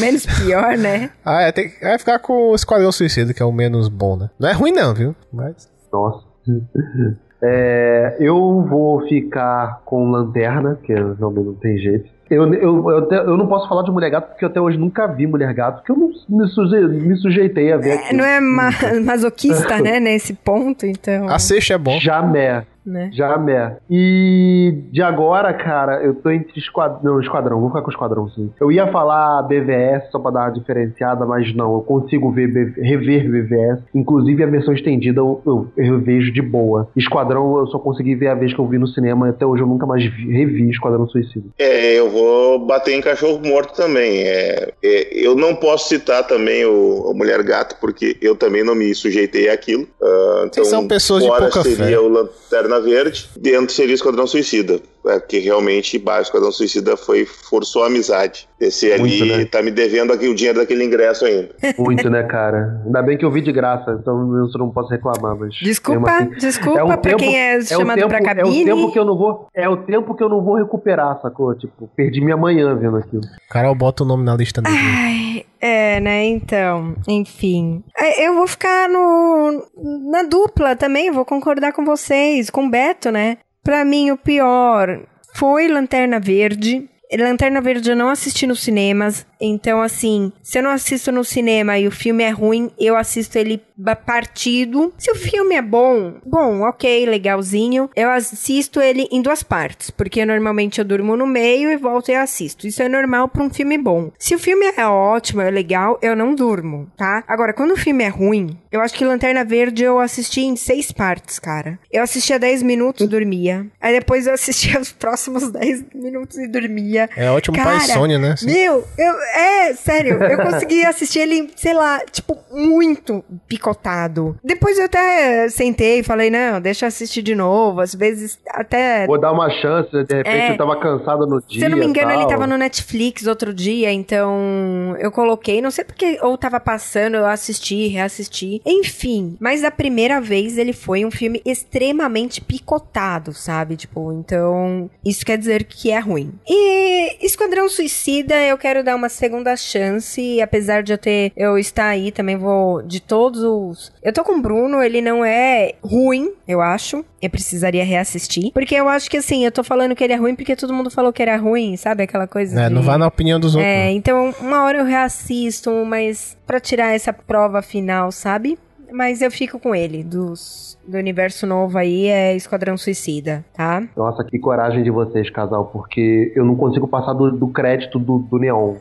Speaker 2: Menos pior, né?
Speaker 3: Ah, é, tem que é ficar com o Esquadrão Suicida, que é o menos bom, né? Não é ruim não, viu? Mas...
Speaker 4: Nossa. É, eu vou ficar com Lanterna, que realmente não tem jeito. Eu, eu, eu, até- eu não posso falar de Mulher Gato porque eu até hoje nunca vi Mulher Gato, porque eu não me, suje- me sujeitei a ver
Speaker 2: É,
Speaker 4: aquilo.
Speaker 2: não é ma- masoquista, né? Nesse ponto, então.
Speaker 3: Assiste é bom.
Speaker 4: Jamais.
Speaker 2: né?
Speaker 4: Jamé. é. E de agora, cara, eu tô entre esquadrão. Não, esquadrão, vou ficar com esquadrão, sim. Eu ia falar BVS só pra dar uma diferenciada, mas não, eu consigo ver, B- rever BVS. Inclusive a versão estendida eu, eu, eu vejo de boa. Esquadrão eu só consegui ver a vez que eu vi no cinema, até hoje eu nunca mais vi- revi Esquadrão Suicida.
Speaker 5: É, eu vou bater em cachorro morto também. É, é, eu não posso citar também o, o Mulher Gato, porque eu também não me sujeitei àquilo. Ah, então,
Speaker 3: Vocês são pessoas de
Speaker 5: fora
Speaker 3: pouca
Speaker 5: seria
Speaker 3: fé.
Speaker 5: o Lanterna Verde, dentro seria o Esquadrão Suicida. É, porque realmente, bah, o Esquadrão Suicida foi, forçou a amizade. Esse
Speaker 4: Muito,
Speaker 5: ali
Speaker 4: né?
Speaker 5: tá me devendo aqui o dinheiro daquele ingresso ainda.
Speaker 4: Muito, né, cara? Ainda bem que eu vi de graça, então eu não posso reclamar, mas. mesmo
Speaker 2: Desculpa,
Speaker 4: assim,
Speaker 2: desculpa
Speaker 4: É um
Speaker 2: pra
Speaker 4: tempo-
Speaker 2: quem é,
Speaker 4: É o
Speaker 2: chamado
Speaker 4: tempo-
Speaker 2: pra cabine.
Speaker 4: É o tempo que eu não vou, é o tempo que eu não vou recuperar, sacou? Tipo, perdi minha manhã vendo aquilo.
Speaker 3: Carol, bota o nome na lista dele.
Speaker 2: Ah, Ai, é, né? Então, enfim. É, Eu vou ficar no na dupla também, vou concordar com vocês, com o Beto, né? Pra mim, o pior foi Lanterna Verde. Lanterna Verde eu não assisti nos cinemas, então assim, se eu não assisto no cinema e o filme é ruim, eu assisto ele ba- partido. Se o filme é bom, bom, ok, legalzinho, eu assisto ele em duas partes, porque normalmente eu durmo no meio e volto e assisto. Isso é normal pra um filme bom. Se o filme é ótimo, é legal, eu não durmo, tá? Agora, quando o filme é ruim, eu acho que Lanterna Verde eu assisti em seis partes, cara. Eu assistia 10 minutos, dormia. Aí depois eu assistia os próximos 10 minutos e dormia.
Speaker 3: É ótimo pra
Speaker 2: Cara,
Speaker 3: insônia, né? Sim.
Speaker 2: Meu, eu, é, sério, eu consegui assistir ele, sei lá, tipo, muito picotado. Depois eu até sentei e falei, não, deixa eu assistir de novo. Às vezes até.
Speaker 4: Vou dar uma chance, de repente
Speaker 2: É.
Speaker 4: eu tava cansado no dia.
Speaker 2: Se eu não me engano,
Speaker 4: tal.
Speaker 2: ele tava no Netflix outro dia, então eu coloquei, não sei porque, ou tava passando, eu assisti, reassisti. Enfim, mas da primeira vez ele foi um filme extremamente picotado, sabe? Tipo, então isso quer dizer que é ruim. E Esquadrão Suicida, eu quero dar uma segunda chance, e apesar de eu ter, eu estar aí também vou, de todos os... Eu tô com o Bruno, ele não é ruim, eu acho, eu precisaria reassistir, porque eu acho que assim, eu tô falando que ele é ruim porque todo mundo falou que era ruim, sabe? Aquela coisa
Speaker 3: É,
Speaker 2: de...
Speaker 3: não vai na opinião dos outros.
Speaker 2: É,
Speaker 3: não.
Speaker 2: então uma hora eu reassisto, mas pra tirar essa prova final, sabe? Mas eu fico com ele, dos, do universo novo aí, é Esquadrão Suicida, tá?
Speaker 4: Nossa, que coragem de vocês, casal, porque eu não consigo passar do, do crédito do, do Neon.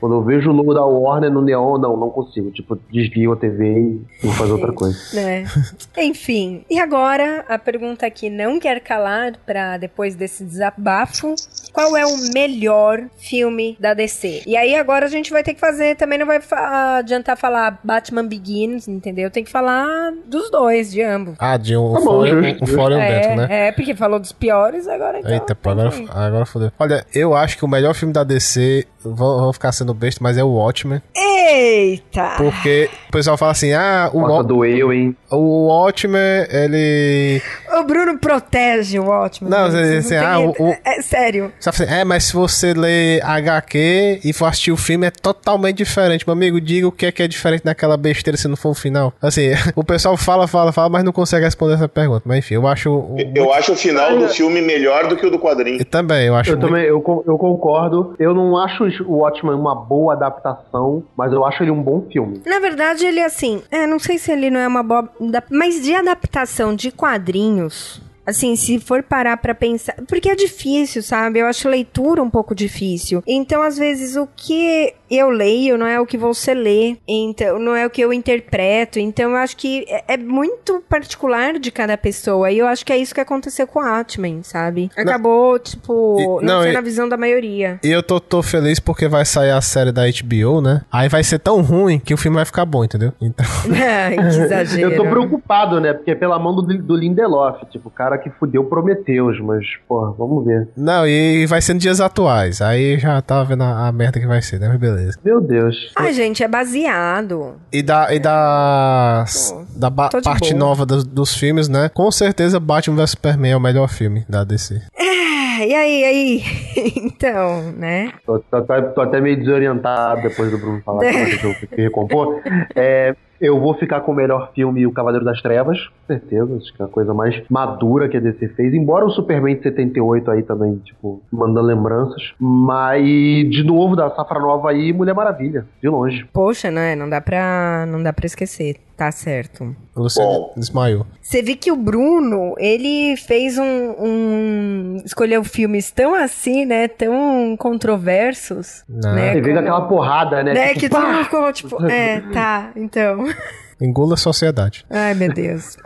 Speaker 4: Quando eu vejo o logo da Warner no Neon, não, não consigo. Tipo, desligo a TV e vou fazer outra coisa.
Speaker 2: Né? Enfim, e agora a pergunta que não quer calar pra depois desse desabafo, qual é o melhor filme da DC? E aí agora a gente vai ter que fazer, também não vai fa- adiantar falar Batman Begins, entendeu? Tem que falar dos dois, de ambos.
Speaker 3: Ah, de um,
Speaker 4: Tá bom,
Speaker 3: fora,
Speaker 4: justo,
Speaker 3: um
Speaker 4: justo.
Speaker 3: fora e um
Speaker 2: é,
Speaker 3: dentro, né?
Speaker 2: é, porque falou dos piores, agora então,
Speaker 3: Eita, pô,
Speaker 2: tem
Speaker 3: agora,
Speaker 2: que ir.
Speaker 3: agora fodeu. Olha, eu acho que o melhor filme da DC, vão, vão ficar sendo besta, mas é o Watchmen.
Speaker 2: Eita!
Speaker 3: Porque o pessoal fala assim, ah, o,
Speaker 4: Nossa,
Speaker 3: Wa-
Speaker 4: doeu, hein?
Speaker 3: o Watchmen, ele...
Speaker 2: O Bruno protege o Watchmen.
Speaker 3: Não,
Speaker 2: gente,
Speaker 3: assim,
Speaker 2: não
Speaker 3: ah,
Speaker 2: tem-
Speaker 3: o- o-
Speaker 2: É sério.
Speaker 3: Você fala assim, é, mas se você ler HQ e for assistir o filme, é totalmente diferente. Meu amigo, diga o que é que é diferente naquela besteira se não for o final. Assim, o pessoal fala, fala, fala, mas não consegue responder essa pergunta. Mas enfim, eu acho... o-
Speaker 5: Eu acho o final do filme melhor do que o do quadrinho.
Speaker 3: Eu também, eu acho
Speaker 4: Eu
Speaker 3: muito-
Speaker 4: também, eu, con- eu concordo. Eu não acho o Watchmen uma boa adaptação, mas eu acho ele um bom filme.
Speaker 2: Na verdade, ele assim, é, não sei se ele não é uma boa, da- mas de adaptação de quadrinhos, assim, se for parar pra pensar, porque é difícil, sabe? Eu acho leitura um pouco difícil. Então, às vezes o que eu leio não é o que você lê, então não é o que eu interpreto. Então, eu acho que é, é muito particular de cada pessoa e eu acho que é isso que aconteceu com o Atman, sabe? Acabou tipo
Speaker 3: E-
Speaker 2: não,
Speaker 3: não,
Speaker 2: sendo
Speaker 3: e-
Speaker 2: a visão da maioria.
Speaker 3: E eu tô, tô feliz porque vai sair a série da HBO, né? Aí vai ser tão ruim que o filme vai ficar bom, entendeu? Então,
Speaker 2: Ai, É, que exagero.
Speaker 4: Eu tô preocupado, né? Porque é pela mão do, do Lindelof, tipo, o cara que fudeu Prometeus, mas, porra, vamos ver.
Speaker 3: não, e vai ser nos dias atuais. Aí já tava vendo a, a merda que vai ser, né? Mas beleza.
Speaker 4: Meu Deus.
Speaker 2: Ai, gente, é baseado.
Speaker 3: E da, e da, da ba-
Speaker 2: tô de
Speaker 3: parte
Speaker 2: boa.
Speaker 3: nova dos, dos filmes, né? Com certeza Batman vs Superman é o melhor filme da DC.
Speaker 2: Ah, E aí, e aí? então, né?
Speaker 4: Tô, tô- tô- tô até meio desorientado depois do Bruno falar que eu vou ter que recompor. É, Eu vou ficar com o melhor filme, O Cavaleiro das Trevas, com certeza. Acho que é a coisa mais madura que a DC fez. Embora o Superman de 78 aí também, tipo, mandando lembranças. Mas, de novo, da safra nova aí, Mulher Maravilha, de longe.
Speaker 2: Poxa, né? Não dá pra, não dá pra esquecer. Tá certo.
Speaker 3: Você
Speaker 5: Bom.
Speaker 3: desmaiou.
Speaker 2: Você vê que o Bruno, ele fez um, um- Escolheu filmes tão assim, né? Tão controversos.
Speaker 3: Não.
Speaker 2: Né?
Speaker 4: Você vê
Speaker 2: como-
Speaker 4: aquela porrada, né?
Speaker 2: né?
Speaker 4: Tipo,
Speaker 2: Que
Speaker 4: pá!
Speaker 2: todo mundo ficou tipo, é, tá, então.
Speaker 3: Engula a sociedade.
Speaker 2: Ai, meu Deus.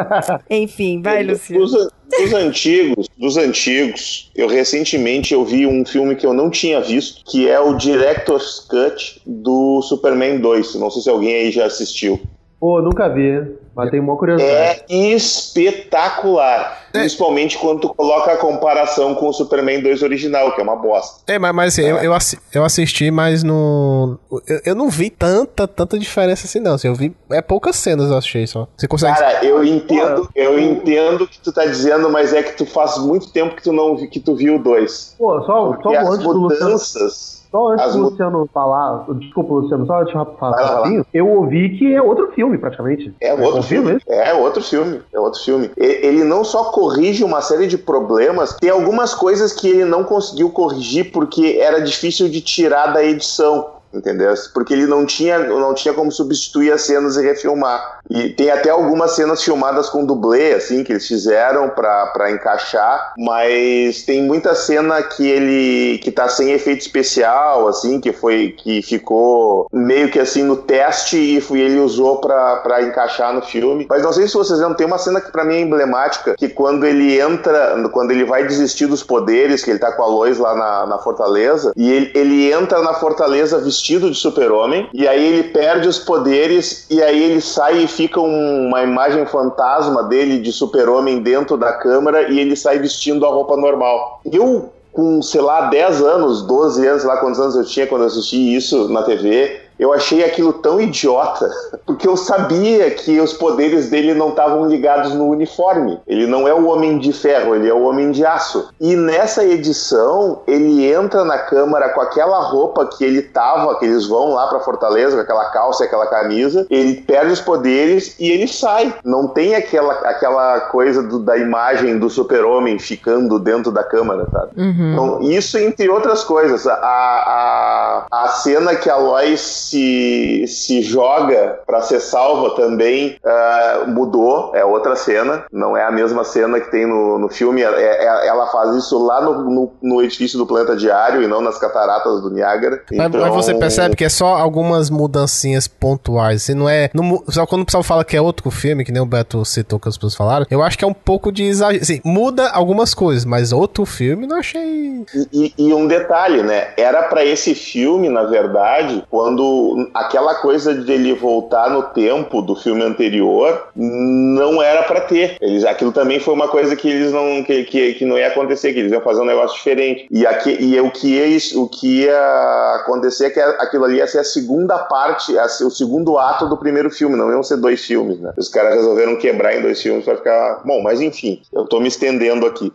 Speaker 2: Enfim, vai, Luciano.
Speaker 5: Dos, dos antigos, dos antigos, eu recentemente eu vi um filme que eu não tinha visto, que é o Director's Cut do Superman 2. Não sei se alguém aí já assistiu.
Speaker 4: Pô, nunca vi, mas tem uma curiosidade.
Speaker 5: É espetacular. Principalmente quando tu coloca a comparação com o Superman 2 original, que é uma bosta.
Speaker 3: É, mas, mas assim, eu, eu, assi- eu assisti, mas não. Eu, eu não vi tanta, tanta diferença assim, não. Assim, eu vi. É poucas cenas eu achei só. Você consegue.
Speaker 5: Cara, eu entendo, eu entendo o que tu tá dizendo, mas é que tu faz muito tempo que tu não vi- que tu viu o 2.
Speaker 4: Pô, só, só
Speaker 5: Porque as
Speaker 4: antes do Luciano
Speaker 5: mudanças.
Speaker 4: Só antes
Speaker 5: As
Speaker 4: do
Speaker 5: mu-
Speaker 4: Luciano falar, desculpa, Luciano, só antes de falar
Speaker 5: Vai lá, vai lá.
Speaker 4: rapidinho, eu ouvi que é outro filme, praticamente. um
Speaker 5: É outro
Speaker 4: confirma
Speaker 5: filme.
Speaker 4: isso?
Speaker 5: É outro filme. É outro filme. E- Ele não só corrige uma série de problemas, tem algumas coisas que ele não conseguiu corrigir porque era difícil de tirar da edição. Entendeu? Porque ele não tinha, não tinha como substituir as cenas e refilmar. E tem até algumas cenas filmadas com dublê, assim, que eles fizeram pra pra encaixar, mas tem muita cena que ele que tá sem efeito especial, assim, que foi que ficou meio que assim no teste e foi, ele usou pra pra encaixar no filme. Mas não sei se vocês lembram, tem uma cena que pra mim é emblemática, que quando ele entra, quando ele vai desistir dos poderes, que ele tá com a Lois lá na, na fortaleza, e ele, ele entra na fortaleza vestido de super-homem, e aí ele perde os poderes, e aí ele sai e fica um- uma imagem fantasma dele de super-homem dentro da câmara, e ele sai vestindo a roupa normal. Eu com, sei lá, 10 anos, 12 anos, sei lá quantos anos eu tinha quando eu assisti isso na TV, eu achei aquilo tão idiota, porque eu sabia que os poderes dele não estavam ligados no uniforme. Ele não é o homem de ferro, ele é o homem de aço. E nessa edição, ele entra na câmara com aquela roupa que ele tava, que eles vão lá pra Fortaleza, com aquela calça e aquela camisa, ele perde os poderes e ele sai. Não tem aquela, aquela coisa do- da imagem do super-homem ficando dentro da câmara, sabe?
Speaker 2: Uhum.
Speaker 5: Então, isso entre outras coisas. A, a, a cena que a Lois se, se joga pra ser salva também ah, mudou, é outra cena, não é a mesma cena que tem no, no filme. É- é- ela faz isso lá no, no, no edifício do Planeta Diário e não nas cataratas do Niágara.
Speaker 3: Mas-
Speaker 5: Então,
Speaker 3: Mas você percebe que é só algumas mudancinhas pontuais. Assim, não é. não mu- só quando o pessoal fala que é outro filme, que nem o Beto citou que as pessoas falaram, eu acho que é um pouco de exagero. Assim, muda algumas coisas, mas outro filme não achei.
Speaker 5: E, e- e um detalhe, né? Era pra esse filme, na verdade, quando aquela coisa de ele voltar no tempo do filme anterior não era pra ter. Eles, aquilo também foi uma coisa que eles não que, que, que não ia acontecer, que eles iam fazer um negócio diferente. E, aqui, e o que ia, is- o que ia acontecer é que a- aquilo ali ia ser a segunda parte, a se- o segundo ato do primeiro filme, não iam ser dois filmes, né? Os caras resolveram quebrar em dois filmes pra ficar, bom, mas enfim, eu tô me estendendo aqui.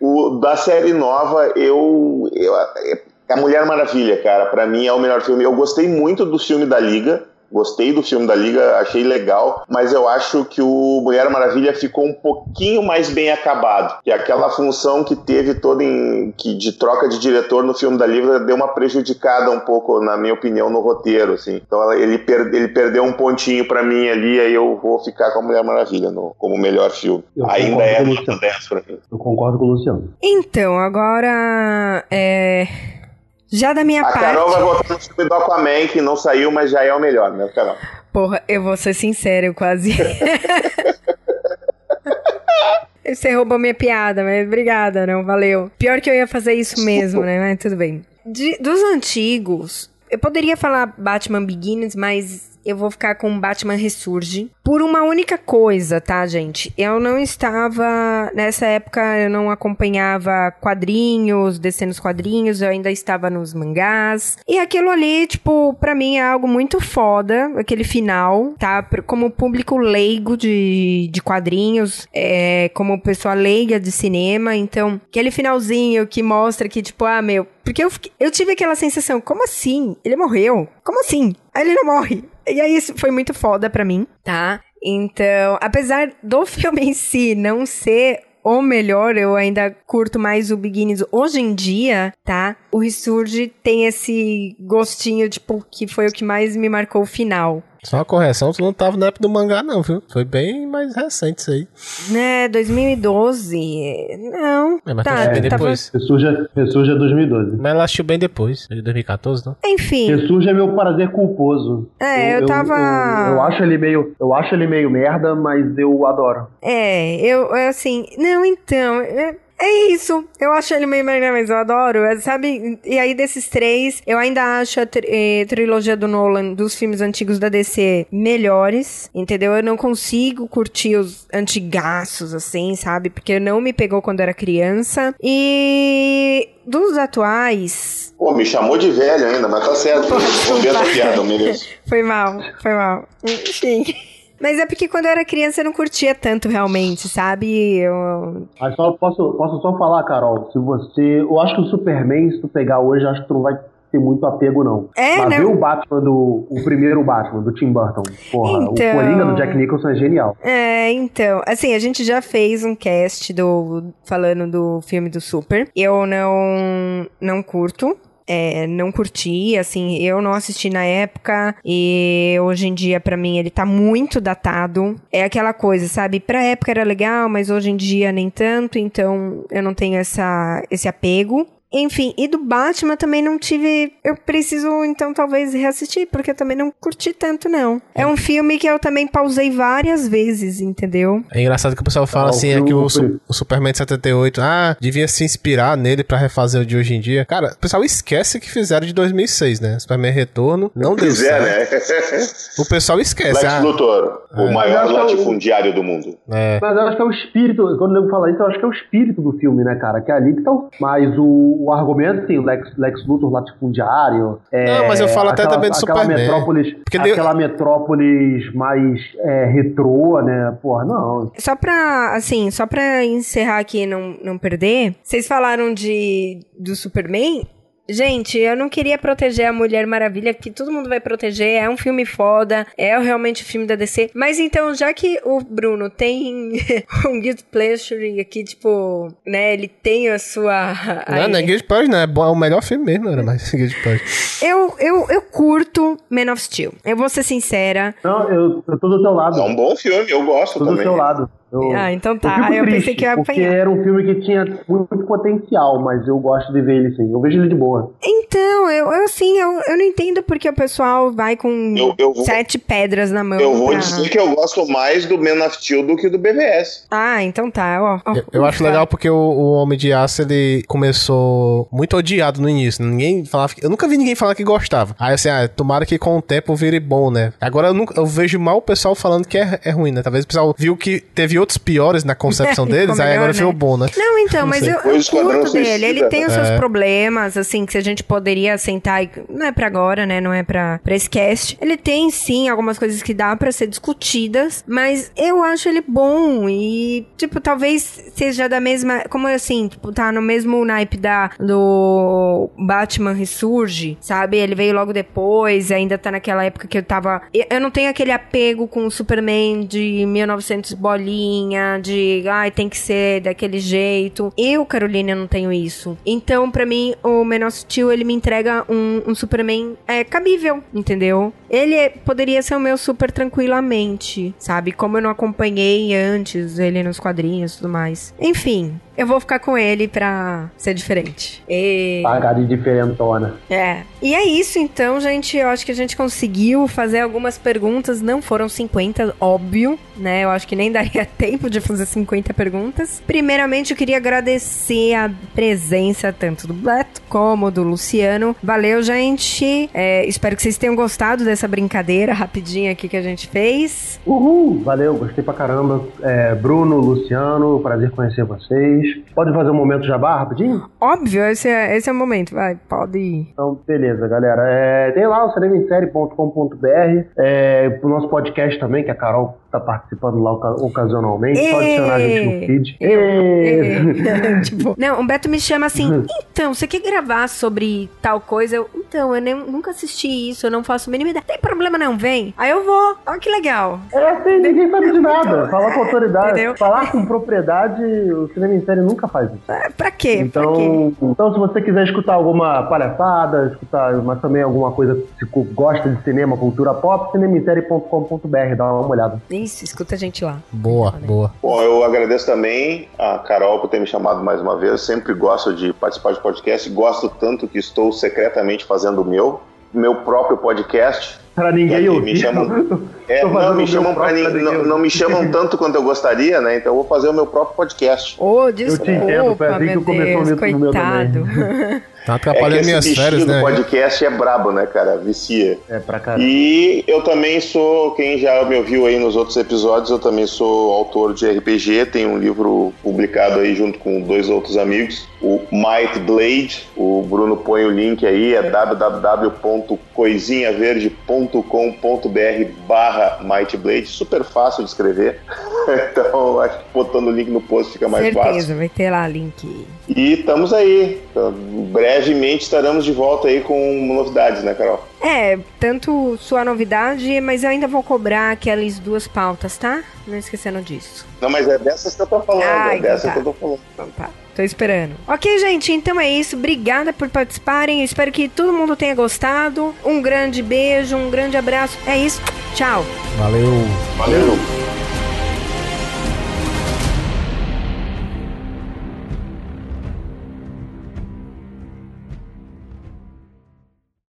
Speaker 5: O, da série nova, eu, eu- é- A Mulher Maravilha, cara, pra mim é o melhor filme. Eu gostei muito do filme da Liga. Gostei do filme da Liga, achei legal, mas eu acho que o Mulher Maravilha ficou um pouquinho mais bem acabado. E aquela função que teve toda em que de troca de diretor no filme da Liga deu uma prejudicada um pouco, na minha opinião, no roteiro, assim. Então ela- ele, per- ele perdeu um pontinho pra mim ali, aí eu vou ficar com a Mulher Maravilha no- como o melhor filme.
Speaker 4: Eu
Speaker 5: Ainda
Speaker 4: concordo
Speaker 5: é
Speaker 4: com
Speaker 5: nota
Speaker 4: você.
Speaker 5: 10 pra mim.
Speaker 4: Eu concordo com o Luciano.
Speaker 2: Então, agora. É... Já da minha
Speaker 5: A
Speaker 2: parte.
Speaker 5: Carol vai votar no filme do Aquaman, que não saiu, mas já é o melhor, né, Carol?
Speaker 2: Porra, eu vou ser sincera, eu quase. Você roubou minha piada, mas obrigada, não, valeu. Pior que eu ia fazer isso mesmo, né? Mas tudo bem. De- dos antigos, eu poderia falar Batman Begins, mas eu vou ficar com Batman Ressurge. Por uma única coisa, tá, gente? Eu não estava. Nessa época eu não acompanhava quadrinhos, descendo os quadrinhos, eu ainda estava nos mangás. E aquilo ali, tipo, pra mim é algo muito foda, aquele final, tá? Pr- Como público leigo de, de quadrinhos, é, como pessoa leiga de cinema, então, aquele finalzinho que mostra que, tipo, ah, meu. Porque eu, fiquei- eu tive aquela sensação, como assim? Ele morreu? Como assim? Aí ele não morre. E aí isso foi muito foda pra mim, tá? Então, apesar do filme em si não ser o melhor, eu ainda curto mais o Beginnings hoje em dia, tá? O Resurge tem esse gostinho, tipo, que foi o que mais me marcou o final.
Speaker 3: Só uma correção, tu não tava na época do mangá, não, viu? Foi bem mais recente isso aí.
Speaker 2: Né, 2012. Não.
Speaker 3: É, mas
Speaker 2: Tá,
Speaker 3: tu achou bem
Speaker 2: tava-
Speaker 3: depois.
Speaker 4: Ressurge é- Ressurge é 2012.
Speaker 3: Mas ela assistiu bem depois, de 2014, não?
Speaker 2: Enfim.
Speaker 4: Ressurge é meu prazer culposo.
Speaker 2: É, eu tava-
Speaker 4: Eu, eu acho ele meio, eu acho ele meio merda, mas eu adoro.
Speaker 2: É, eu, é assim, não, então, é, é isso. Eu acho ele meio merda, mas eu adoro, é, sabe? E aí, desses três, eu ainda acho a tri- eh, trilogia do Nolan, dos filmes antigos da DC, melhores, entendeu? Eu não consigo curtir os antigaços, assim, sabe? Porque não me pegou quando era criança. E dos atuais,
Speaker 5: Pô, me chamou de velho ainda, mas tá certo.
Speaker 2: Porra,
Speaker 5: Vou ver essa
Speaker 2: desculpa.
Speaker 5: piada, eu mereço.
Speaker 2: Foi mal, foi mal. Enfim. Mas é porque quando eu era criança eu não curtia tanto realmente, sabe? Eu...
Speaker 4: Mas só posso, posso só falar, Carol, se você. Eu acho que o Superman, se tu pegar hoje, eu acho que tu não vai ter muito apego, não.
Speaker 2: É,
Speaker 4: mas
Speaker 2: né?
Speaker 4: vê o Batman do. O primeiro Batman, do Tim Burton. Porra,
Speaker 2: Então.
Speaker 4: o Coringa do Jack Nicholson é genial.
Speaker 2: É, então, assim, a gente já fez um cast do falando do filme do Super. Eu não não curto. É, não curti, assim, eu não assisti na época e hoje em dia pra mim ele tá muito datado. É aquela coisa, sabe? Pra época era legal, mas hoje em dia nem tanto, então eu não tenho essa esse apego. Enfim, e do Batman também não tive. Eu preciso, então, talvez reassistir, porque eu também não curti tanto, não. É um filme que eu também pausei várias vezes, entendeu?
Speaker 3: É engraçado que o pessoal fala
Speaker 4: Ah, o
Speaker 3: assim, é
Speaker 4: filme
Speaker 3: que o,
Speaker 4: foi-
Speaker 3: Su- o Superman de 78, ah, devia se inspirar nele pra refazer o de hoje em dia. Cara, o pessoal esquece que fizeram de 2006, né? Superman Retorno, não deu
Speaker 5: Quiser,
Speaker 3: certo.
Speaker 5: né?
Speaker 3: O pessoal esquece,
Speaker 5: Lex
Speaker 3: ah,
Speaker 5: Luthor, o maior
Speaker 4: Mas eu acho que é o-
Speaker 5: latifundiário do mundo.
Speaker 3: é.
Speaker 4: Mas eu acho que é o espírito, quando eu nego fala isso, eu acho que é o espírito do filme, né, cara? Que é ali que tá. o- Mas o, o argumento, sim, Lex, Lex Luthor latifundiário. É,
Speaker 3: Não, mas eu falo até
Speaker 4: aquela-
Speaker 3: também do
Speaker 4: aquela
Speaker 3: Superman.
Speaker 4: Metrópolis,
Speaker 3: Porque deu-
Speaker 4: aquela metrópolis mais é, retrô, né? Porra, não.
Speaker 2: Só pra, assim, só pra encerrar aqui e não, não perder, vocês falaram de do Superman? Gente, eu não queria proteger a Mulher Maravilha, que todo mundo vai proteger, é um filme foda, é realmente o filme da DC. Mas então, já que o Bruno tem um Guild Pleasure aqui, tipo, né, ele tem a sua.
Speaker 3: Não, não é Guild Purge, não. É bom- é o melhor filme mesmo, era mais Guild Purge.
Speaker 2: Eu, eu, eu curto Man of Steel. Eu vou ser sincera.
Speaker 4: Não, eu, eu tô do teu lado.
Speaker 5: É um bom filme, eu gosto
Speaker 4: Tô do
Speaker 5: também.
Speaker 4: seu lado. Eu,
Speaker 2: Ah, então tá.
Speaker 4: fico
Speaker 2: Eu
Speaker 4: triste,
Speaker 2: pensei que eu ia
Speaker 4: Porque
Speaker 2: apanhar.
Speaker 4: era um filme que tinha muito potencial, mas eu gosto de ver ele sim. Eu vejo ele de boa.
Speaker 2: Então, eu, eu assim, eu, eu não entendo porque o pessoal vai com
Speaker 5: Eu- eu vou-
Speaker 2: sete pedras na mão.
Speaker 5: Eu
Speaker 4: Ah.
Speaker 5: vou
Speaker 2: pra-
Speaker 5: dizer que eu gosto mais do Man of Steel do que do BVS.
Speaker 2: Ah, então tá, ó. ó,
Speaker 3: Eu, eu acho
Speaker 2: ufa.
Speaker 3: legal porque o, o Homem de Aço, ele começou muito odiado no início. né? Ninguém falava... que- Eu nunca vi ninguém falar que gostava. Aí, assim, ah, tomara que com o tempo vire bom, né? Agora eu, nunca- eu vejo mal o pessoal falando que é, é ruim, né? Talvez o pessoal viu que teve outros piores na concepção
Speaker 2: Ficou
Speaker 3: deles, aí
Speaker 2: melhor,
Speaker 3: agora
Speaker 2: né?
Speaker 3: ficou bom, né?
Speaker 2: Não, então,
Speaker 3: Não
Speaker 2: mas
Speaker 3: sei.
Speaker 2: eu, eu
Speaker 5: Foi o Esquadrão
Speaker 2: curto
Speaker 5: Suicida,
Speaker 2: dele. Ele tem os seus
Speaker 3: É.
Speaker 2: problemas, assim, que se a gente poderia sentar e. Não é pra agora, né? Não é pra, pra esse cast. Ele tem, sim, algumas coisas que dá pra ser discutidas, mas eu acho ele bom. E, tipo, talvez seja da mesma. Como assim, tipo, tá no mesmo naipe da, do Batman Ressurge, sabe? Ele veio logo depois, ainda tá naquela época que eu tava. eu- Eu não tenho aquele apego com o Superman de 1900 bolinha, de ai, tem que ser daquele jeito. Eu, Carolina, não tenho isso. Então, pra mim, o Menor Sutil, ele me entrega um, um Superman é, cabível, entendeu? Ele é- poderia ser o meu super tranquilamente, sabe? Como eu não acompanhei antes ele nos quadrinhos e tudo mais. Enfim, eu vou ficar com ele pra ser diferente. E...
Speaker 4: Tá, cara, de diferentona.
Speaker 2: É. E é isso então, gente. Eu acho que a gente conseguiu fazer algumas perguntas. Não foram 50, óbvio, né? Eu acho que nem daria tempo de fazer 50 perguntas. Primeiramente, eu queria agradecer a presença tanto do Beto como do Luciano. Valeu, gente. É, espero que vocês tenham gostado dessa brincadeira rapidinha aqui que a gente fez.
Speaker 4: Uhul! Valeu, gostei pra caramba. É, Bruno, Luciano, prazer conhecer vocês. Pode fazer um momento jabá rapidinho?
Speaker 2: Óbvio, esse é, esse é o momento. Vai, pode ir.
Speaker 4: Então, beleza, galera. É, tem lá o cinemassérie.com.br, é, o nosso podcast também, que a Carol tá participando lá oca- ocasionalmente. Só
Speaker 2: Ê!
Speaker 4: adicionar a gente no feed.
Speaker 2: Eu-
Speaker 4: Ê!
Speaker 2: É, tipo, não, o Beto me chama assim, então, você quer gravar sobre tal coisa? Eu, então, eu nem- nunca assisti isso, eu não faço a mínima ideia. Tem problema não, vem. Aí eu vou. Olha que legal.
Speaker 4: É assim, ninguém sabe de nada. Falar com autoridade,
Speaker 2: Entendeu?
Speaker 4: falar com propriedade, o cinema em série nunca faz isso.
Speaker 2: Ah, Pra quê? Pra quê?
Speaker 4: Então, então, se você quiser escutar alguma palhaçada, escutar, mas também alguma coisa que você gosta de cinema, cultura pop, cinemissérie.com.br, dá uma olhada.
Speaker 2: Isso, escuta a gente lá.
Speaker 3: Boa, boa.
Speaker 5: Bom, eu agradeço também a Carol por ter me chamado mais uma vez. Sempre gosto de participar de podcast. Gosto tanto que estou secretamente fazendo o meu, meu próprio podcast.
Speaker 4: Pra ninguém
Speaker 5: Aqui, me
Speaker 4: ouvir.
Speaker 5: chamam- É,
Speaker 4: Tô fazendo
Speaker 5: não, me
Speaker 4: o meu
Speaker 5: chamam pra
Speaker 4: próprio
Speaker 5: nin-
Speaker 4: pra ninguém
Speaker 5: não, não me
Speaker 4: ouvir.
Speaker 5: chamam tanto quanto eu gostaria, né? Então eu vou fazer o meu próprio podcast.
Speaker 2: Ô,
Speaker 4: entendo,
Speaker 2: desculpa,
Speaker 4: foi assim que
Speaker 2: meu
Speaker 4: começou o
Speaker 2: Deus,
Speaker 4: mito no meu
Speaker 2: coitado.
Speaker 3: Tá
Speaker 5: É que
Speaker 3: atrapalhando
Speaker 5: esse
Speaker 3: minhas
Speaker 5: bichinho
Speaker 3: férias,
Speaker 5: do
Speaker 3: né?
Speaker 5: podcast é brabo, né, cara? Vicia.
Speaker 4: É, pra caralho.
Speaker 5: E eu também sou, quem já me ouviu aí nos outros episódios, eu também sou autor de RPG, tem um livro publicado aí junto com dois outros amigos, o Might Blade, o Bruno põe o link aí, é www.coisinhaverde.com.br barra Might Blade, super fácil de escrever, então acho que botando o link no post fica mais fácil.
Speaker 2: Certeza, vai ter lá link.
Speaker 5: E estamos aí, brevemente estaremos de volta aí com novidades, né Carol?
Speaker 2: É, tanto sua novidade, mas eu ainda vou cobrar aquelas duas pautas, tá? Não esquecendo disso.
Speaker 5: Não, mas é dessas que eu tô falando,
Speaker 2: Ah,
Speaker 5: é dessas
Speaker 2: então tá.
Speaker 5: que eu tô falando.
Speaker 2: Então tá, tô esperando. Ok, gente, então é isso. Obrigada por participarem. Eu Espero que todo mundo tenha gostado. Um grande beijo, um grande abraço. É isso. Tchau.
Speaker 3: Valeu.
Speaker 5: Valeu.